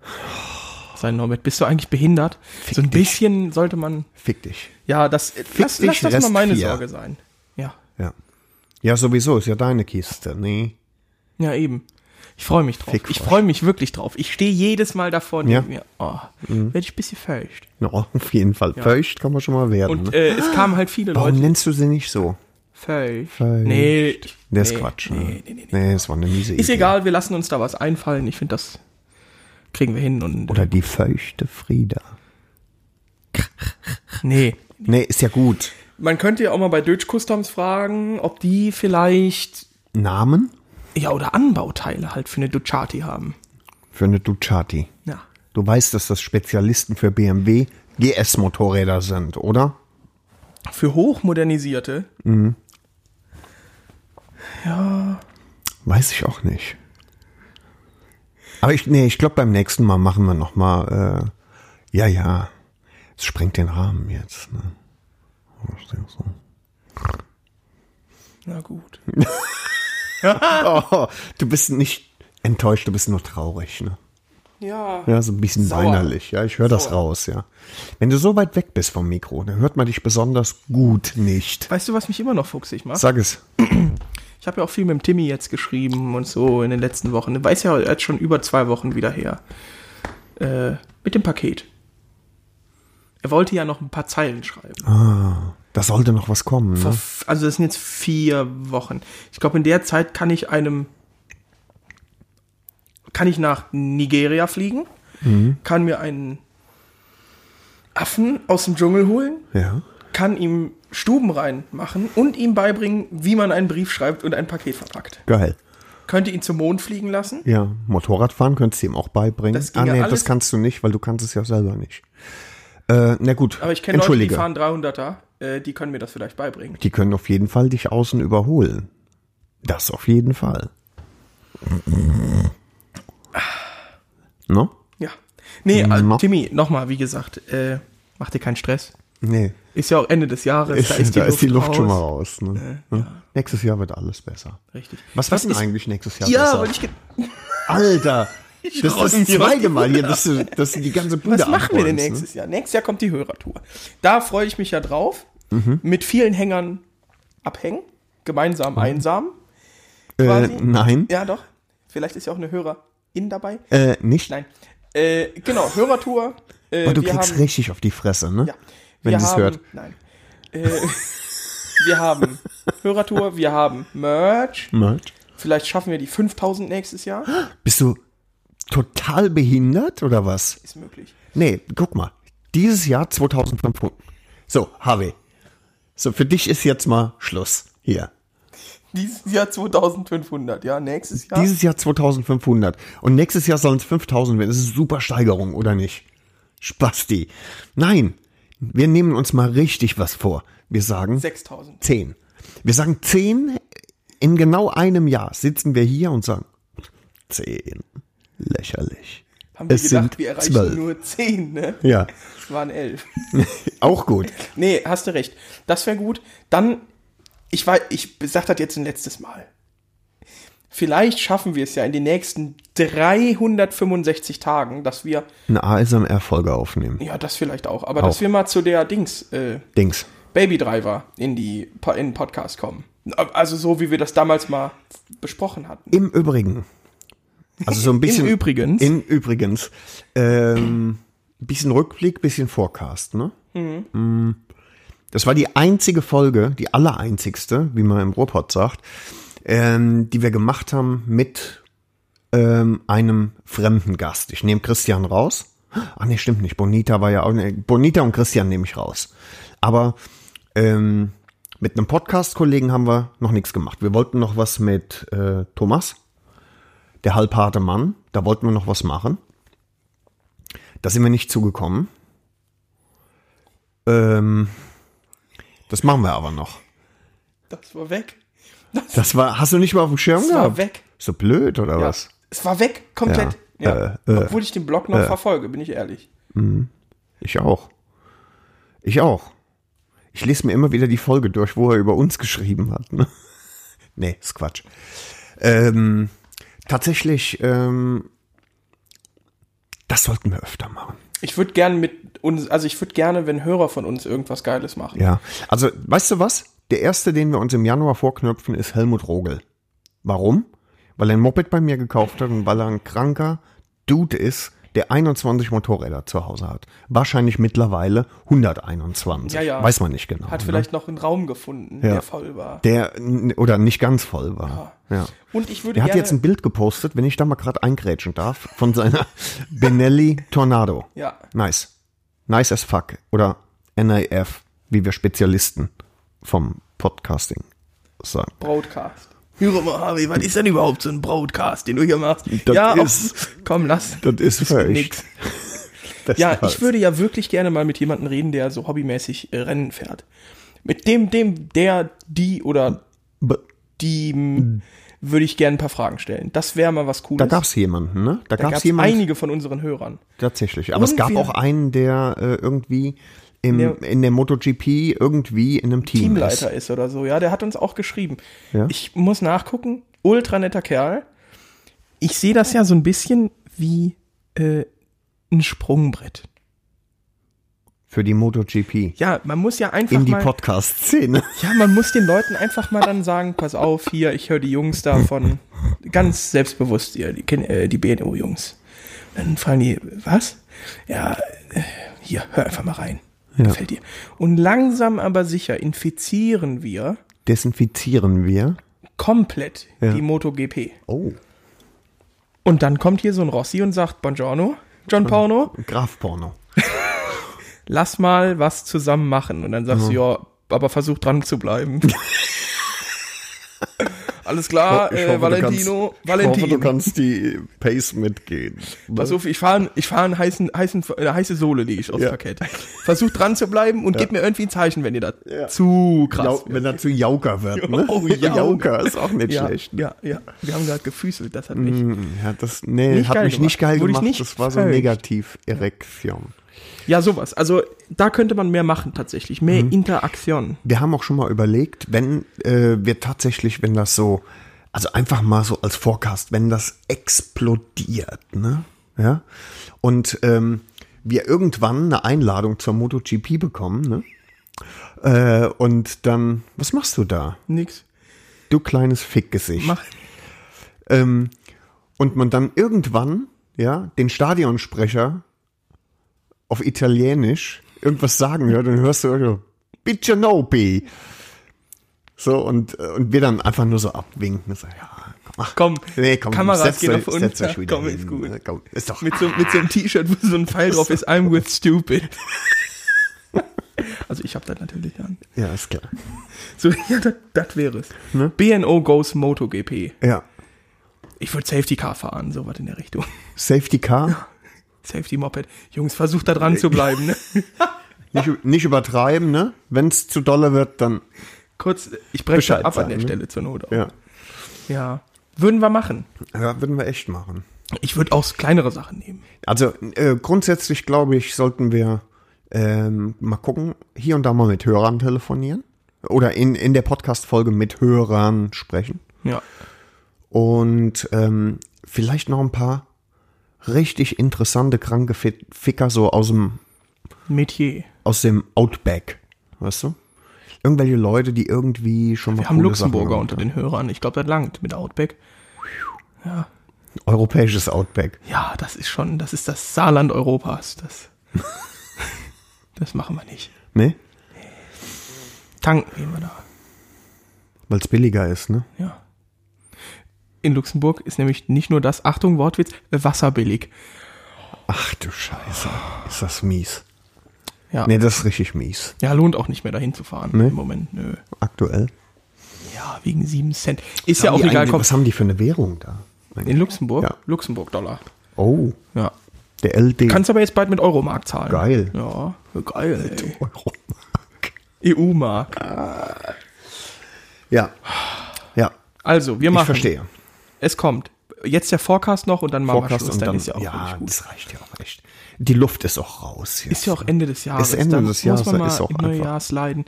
Speaker 3: sein, Norbert. Bist du eigentlich behindert? so ein bisschen sollte man.
Speaker 2: Fick dich.
Speaker 3: Ja, das. Lass,
Speaker 2: dich,
Speaker 3: lass das
Speaker 2: Rest
Speaker 3: mal meine
Speaker 2: vier.
Speaker 3: Sorge sein. Ja.
Speaker 2: Ja. Ja, sowieso, ist ja deine Kiste, nee.
Speaker 3: Ja, eben. Ich freue mich drauf.
Speaker 2: Fickfrosch.
Speaker 3: Ich freue mich wirklich drauf. Ich stehe jedes Mal davor und
Speaker 2: Ja. Mhm.
Speaker 3: denke mir, oh, werde ich ein bisschen feucht.
Speaker 2: Ja, auf jeden Fall. Feucht kann man schon mal werden.
Speaker 3: Und
Speaker 2: ne?
Speaker 3: äh, es kamen halt viele
Speaker 2: Warum
Speaker 3: Leute.
Speaker 2: nennst du sie nicht so?
Speaker 3: Feucht.
Speaker 2: Feucht.
Speaker 3: Nee.
Speaker 2: Das ist
Speaker 3: nee,
Speaker 2: Quatsch.
Speaker 3: Nee,
Speaker 2: ne?
Speaker 3: nee, nee, nee.
Speaker 2: nee, das war eine miese
Speaker 3: Ist
Speaker 2: Idee.
Speaker 3: egal, wir lassen uns da was einfallen. Ich finde, das kriegen wir hin. Und,
Speaker 2: Oder die feuchte Frieda.
Speaker 3: nee.
Speaker 2: Nee, ist ja gut.
Speaker 3: Man könnte ja auch mal bei Deutsch Customs fragen, ob die vielleicht,
Speaker 2: Namen
Speaker 3: ja, oder Anbauteile halt für eine Ducati haben.
Speaker 2: für eine Ducati.
Speaker 3: Ja.
Speaker 2: Du weißt, dass das Spezialisten für BMW GS-Motorräder sind, oder?
Speaker 3: Für hochmodernisierte.
Speaker 2: Weiß ich auch nicht. Aber ich, nee, ich glaube, beim nächsten Mal machen wir noch mal. Äh, ja, ja. Es sprengt den Rahmen jetzt. Ne? Ich denk so.
Speaker 3: Na gut.
Speaker 2: Oh, du bist nicht enttäuscht, du bist nur traurig. Ne?
Speaker 3: Ja.
Speaker 2: Ja, so ein bisschen
Speaker 3: Sauer.
Speaker 2: weinerlich. Ja, ich höre das
Speaker 3: Sauer.
Speaker 2: raus. Ja. Wenn du so weit weg bist vom Mikro, dann hört man dich besonders gut nicht.
Speaker 3: Weißt du, was mich immer noch fuchsig macht?
Speaker 2: Sag es.
Speaker 3: Ich habe ja auch viel mit dem Timmy jetzt geschrieben und so in den letzten Wochen. Weiß ja jetzt schon über zwei Wochen wieder her. Äh, mit dem Paket. Er wollte ja noch ein paar Zeilen schreiben.
Speaker 2: Da sollte noch was kommen. Ne?
Speaker 3: Auf- Also das sind jetzt vier Wochen. Ich glaube, in der Zeit kann ich einem, kann ich nach Nigeria fliegen, kann mir einen Affen aus dem Dschungel holen,
Speaker 2: Ja.
Speaker 3: kann ihm Stuben reinmachen und ihm beibringen, wie man einen Brief schreibt und ein Paket verpackt.
Speaker 2: Geil.
Speaker 3: Könnte ihn zum Mond fliegen lassen.
Speaker 2: Ja, Motorradfahren könntest du ihm auch beibringen.
Speaker 3: Das ging
Speaker 2: ah,
Speaker 3: ja
Speaker 2: nee,
Speaker 3: alles-
Speaker 2: das kannst du nicht, weil du kannst es ja selber nicht. Äh, na gut,
Speaker 3: Aber ich kenne Leute, die
Speaker 2: entschuldige.
Speaker 3: fahren 300er, äh, die können mir das vielleicht beibringen.
Speaker 2: die können auf jeden Fall dich außen überholen. Das auf jeden Fall. No?
Speaker 3: Ja. Nee, also,
Speaker 2: No.
Speaker 3: Timmy, nochmal, wie gesagt, äh, mach dir keinen Stress.
Speaker 2: Nee,
Speaker 3: Ist ja auch Ende des Jahres,
Speaker 2: ist, da ist die Luft,
Speaker 3: raus. Äh,
Speaker 2: schon mal raus. Ne? Ja. Nächstes Jahr wird alles besser.
Speaker 3: Richtig.
Speaker 2: Was, wird denn eigentlich nächstes Jahr
Speaker 3: Ja,
Speaker 2: besser?
Speaker 3: weil ich. ge-
Speaker 2: Alter, das ist
Speaker 3: roste
Speaker 2: das
Speaker 3: hier
Speaker 2: zweite Mal hier, dass du, dass du die ganze Bude
Speaker 3: Was machen wir denn
Speaker 2: abräumst, ne?
Speaker 3: nächstes Jahr? Nächstes Jahr kommt die Hörertour. Da freue ich mich ja drauf.
Speaker 2: Mhm.
Speaker 3: Mit vielen Hängern abhängen, gemeinsam einsam. quasi?
Speaker 2: Äh, nein,
Speaker 3: Ja, doch. Vielleicht ist ja auch eine Hörerin dabei.
Speaker 2: äh, nicht.
Speaker 3: Nein. Äh, genau, Hörertour. Äh,
Speaker 2: Aber du
Speaker 3: wir
Speaker 2: kriegst
Speaker 3: haben-
Speaker 2: richtig auf die Fresse, ne?
Speaker 3: Ja.
Speaker 2: Wenn
Speaker 3: wir
Speaker 2: sie's
Speaker 3: haben-
Speaker 2: hört.
Speaker 3: Nein. Äh, wir haben Hörertour, wir haben Merch.
Speaker 2: Merch.
Speaker 3: Vielleicht schaffen wir die 5000 nächstes Jahr.
Speaker 2: Bist du total behindert oder was?
Speaker 3: Ist möglich.
Speaker 2: Nee, guck mal. Dieses Jahr 2500. So, Harvey. So, für dich ist jetzt mal Schluss. Hier.
Speaker 3: Dieses Jahr 2500, ja, nächstes Jahr.
Speaker 2: Dieses Jahr 2500. Und nächstes Jahr sollen es 5000 werden. Das ist eine super Steigerung, oder nicht? Spasti. Nein. Wir nehmen uns mal richtig was vor. Wir sagen
Speaker 3: 6000.
Speaker 2: 10. Wir sagen 10. In genau einem Jahr sitzen wir hier und sagen 10. Lächerlich.
Speaker 3: Haben wir
Speaker 2: Es
Speaker 3: gedacht,
Speaker 2: sind
Speaker 3: wir erreichen
Speaker 2: 12.
Speaker 3: nur 10, ne?
Speaker 2: Ja.
Speaker 3: Es waren 11.
Speaker 2: Auch gut.
Speaker 3: Nee, hast du recht. Das wäre gut. Dann, ich war, ich sag das jetzt ein letztes Mal. Vielleicht schaffen wir es ja in den nächsten 365 Tagen, dass wir,
Speaker 2: Eine ASMR-Folge aufnehmen.
Speaker 3: ja, das vielleicht auch, aber
Speaker 2: Auch.
Speaker 3: dass wir mal zu der Dings, äh,
Speaker 2: Dings.
Speaker 3: Baby Driver in die, Pa- in den Podcast kommen. Also so, wie wir das damals mal besprochen hatten.
Speaker 2: Im Übrigen. Also so ein bisschen.
Speaker 3: Übrigens.
Speaker 2: In Übrigens. Ähm, bisschen Rückblick, bisschen Forecast, ne? Mm. Das war die einzige Folge, die allereinzigste, wie man im Ruhrpott sagt, ähm, die wir gemacht haben mit ähm, einem fremden Gast. Ich nehme Christian raus. Ach nee, stimmt nicht. Bonita war ja auch. Nee, Bonita und Christian nehme ich raus. Aber ähm, mit einem Podcast-Kollegen haben wir noch nichts gemacht. Wir wollten noch was mit äh, Thomas, der halbharte Mann. Da wollten wir noch was machen. Da sind wir nicht zugekommen. Ähm, das machen wir aber noch.
Speaker 3: Das war weg.
Speaker 2: Das war, hast du nicht mal auf dem Schirm
Speaker 3: Das war
Speaker 2: gehabt?
Speaker 3: weg.
Speaker 2: So blöd oder
Speaker 3: Ja.
Speaker 2: was?
Speaker 3: Es war weg, komplett.
Speaker 2: Ja.
Speaker 3: Ja.
Speaker 2: Äh, äh,
Speaker 3: Obwohl ich den Blog noch verfolge, bin ich ehrlich.
Speaker 2: Ich auch. Ich auch. Ich lese mir immer wieder die Folge durch, wo er über uns geschrieben hat. Ne? Nee, ist Quatsch. Ähm, tatsächlich, ähm, das sollten wir öfter machen.
Speaker 3: Ich würde gerne mit uns, also ich würde gerne, wenn Hörer von uns irgendwas Geiles machen.
Speaker 2: Ja. Also, weißt du was? Der erste, den wir uns im Januar vorknöpfen, ist Helmut Rogel. Warum? weil er ein Moped bei mir gekauft hat und weil er ein kranker Dude ist, der 21 Motorräder zu Hause hat. Wahrscheinlich mittlerweile 121.
Speaker 3: Ja, ja.
Speaker 2: Weiß man nicht genau.
Speaker 3: Hat
Speaker 2: ne?
Speaker 3: vielleicht noch einen Raum gefunden,
Speaker 2: Ja.
Speaker 3: der voll war.
Speaker 2: Der n- oder nicht ganz voll war. Ja.
Speaker 3: Und ich würde
Speaker 2: Der hat
Speaker 3: gerne,
Speaker 2: jetzt ein Bild gepostet, wenn ich da mal gerade eingrätschen darf, von seiner Benelli Tornado.
Speaker 3: Ja.
Speaker 2: Nice. Nice as fuck. Oder NAF, wie wir Spezialisten vom Podcasting sagen.
Speaker 3: Broadcast. Höre mal, Harvey, was ist denn überhaupt so ein Broadcast, den du hier machst?
Speaker 2: Das
Speaker 3: ja,
Speaker 2: ist-
Speaker 3: auf- komm, lass.
Speaker 2: Das ist völlig-
Speaker 3: nix.
Speaker 2: Das
Speaker 3: Ja,
Speaker 2: war's.
Speaker 3: ich würde ja wirklich gerne mal mit jemandem reden, der so hobbymäßig äh, Rennen fährt. Mit dem, dem, der, die oder
Speaker 2: B-
Speaker 3: die würde ich gerne ein paar Fragen stellen. Das wäre mal was
Speaker 2: Hm. Da
Speaker 3: Cooles.
Speaker 2: gab's jemanden, ne? Da,
Speaker 3: Da
Speaker 2: gab's Hm,
Speaker 3: gab's
Speaker 2: jemanden.
Speaker 3: einige von unseren Hörern.
Speaker 2: Tatsächlich. Aber es
Speaker 3: Und
Speaker 2: gab
Speaker 3: wir-
Speaker 2: auch einen, der äh, irgendwie im,
Speaker 3: Der-
Speaker 2: in der MotoGP irgendwie in einem Team
Speaker 3: Teamleiter
Speaker 2: ist.
Speaker 3: ist oder so. Ja, der hat uns auch geschrieben.
Speaker 2: Ja?
Speaker 3: Ich muss nachgucken. Ultra netter Kerl. Ich sehe das ja so ein bisschen wie äh, ein Sprungbrett.
Speaker 2: Für die MotoGP.
Speaker 3: Ja, man muss ja einfach
Speaker 2: In die
Speaker 3: mal.
Speaker 2: Podcast-Szene.
Speaker 3: Ja, man muss den Leuten einfach mal dann sagen: Pass auf, hier, ich höre die Jungs davon. Ganz selbstbewusst, ihr, die, Kin- äh, die BNO-Jungs. Dann fragen die: Was? Ja, äh, hier, hör einfach mal rein. Gefällt dir. Und langsam aber sicher infizieren wir
Speaker 2: Desinfizieren wir.
Speaker 3: komplett
Speaker 2: Ja.
Speaker 3: die MotoGP.
Speaker 2: Oh,
Speaker 3: Und dann kommt hier so ein Rossi und sagt, Buongiorno, John Porno,
Speaker 2: Graf-Porno.
Speaker 3: lass mal was zusammen machen. Und dann sagst
Speaker 2: Mhm.
Speaker 3: du, ja, aber versuch dran zu bleiben. Alles klar,
Speaker 2: Ich
Speaker 3: äh,
Speaker 2: hoffe, du
Speaker 3: Valentino,
Speaker 2: kannst- Ich hoffe, du
Speaker 3: Valentino.
Speaker 2: kannst die Pace mitgehen.
Speaker 3: Pass auf, ich fahre ich fahr einen heißen, heißen, eine heiße Sohle, lege ich aufs
Speaker 2: Ja.
Speaker 3: Parkett. Versuch dran zu bleiben und gib mir irgendwie ein Zeichen, wenn ihr das zu krass
Speaker 2: Jau, wenn er zu Jauker wird, ne?
Speaker 3: Oh, Jauker.
Speaker 2: Jauker ist auch nicht
Speaker 3: ja,
Speaker 2: schlecht. Mhm. Hm,
Speaker 3: ja, ja. Wir haben gerade gefüßelt, das hat mich.
Speaker 2: Ja, das, nee,
Speaker 3: Nicht
Speaker 2: hat
Speaker 3: geil
Speaker 2: mich nicht
Speaker 3: gemacht.
Speaker 2: geil
Speaker 3: Wurde ich
Speaker 2: gemacht.
Speaker 3: nicht
Speaker 2: das war so
Speaker 3: völlig.
Speaker 2: Negativ-Erektion.
Speaker 3: Ja, sowas. Also da könnte man mehr machen tatsächlich.
Speaker 2: Mhm.
Speaker 3: Mehr Interaktion.
Speaker 2: Wir haben auch schon mal überlegt, wenn äh, wir tatsächlich, wenn das so, also einfach mal so als Forecast, wenn das explodiert, ne? Ja. Und ähm, wir irgendwann eine Einladung zur MotoGP bekommen, ne? Äh, und dann, was machst du da?
Speaker 3: Nix.
Speaker 2: Du kleines Fickgesicht.
Speaker 3: Mach.
Speaker 2: Ähm, und man dann irgendwann, ja, den Stadionsprecher auf Italienisch irgendwas sagen hört, dann hörst du irgendwie so, Bitte Nopi. So, und, äh, und wir dann einfach nur so abwinken. und So, ja, komm, ach,
Speaker 3: Komm,
Speaker 2: nee, komm,
Speaker 3: Kameras
Speaker 2: setz
Speaker 3: gehen
Speaker 2: euch-
Speaker 3: auf uns.
Speaker 2: setz euch
Speaker 3: Ja,
Speaker 2: wieder
Speaker 3: komm,
Speaker 2: hin.
Speaker 3: ist gut.
Speaker 2: Komm, ist doch,
Speaker 3: Mit so, mit so einem T-Shirt, wo so ein Pfeil drauf ist, I'm with stupid. Also ich habe das natürlich an.
Speaker 2: ja, ist klar.
Speaker 3: So, ja, das wäre es.
Speaker 2: Ne?
Speaker 3: BNO goes MotoGP.
Speaker 2: Ja,
Speaker 3: Ich würde Safety Car fahren, sowas in der Richtung.
Speaker 2: Safety Car,
Speaker 3: Safety Moped. Jungs, versucht da dran zu bleiben. Ne?
Speaker 2: nicht, ü- nicht übertreiben, ne? Wenn es zu dolle wird, dann,
Speaker 3: Kurz, ich breche
Speaker 2: Bescheid
Speaker 3: ab an
Speaker 2: sagen,
Speaker 3: der
Speaker 2: ne?
Speaker 3: Stelle zur Not. auch.
Speaker 2: ja,
Speaker 3: ja. Würden wir machen.
Speaker 2: ja würden wir echt machen.
Speaker 3: Ich würde auch kleinere Sachen nehmen.
Speaker 2: Also äh, grundsätzlich glaube ich, sollten wir ähm, mal gucken, hier und da mal mit Hörern telefonieren oder in, in der Podcast-Folge mit Hörern sprechen
Speaker 3: Ja.
Speaker 2: und ähm, vielleicht noch ein paar richtig interessante kranke Fi- Ficker so aus dem,
Speaker 3: Metier.
Speaker 2: aus dem Outback, weißt du? Irgendwelche Leute, die irgendwie schon mal
Speaker 3: Wir haben
Speaker 2: coole Sachen
Speaker 3: Luxemburger
Speaker 2: gemacht
Speaker 3: unter den Hörern. Ich glaube, das langt mit Outback.
Speaker 2: haben. Europäisches Outback.
Speaker 3: Ja, das ist schon, das ist das Saarland Europas. Das, das machen wir nicht.
Speaker 2: Ne?
Speaker 3: Tanken gehen wir da.
Speaker 2: Weil es billiger ist, ne?
Speaker 3: Ja. In Luxemburg ist nämlich nicht nur das, Achtung, Wortwitz, äh, wasserbillig.
Speaker 2: Ach du Scheiße, ist das mies.
Speaker 3: Ja.
Speaker 2: Ne, das ist richtig mies.
Speaker 3: ja, lohnt auch nicht mehr dahin zu fahren
Speaker 2: Nee.
Speaker 3: im Moment. Nö.
Speaker 2: Aktuell.
Speaker 3: Ja, wegen 7 Cent. Ist ja
Speaker 2: Haben
Speaker 3: auch
Speaker 2: die
Speaker 3: egal,
Speaker 2: eigentlich-
Speaker 3: komm.
Speaker 2: Was haben die für eine Währung da?
Speaker 3: In Luxemburg?
Speaker 2: Ja.
Speaker 3: Luxemburg-Dollar.
Speaker 2: Oh,
Speaker 3: Ja.
Speaker 2: der LD.
Speaker 3: Kannst aber jetzt bald mit Euromark zahlen.
Speaker 2: Geil.
Speaker 3: Ja, geil. E
Speaker 2: Euro.
Speaker 3: ey. EU-Mark.
Speaker 2: Ja. Ja,
Speaker 3: Also, wir
Speaker 2: ich
Speaker 3: machen.
Speaker 2: verstehe.
Speaker 3: Es kommt. Jetzt der Forecast noch und dann machen wir
Speaker 2: Forecast
Speaker 3: Schluss.
Speaker 2: und
Speaker 3: Dann,
Speaker 2: dann,
Speaker 3: ist ja auch
Speaker 2: ja
Speaker 3: wirklich gut.
Speaker 2: das reicht ja auch echt. Die Luft ist auch raus. Jetzt.
Speaker 3: Ist ja auch Ende des Jahres.
Speaker 2: Ist Ende
Speaker 3: Dann
Speaker 2: des Jahres,
Speaker 3: Muss man mal
Speaker 2: ist auch
Speaker 3: im
Speaker 2: einfach. ne?
Speaker 3: Neujahrsleiden.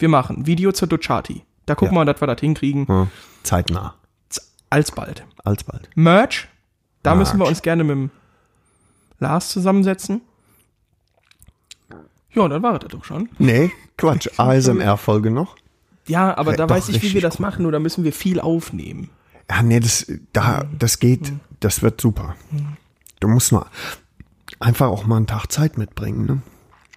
Speaker 3: Wir machen Video zur Ducati. Da gucken
Speaker 2: Ja.
Speaker 3: wir mal, dass wir das hinkriegen.
Speaker 2: Hm. Zeitnah.
Speaker 3: Z- Alsbald.
Speaker 2: Alsbald.
Speaker 3: Merch. Da
Speaker 2: Merch.
Speaker 3: müssen wir uns gerne mit dem Lars zusammensetzen. Ja, und dann war das doch schon.
Speaker 2: Nee, Quatsch. ASMR-Folge noch.
Speaker 3: Ja, aber
Speaker 2: Ja,
Speaker 3: da
Speaker 2: doch,
Speaker 3: weiß ich, wie
Speaker 2: richtig
Speaker 3: wir das
Speaker 2: gut.
Speaker 3: machen. Nur da müssen wir viel aufnehmen.
Speaker 2: Ja, nee, das, da, das geht, das wird super. Du musst nur einfach auch mal einen Tag Zeit mitbringen, ne?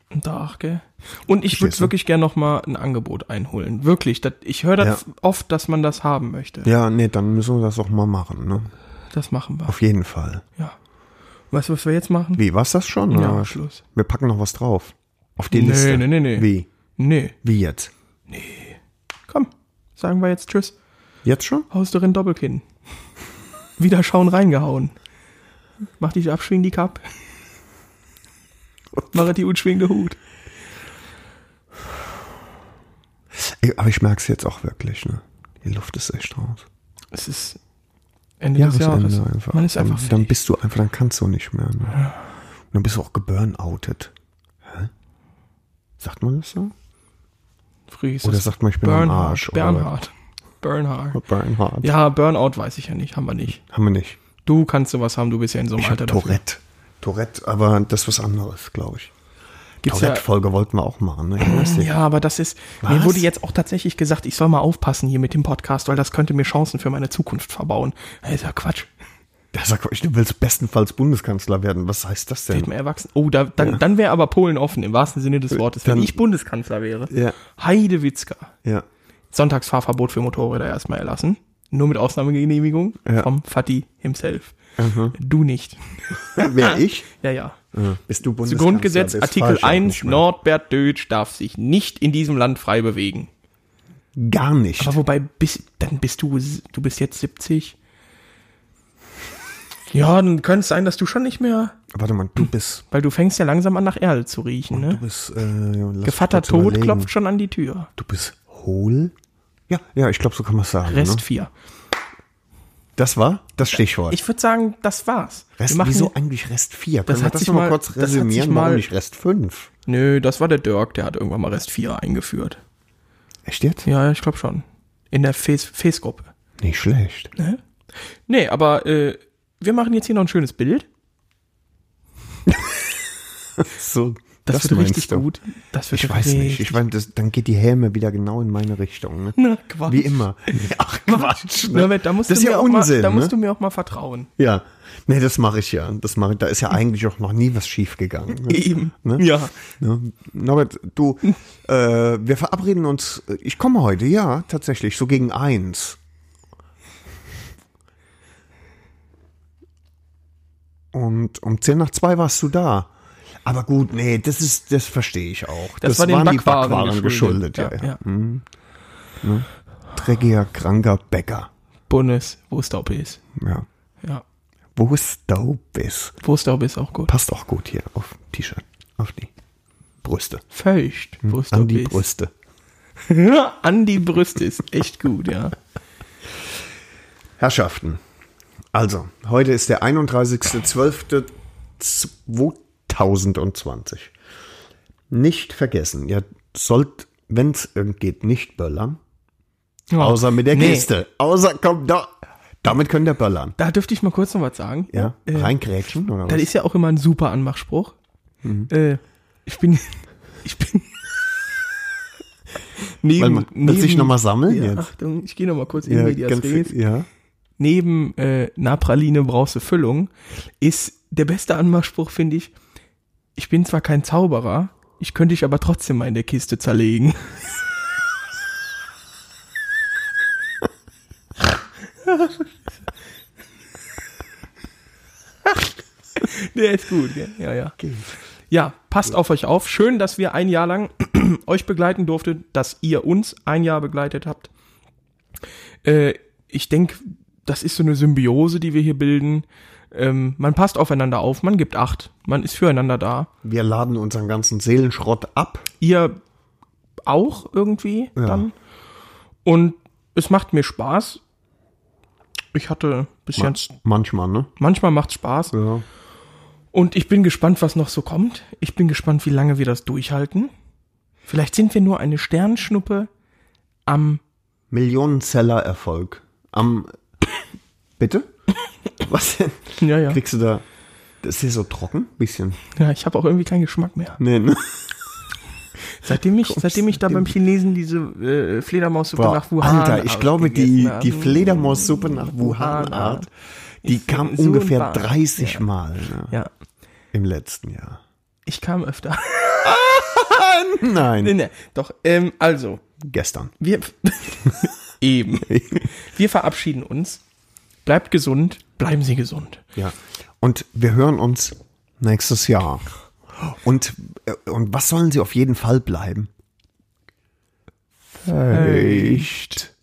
Speaker 3: Ein Tag, gell? Und ich würde
Speaker 2: Verstehst du?
Speaker 3: wirklich gern noch mal ein Angebot einholen. Wirklich. Das, ich höre das
Speaker 2: Ja.
Speaker 3: oft, dass man das haben möchte.
Speaker 2: Ja, nee, dann müssen wir das auch mal machen, ne?
Speaker 3: Das machen wir.
Speaker 2: Auf jeden Fall.
Speaker 3: Ja. Weißt du, was wir jetzt machen?
Speaker 2: Wie, war's das schon?
Speaker 3: Ja,
Speaker 2: oder?
Speaker 3: Schluss.
Speaker 2: Wir packen noch was drauf. Auf die
Speaker 3: Nee,
Speaker 2: Liste.
Speaker 3: nee, nee, nee.
Speaker 2: Wie?
Speaker 3: Nee.
Speaker 2: Wie jetzt?
Speaker 3: Komm. Sagen wir jetzt Tschüss.
Speaker 2: Jetzt schon?
Speaker 3: Hausterin Doppelkinn. Wieder schauen reingehauen. Mach dich abschwingen die Kapp. Mach die unschwingende Hut.
Speaker 2: Ey, Aber ich merk's jetzt auch wirklich, ne? Die Luft ist echt raus.
Speaker 3: Es ist Ende des
Speaker 2: Jahresende
Speaker 3: Jahres.
Speaker 2: einfach.
Speaker 3: Man ist einfach
Speaker 2: dann, dann
Speaker 3: fertig.
Speaker 2: bist du einfach, dann kannst du nicht mehr. Ne? Und dann bist du auch geburnoutet. Hä? Sagt man das so?
Speaker 3: Früh ist
Speaker 2: Oder
Speaker 3: es.
Speaker 2: Oh, sagt man, ich bin am
Speaker 3: Bernhard,
Speaker 2: Arsch, oder
Speaker 3: Bernhard. Bernhard.
Speaker 2: Bernhard.
Speaker 3: Ja, Burnout weiß ich ja nicht, haben wir nicht.
Speaker 2: Haben wir nicht.
Speaker 3: Du kannst sowas haben, du bist ja in so einem
Speaker 2: Ich
Speaker 3: Alter
Speaker 2: hab
Speaker 3: dafür.
Speaker 2: Tourette. Tourette, aber das ist was anderes, glaube ich.
Speaker 3: Gibt's ja,
Speaker 2: Tourette-Folge wollten wir auch machen. Ne? Ich weiß nicht.
Speaker 3: ja, aber das ist, mir
Speaker 2: Was?
Speaker 3: wurde jetzt auch tatsächlich gesagt, ich soll mal aufpassen hier mit dem Podcast, weil das könnte mir Chancen für meine Zukunft verbauen. Das ist ja Quatsch.
Speaker 2: Da sagt ich, du willst bestenfalls Bundeskanzler werden. Was heißt das
Speaker 3: Wird
Speaker 2: denn?
Speaker 3: mir erwachsen. Oh, da, dann, dann wäre aber Polen offen, im wahrsten Sinne des Wortes, wenn
Speaker 2: Dann-
Speaker 3: ich Bundeskanzler wäre.
Speaker 2: Ja.
Speaker 3: Heidewitzka.
Speaker 2: Ja.
Speaker 3: Sonntagsfahrverbot für Motorräder erstmal erlassen. Nur mit Ausnahmegenehmigung
Speaker 2: Ja.
Speaker 3: vom Fatih himself. Du nicht.
Speaker 2: Wer ich?
Speaker 3: Ja, ja.
Speaker 2: Bist du
Speaker 3: Zu
Speaker 2: Bundeskanzler?
Speaker 3: Grundgesetz
Speaker 2: bist
Speaker 3: Artikel
Speaker 2: falsch, auch
Speaker 3: 1,
Speaker 2: nicht mehr.
Speaker 3: Norbert Dötsch darf sich nicht in diesem Land frei bewegen.
Speaker 2: Gar nicht.
Speaker 3: Aber wobei, bis, dann bist du, s- du bist jetzt 70. Ja, dann könnte es sein, dass du schon nicht mehr,
Speaker 2: Warte mal, du bist.
Speaker 3: weil du fängst ja langsam an nach Erl zu riechen,
Speaker 2: Du
Speaker 3: ne?
Speaker 2: bist äh, ja, lass
Speaker 3: Gevatter
Speaker 2: mich kurz
Speaker 3: Tod
Speaker 2: überlegen.
Speaker 3: klopft schon an die Tür.
Speaker 2: Du bist hohl? Ja, ja, ich glaube, so kann man es sagen.
Speaker 3: Rest
Speaker 2: Ne?
Speaker 3: 4.
Speaker 2: Das war das Stichwort.
Speaker 3: Ich würde sagen, das war's.
Speaker 2: Rest,
Speaker 3: Wir machen
Speaker 2: wieso eigentlich Rest 4?
Speaker 3: Das hat sich mal- das hat sich mal-
Speaker 2: warum nicht Rest 5?
Speaker 3: Nö, das war der Dirk, der hat irgendwann mal Rest 4 eingeführt.
Speaker 2: Echt jetzt?
Speaker 3: Ja, ja, ich glaube schon. In der Face-Gruppe.
Speaker 2: Nicht schlecht.
Speaker 3: nee, aber äh, wir machen jetzt hier noch ein schönes Bild.
Speaker 2: So,
Speaker 3: Das, wird
Speaker 2: meinst
Speaker 3: richtig
Speaker 2: du.
Speaker 3: gut. Das wird
Speaker 2: Ich weiß nicht.
Speaker 3: richtig-
Speaker 2: Ich meine, das- dann geht die Häme wieder genau in meine Richtung. Ne?
Speaker 3: Na, Quatsch.
Speaker 2: Wie immer. Ach, Quatsch. ne?
Speaker 3: Na, Wett, da musst
Speaker 2: das
Speaker 3: du
Speaker 2: ist
Speaker 3: mir
Speaker 2: ja
Speaker 3: auch
Speaker 2: Unsinn.
Speaker 3: Mal, da musst
Speaker 2: ne?
Speaker 3: du mir auch mal vertrauen.
Speaker 2: ja. Nee, das mache ich ja. Das mache ich. Da ist ja eigentlich auch noch nie was schiefgegangen. Ne?
Speaker 3: Eben.
Speaker 2: Ne?
Speaker 3: Ja.
Speaker 2: Ne? Norbert, du, äh, wir verabreden uns. äh, Ich komme heute, ja, tatsächlich, so gegen eins. Und um zehn nach zwei warst du da. Aber gut, nee, das ist, das verstehe ich auch.
Speaker 3: Das, war den
Speaker 2: waren die
Speaker 3: Backwaren,
Speaker 2: Backwaren geschuldet, ja. ja. Hm? Dreckiger, kranker Bäcker.
Speaker 3: Bundes, Wurstaub ist.
Speaker 2: Ja.
Speaker 3: Ja.
Speaker 2: Wo es du bist.
Speaker 3: Wurstaub ist auch gut.
Speaker 2: Passt auch gut hier auf T-Shirt, auf die Brüste.
Speaker 3: Feucht. Wurstaub
Speaker 2: Hm? An die
Speaker 3: ist.
Speaker 2: Brüste.
Speaker 3: An die Brüste ist echt gut, ja.
Speaker 2: Herrschaften, also, heute ist der 31.12.2020. Nicht vergessen, ihr sollt, wenn es irgend geht, nicht böllern.
Speaker 3: Ja.
Speaker 2: Außer mit der
Speaker 3: Nee,
Speaker 2: Geste. Außer, komm, da, damit könnt ihr böllern.
Speaker 3: Da dürfte ich mal kurz noch was sagen.
Speaker 2: Ja,
Speaker 3: Äh,
Speaker 2: reingrätschen oder
Speaker 3: Das
Speaker 2: was?
Speaker 3: ist ja auch immer ein super Anmachspruch.
Speaker 2: Mhm.
Speaker 3: Äh, ich bin. Ich bin.
Speaker 2: Warte
Speaker 3: neben,
Speaker 2: mal, willst du dich noch mal sammeln
Speaker 3: ja,
Speaker 2: jetzt?
Speaker 3: Achtung, ich gehe nochmal kurz in
Speaker 2: ja,
Speaker 3: Medias
Speaker 2: ganz-
Speaker 3: Res.
Speaker 2: ja.
Speaker 3: Neben äh, Napraline brauchst du Füllung. Ist der beste Anmachspruch, finde ich. Ich bin zwar kein Zauberer, ich könnte dich aber trotzdem mal in der Kiste zerlegen. Der ist gut, gell? ja, ja. Ja, passt auf euch auf. Schön, dass wir ein Jahr lang euch begleiten durften, dass ihr uns ein Jahr begleitet habt. Äh, ich denke, das ist so eine Symbiose, die wir hier bilden. Ähm, man passt aufeinander auf, man gibt Acht, man ist füreinander da.
Speaker 2: Wir laden unseren ganzen Seelenschrott ab.
Speaker 3: Ihr auch irgendwie
Speaker 2: Ja.
Speaker 3: dann. Und es macht mir Spaß. Ich hatte bis jetzt,
Speaker 2: Manchmal, ne?
Speaker 3: manchmal macht's Spaß.
Speaker 2: Ja.
Speaker 3: Und ich bin gespannt, was noch so kommt. Ich bin gespannt, wie lange wir das durchhalten. Vielleicht sind wir nur eine Sternschnuppe am.
Speaker 2: Millionenseller-Erfolg. Am. Bitte? Was denn?
Speaker 3: Ja, ja.
Speaker 2: Kriegst du da. Das ist hier so trocken? Bisschen. ne?
Speaker 3: ja ich habe auch irgendwie keinen Geschmack mehr.
Speaker 2: Nee, ne?
Speaker 3: Seitdem ich, seitdem ich da beim Chinesen diese äh, Fledermaussuppe nach Wuhan
Speaker 2: Alter, ich glaube, die,
Speaker 3: gegessen habe.
Speaker 2: die Fledermaussuppe nach Wuhan-Art, die
Speaker 3: Ich-
Speaker 2: kam
Speaker 3: so ein
Speaker 2: ungefähr
Speaker 3: Wahn.
Speaker 2: 30 Mal ne,
Speaker 3: Ja,
Speaker 2: im letzten Jahr.
Speaker 3: ich kam öfter.
Speaker 2: Nein,
Speaker 3: nee, nee, doch, ähm, also,
Speaker 2: gestern.
Speaker 3: wir... eben. Wir verabschieden uns. Bleibt gesund. Bleiben Sie gesund.
Speaker 2: Ja. Und wir hören uns nächstes Jahr. Und, äh, und was sollen sie auf jeden Fall bleiben? Echt.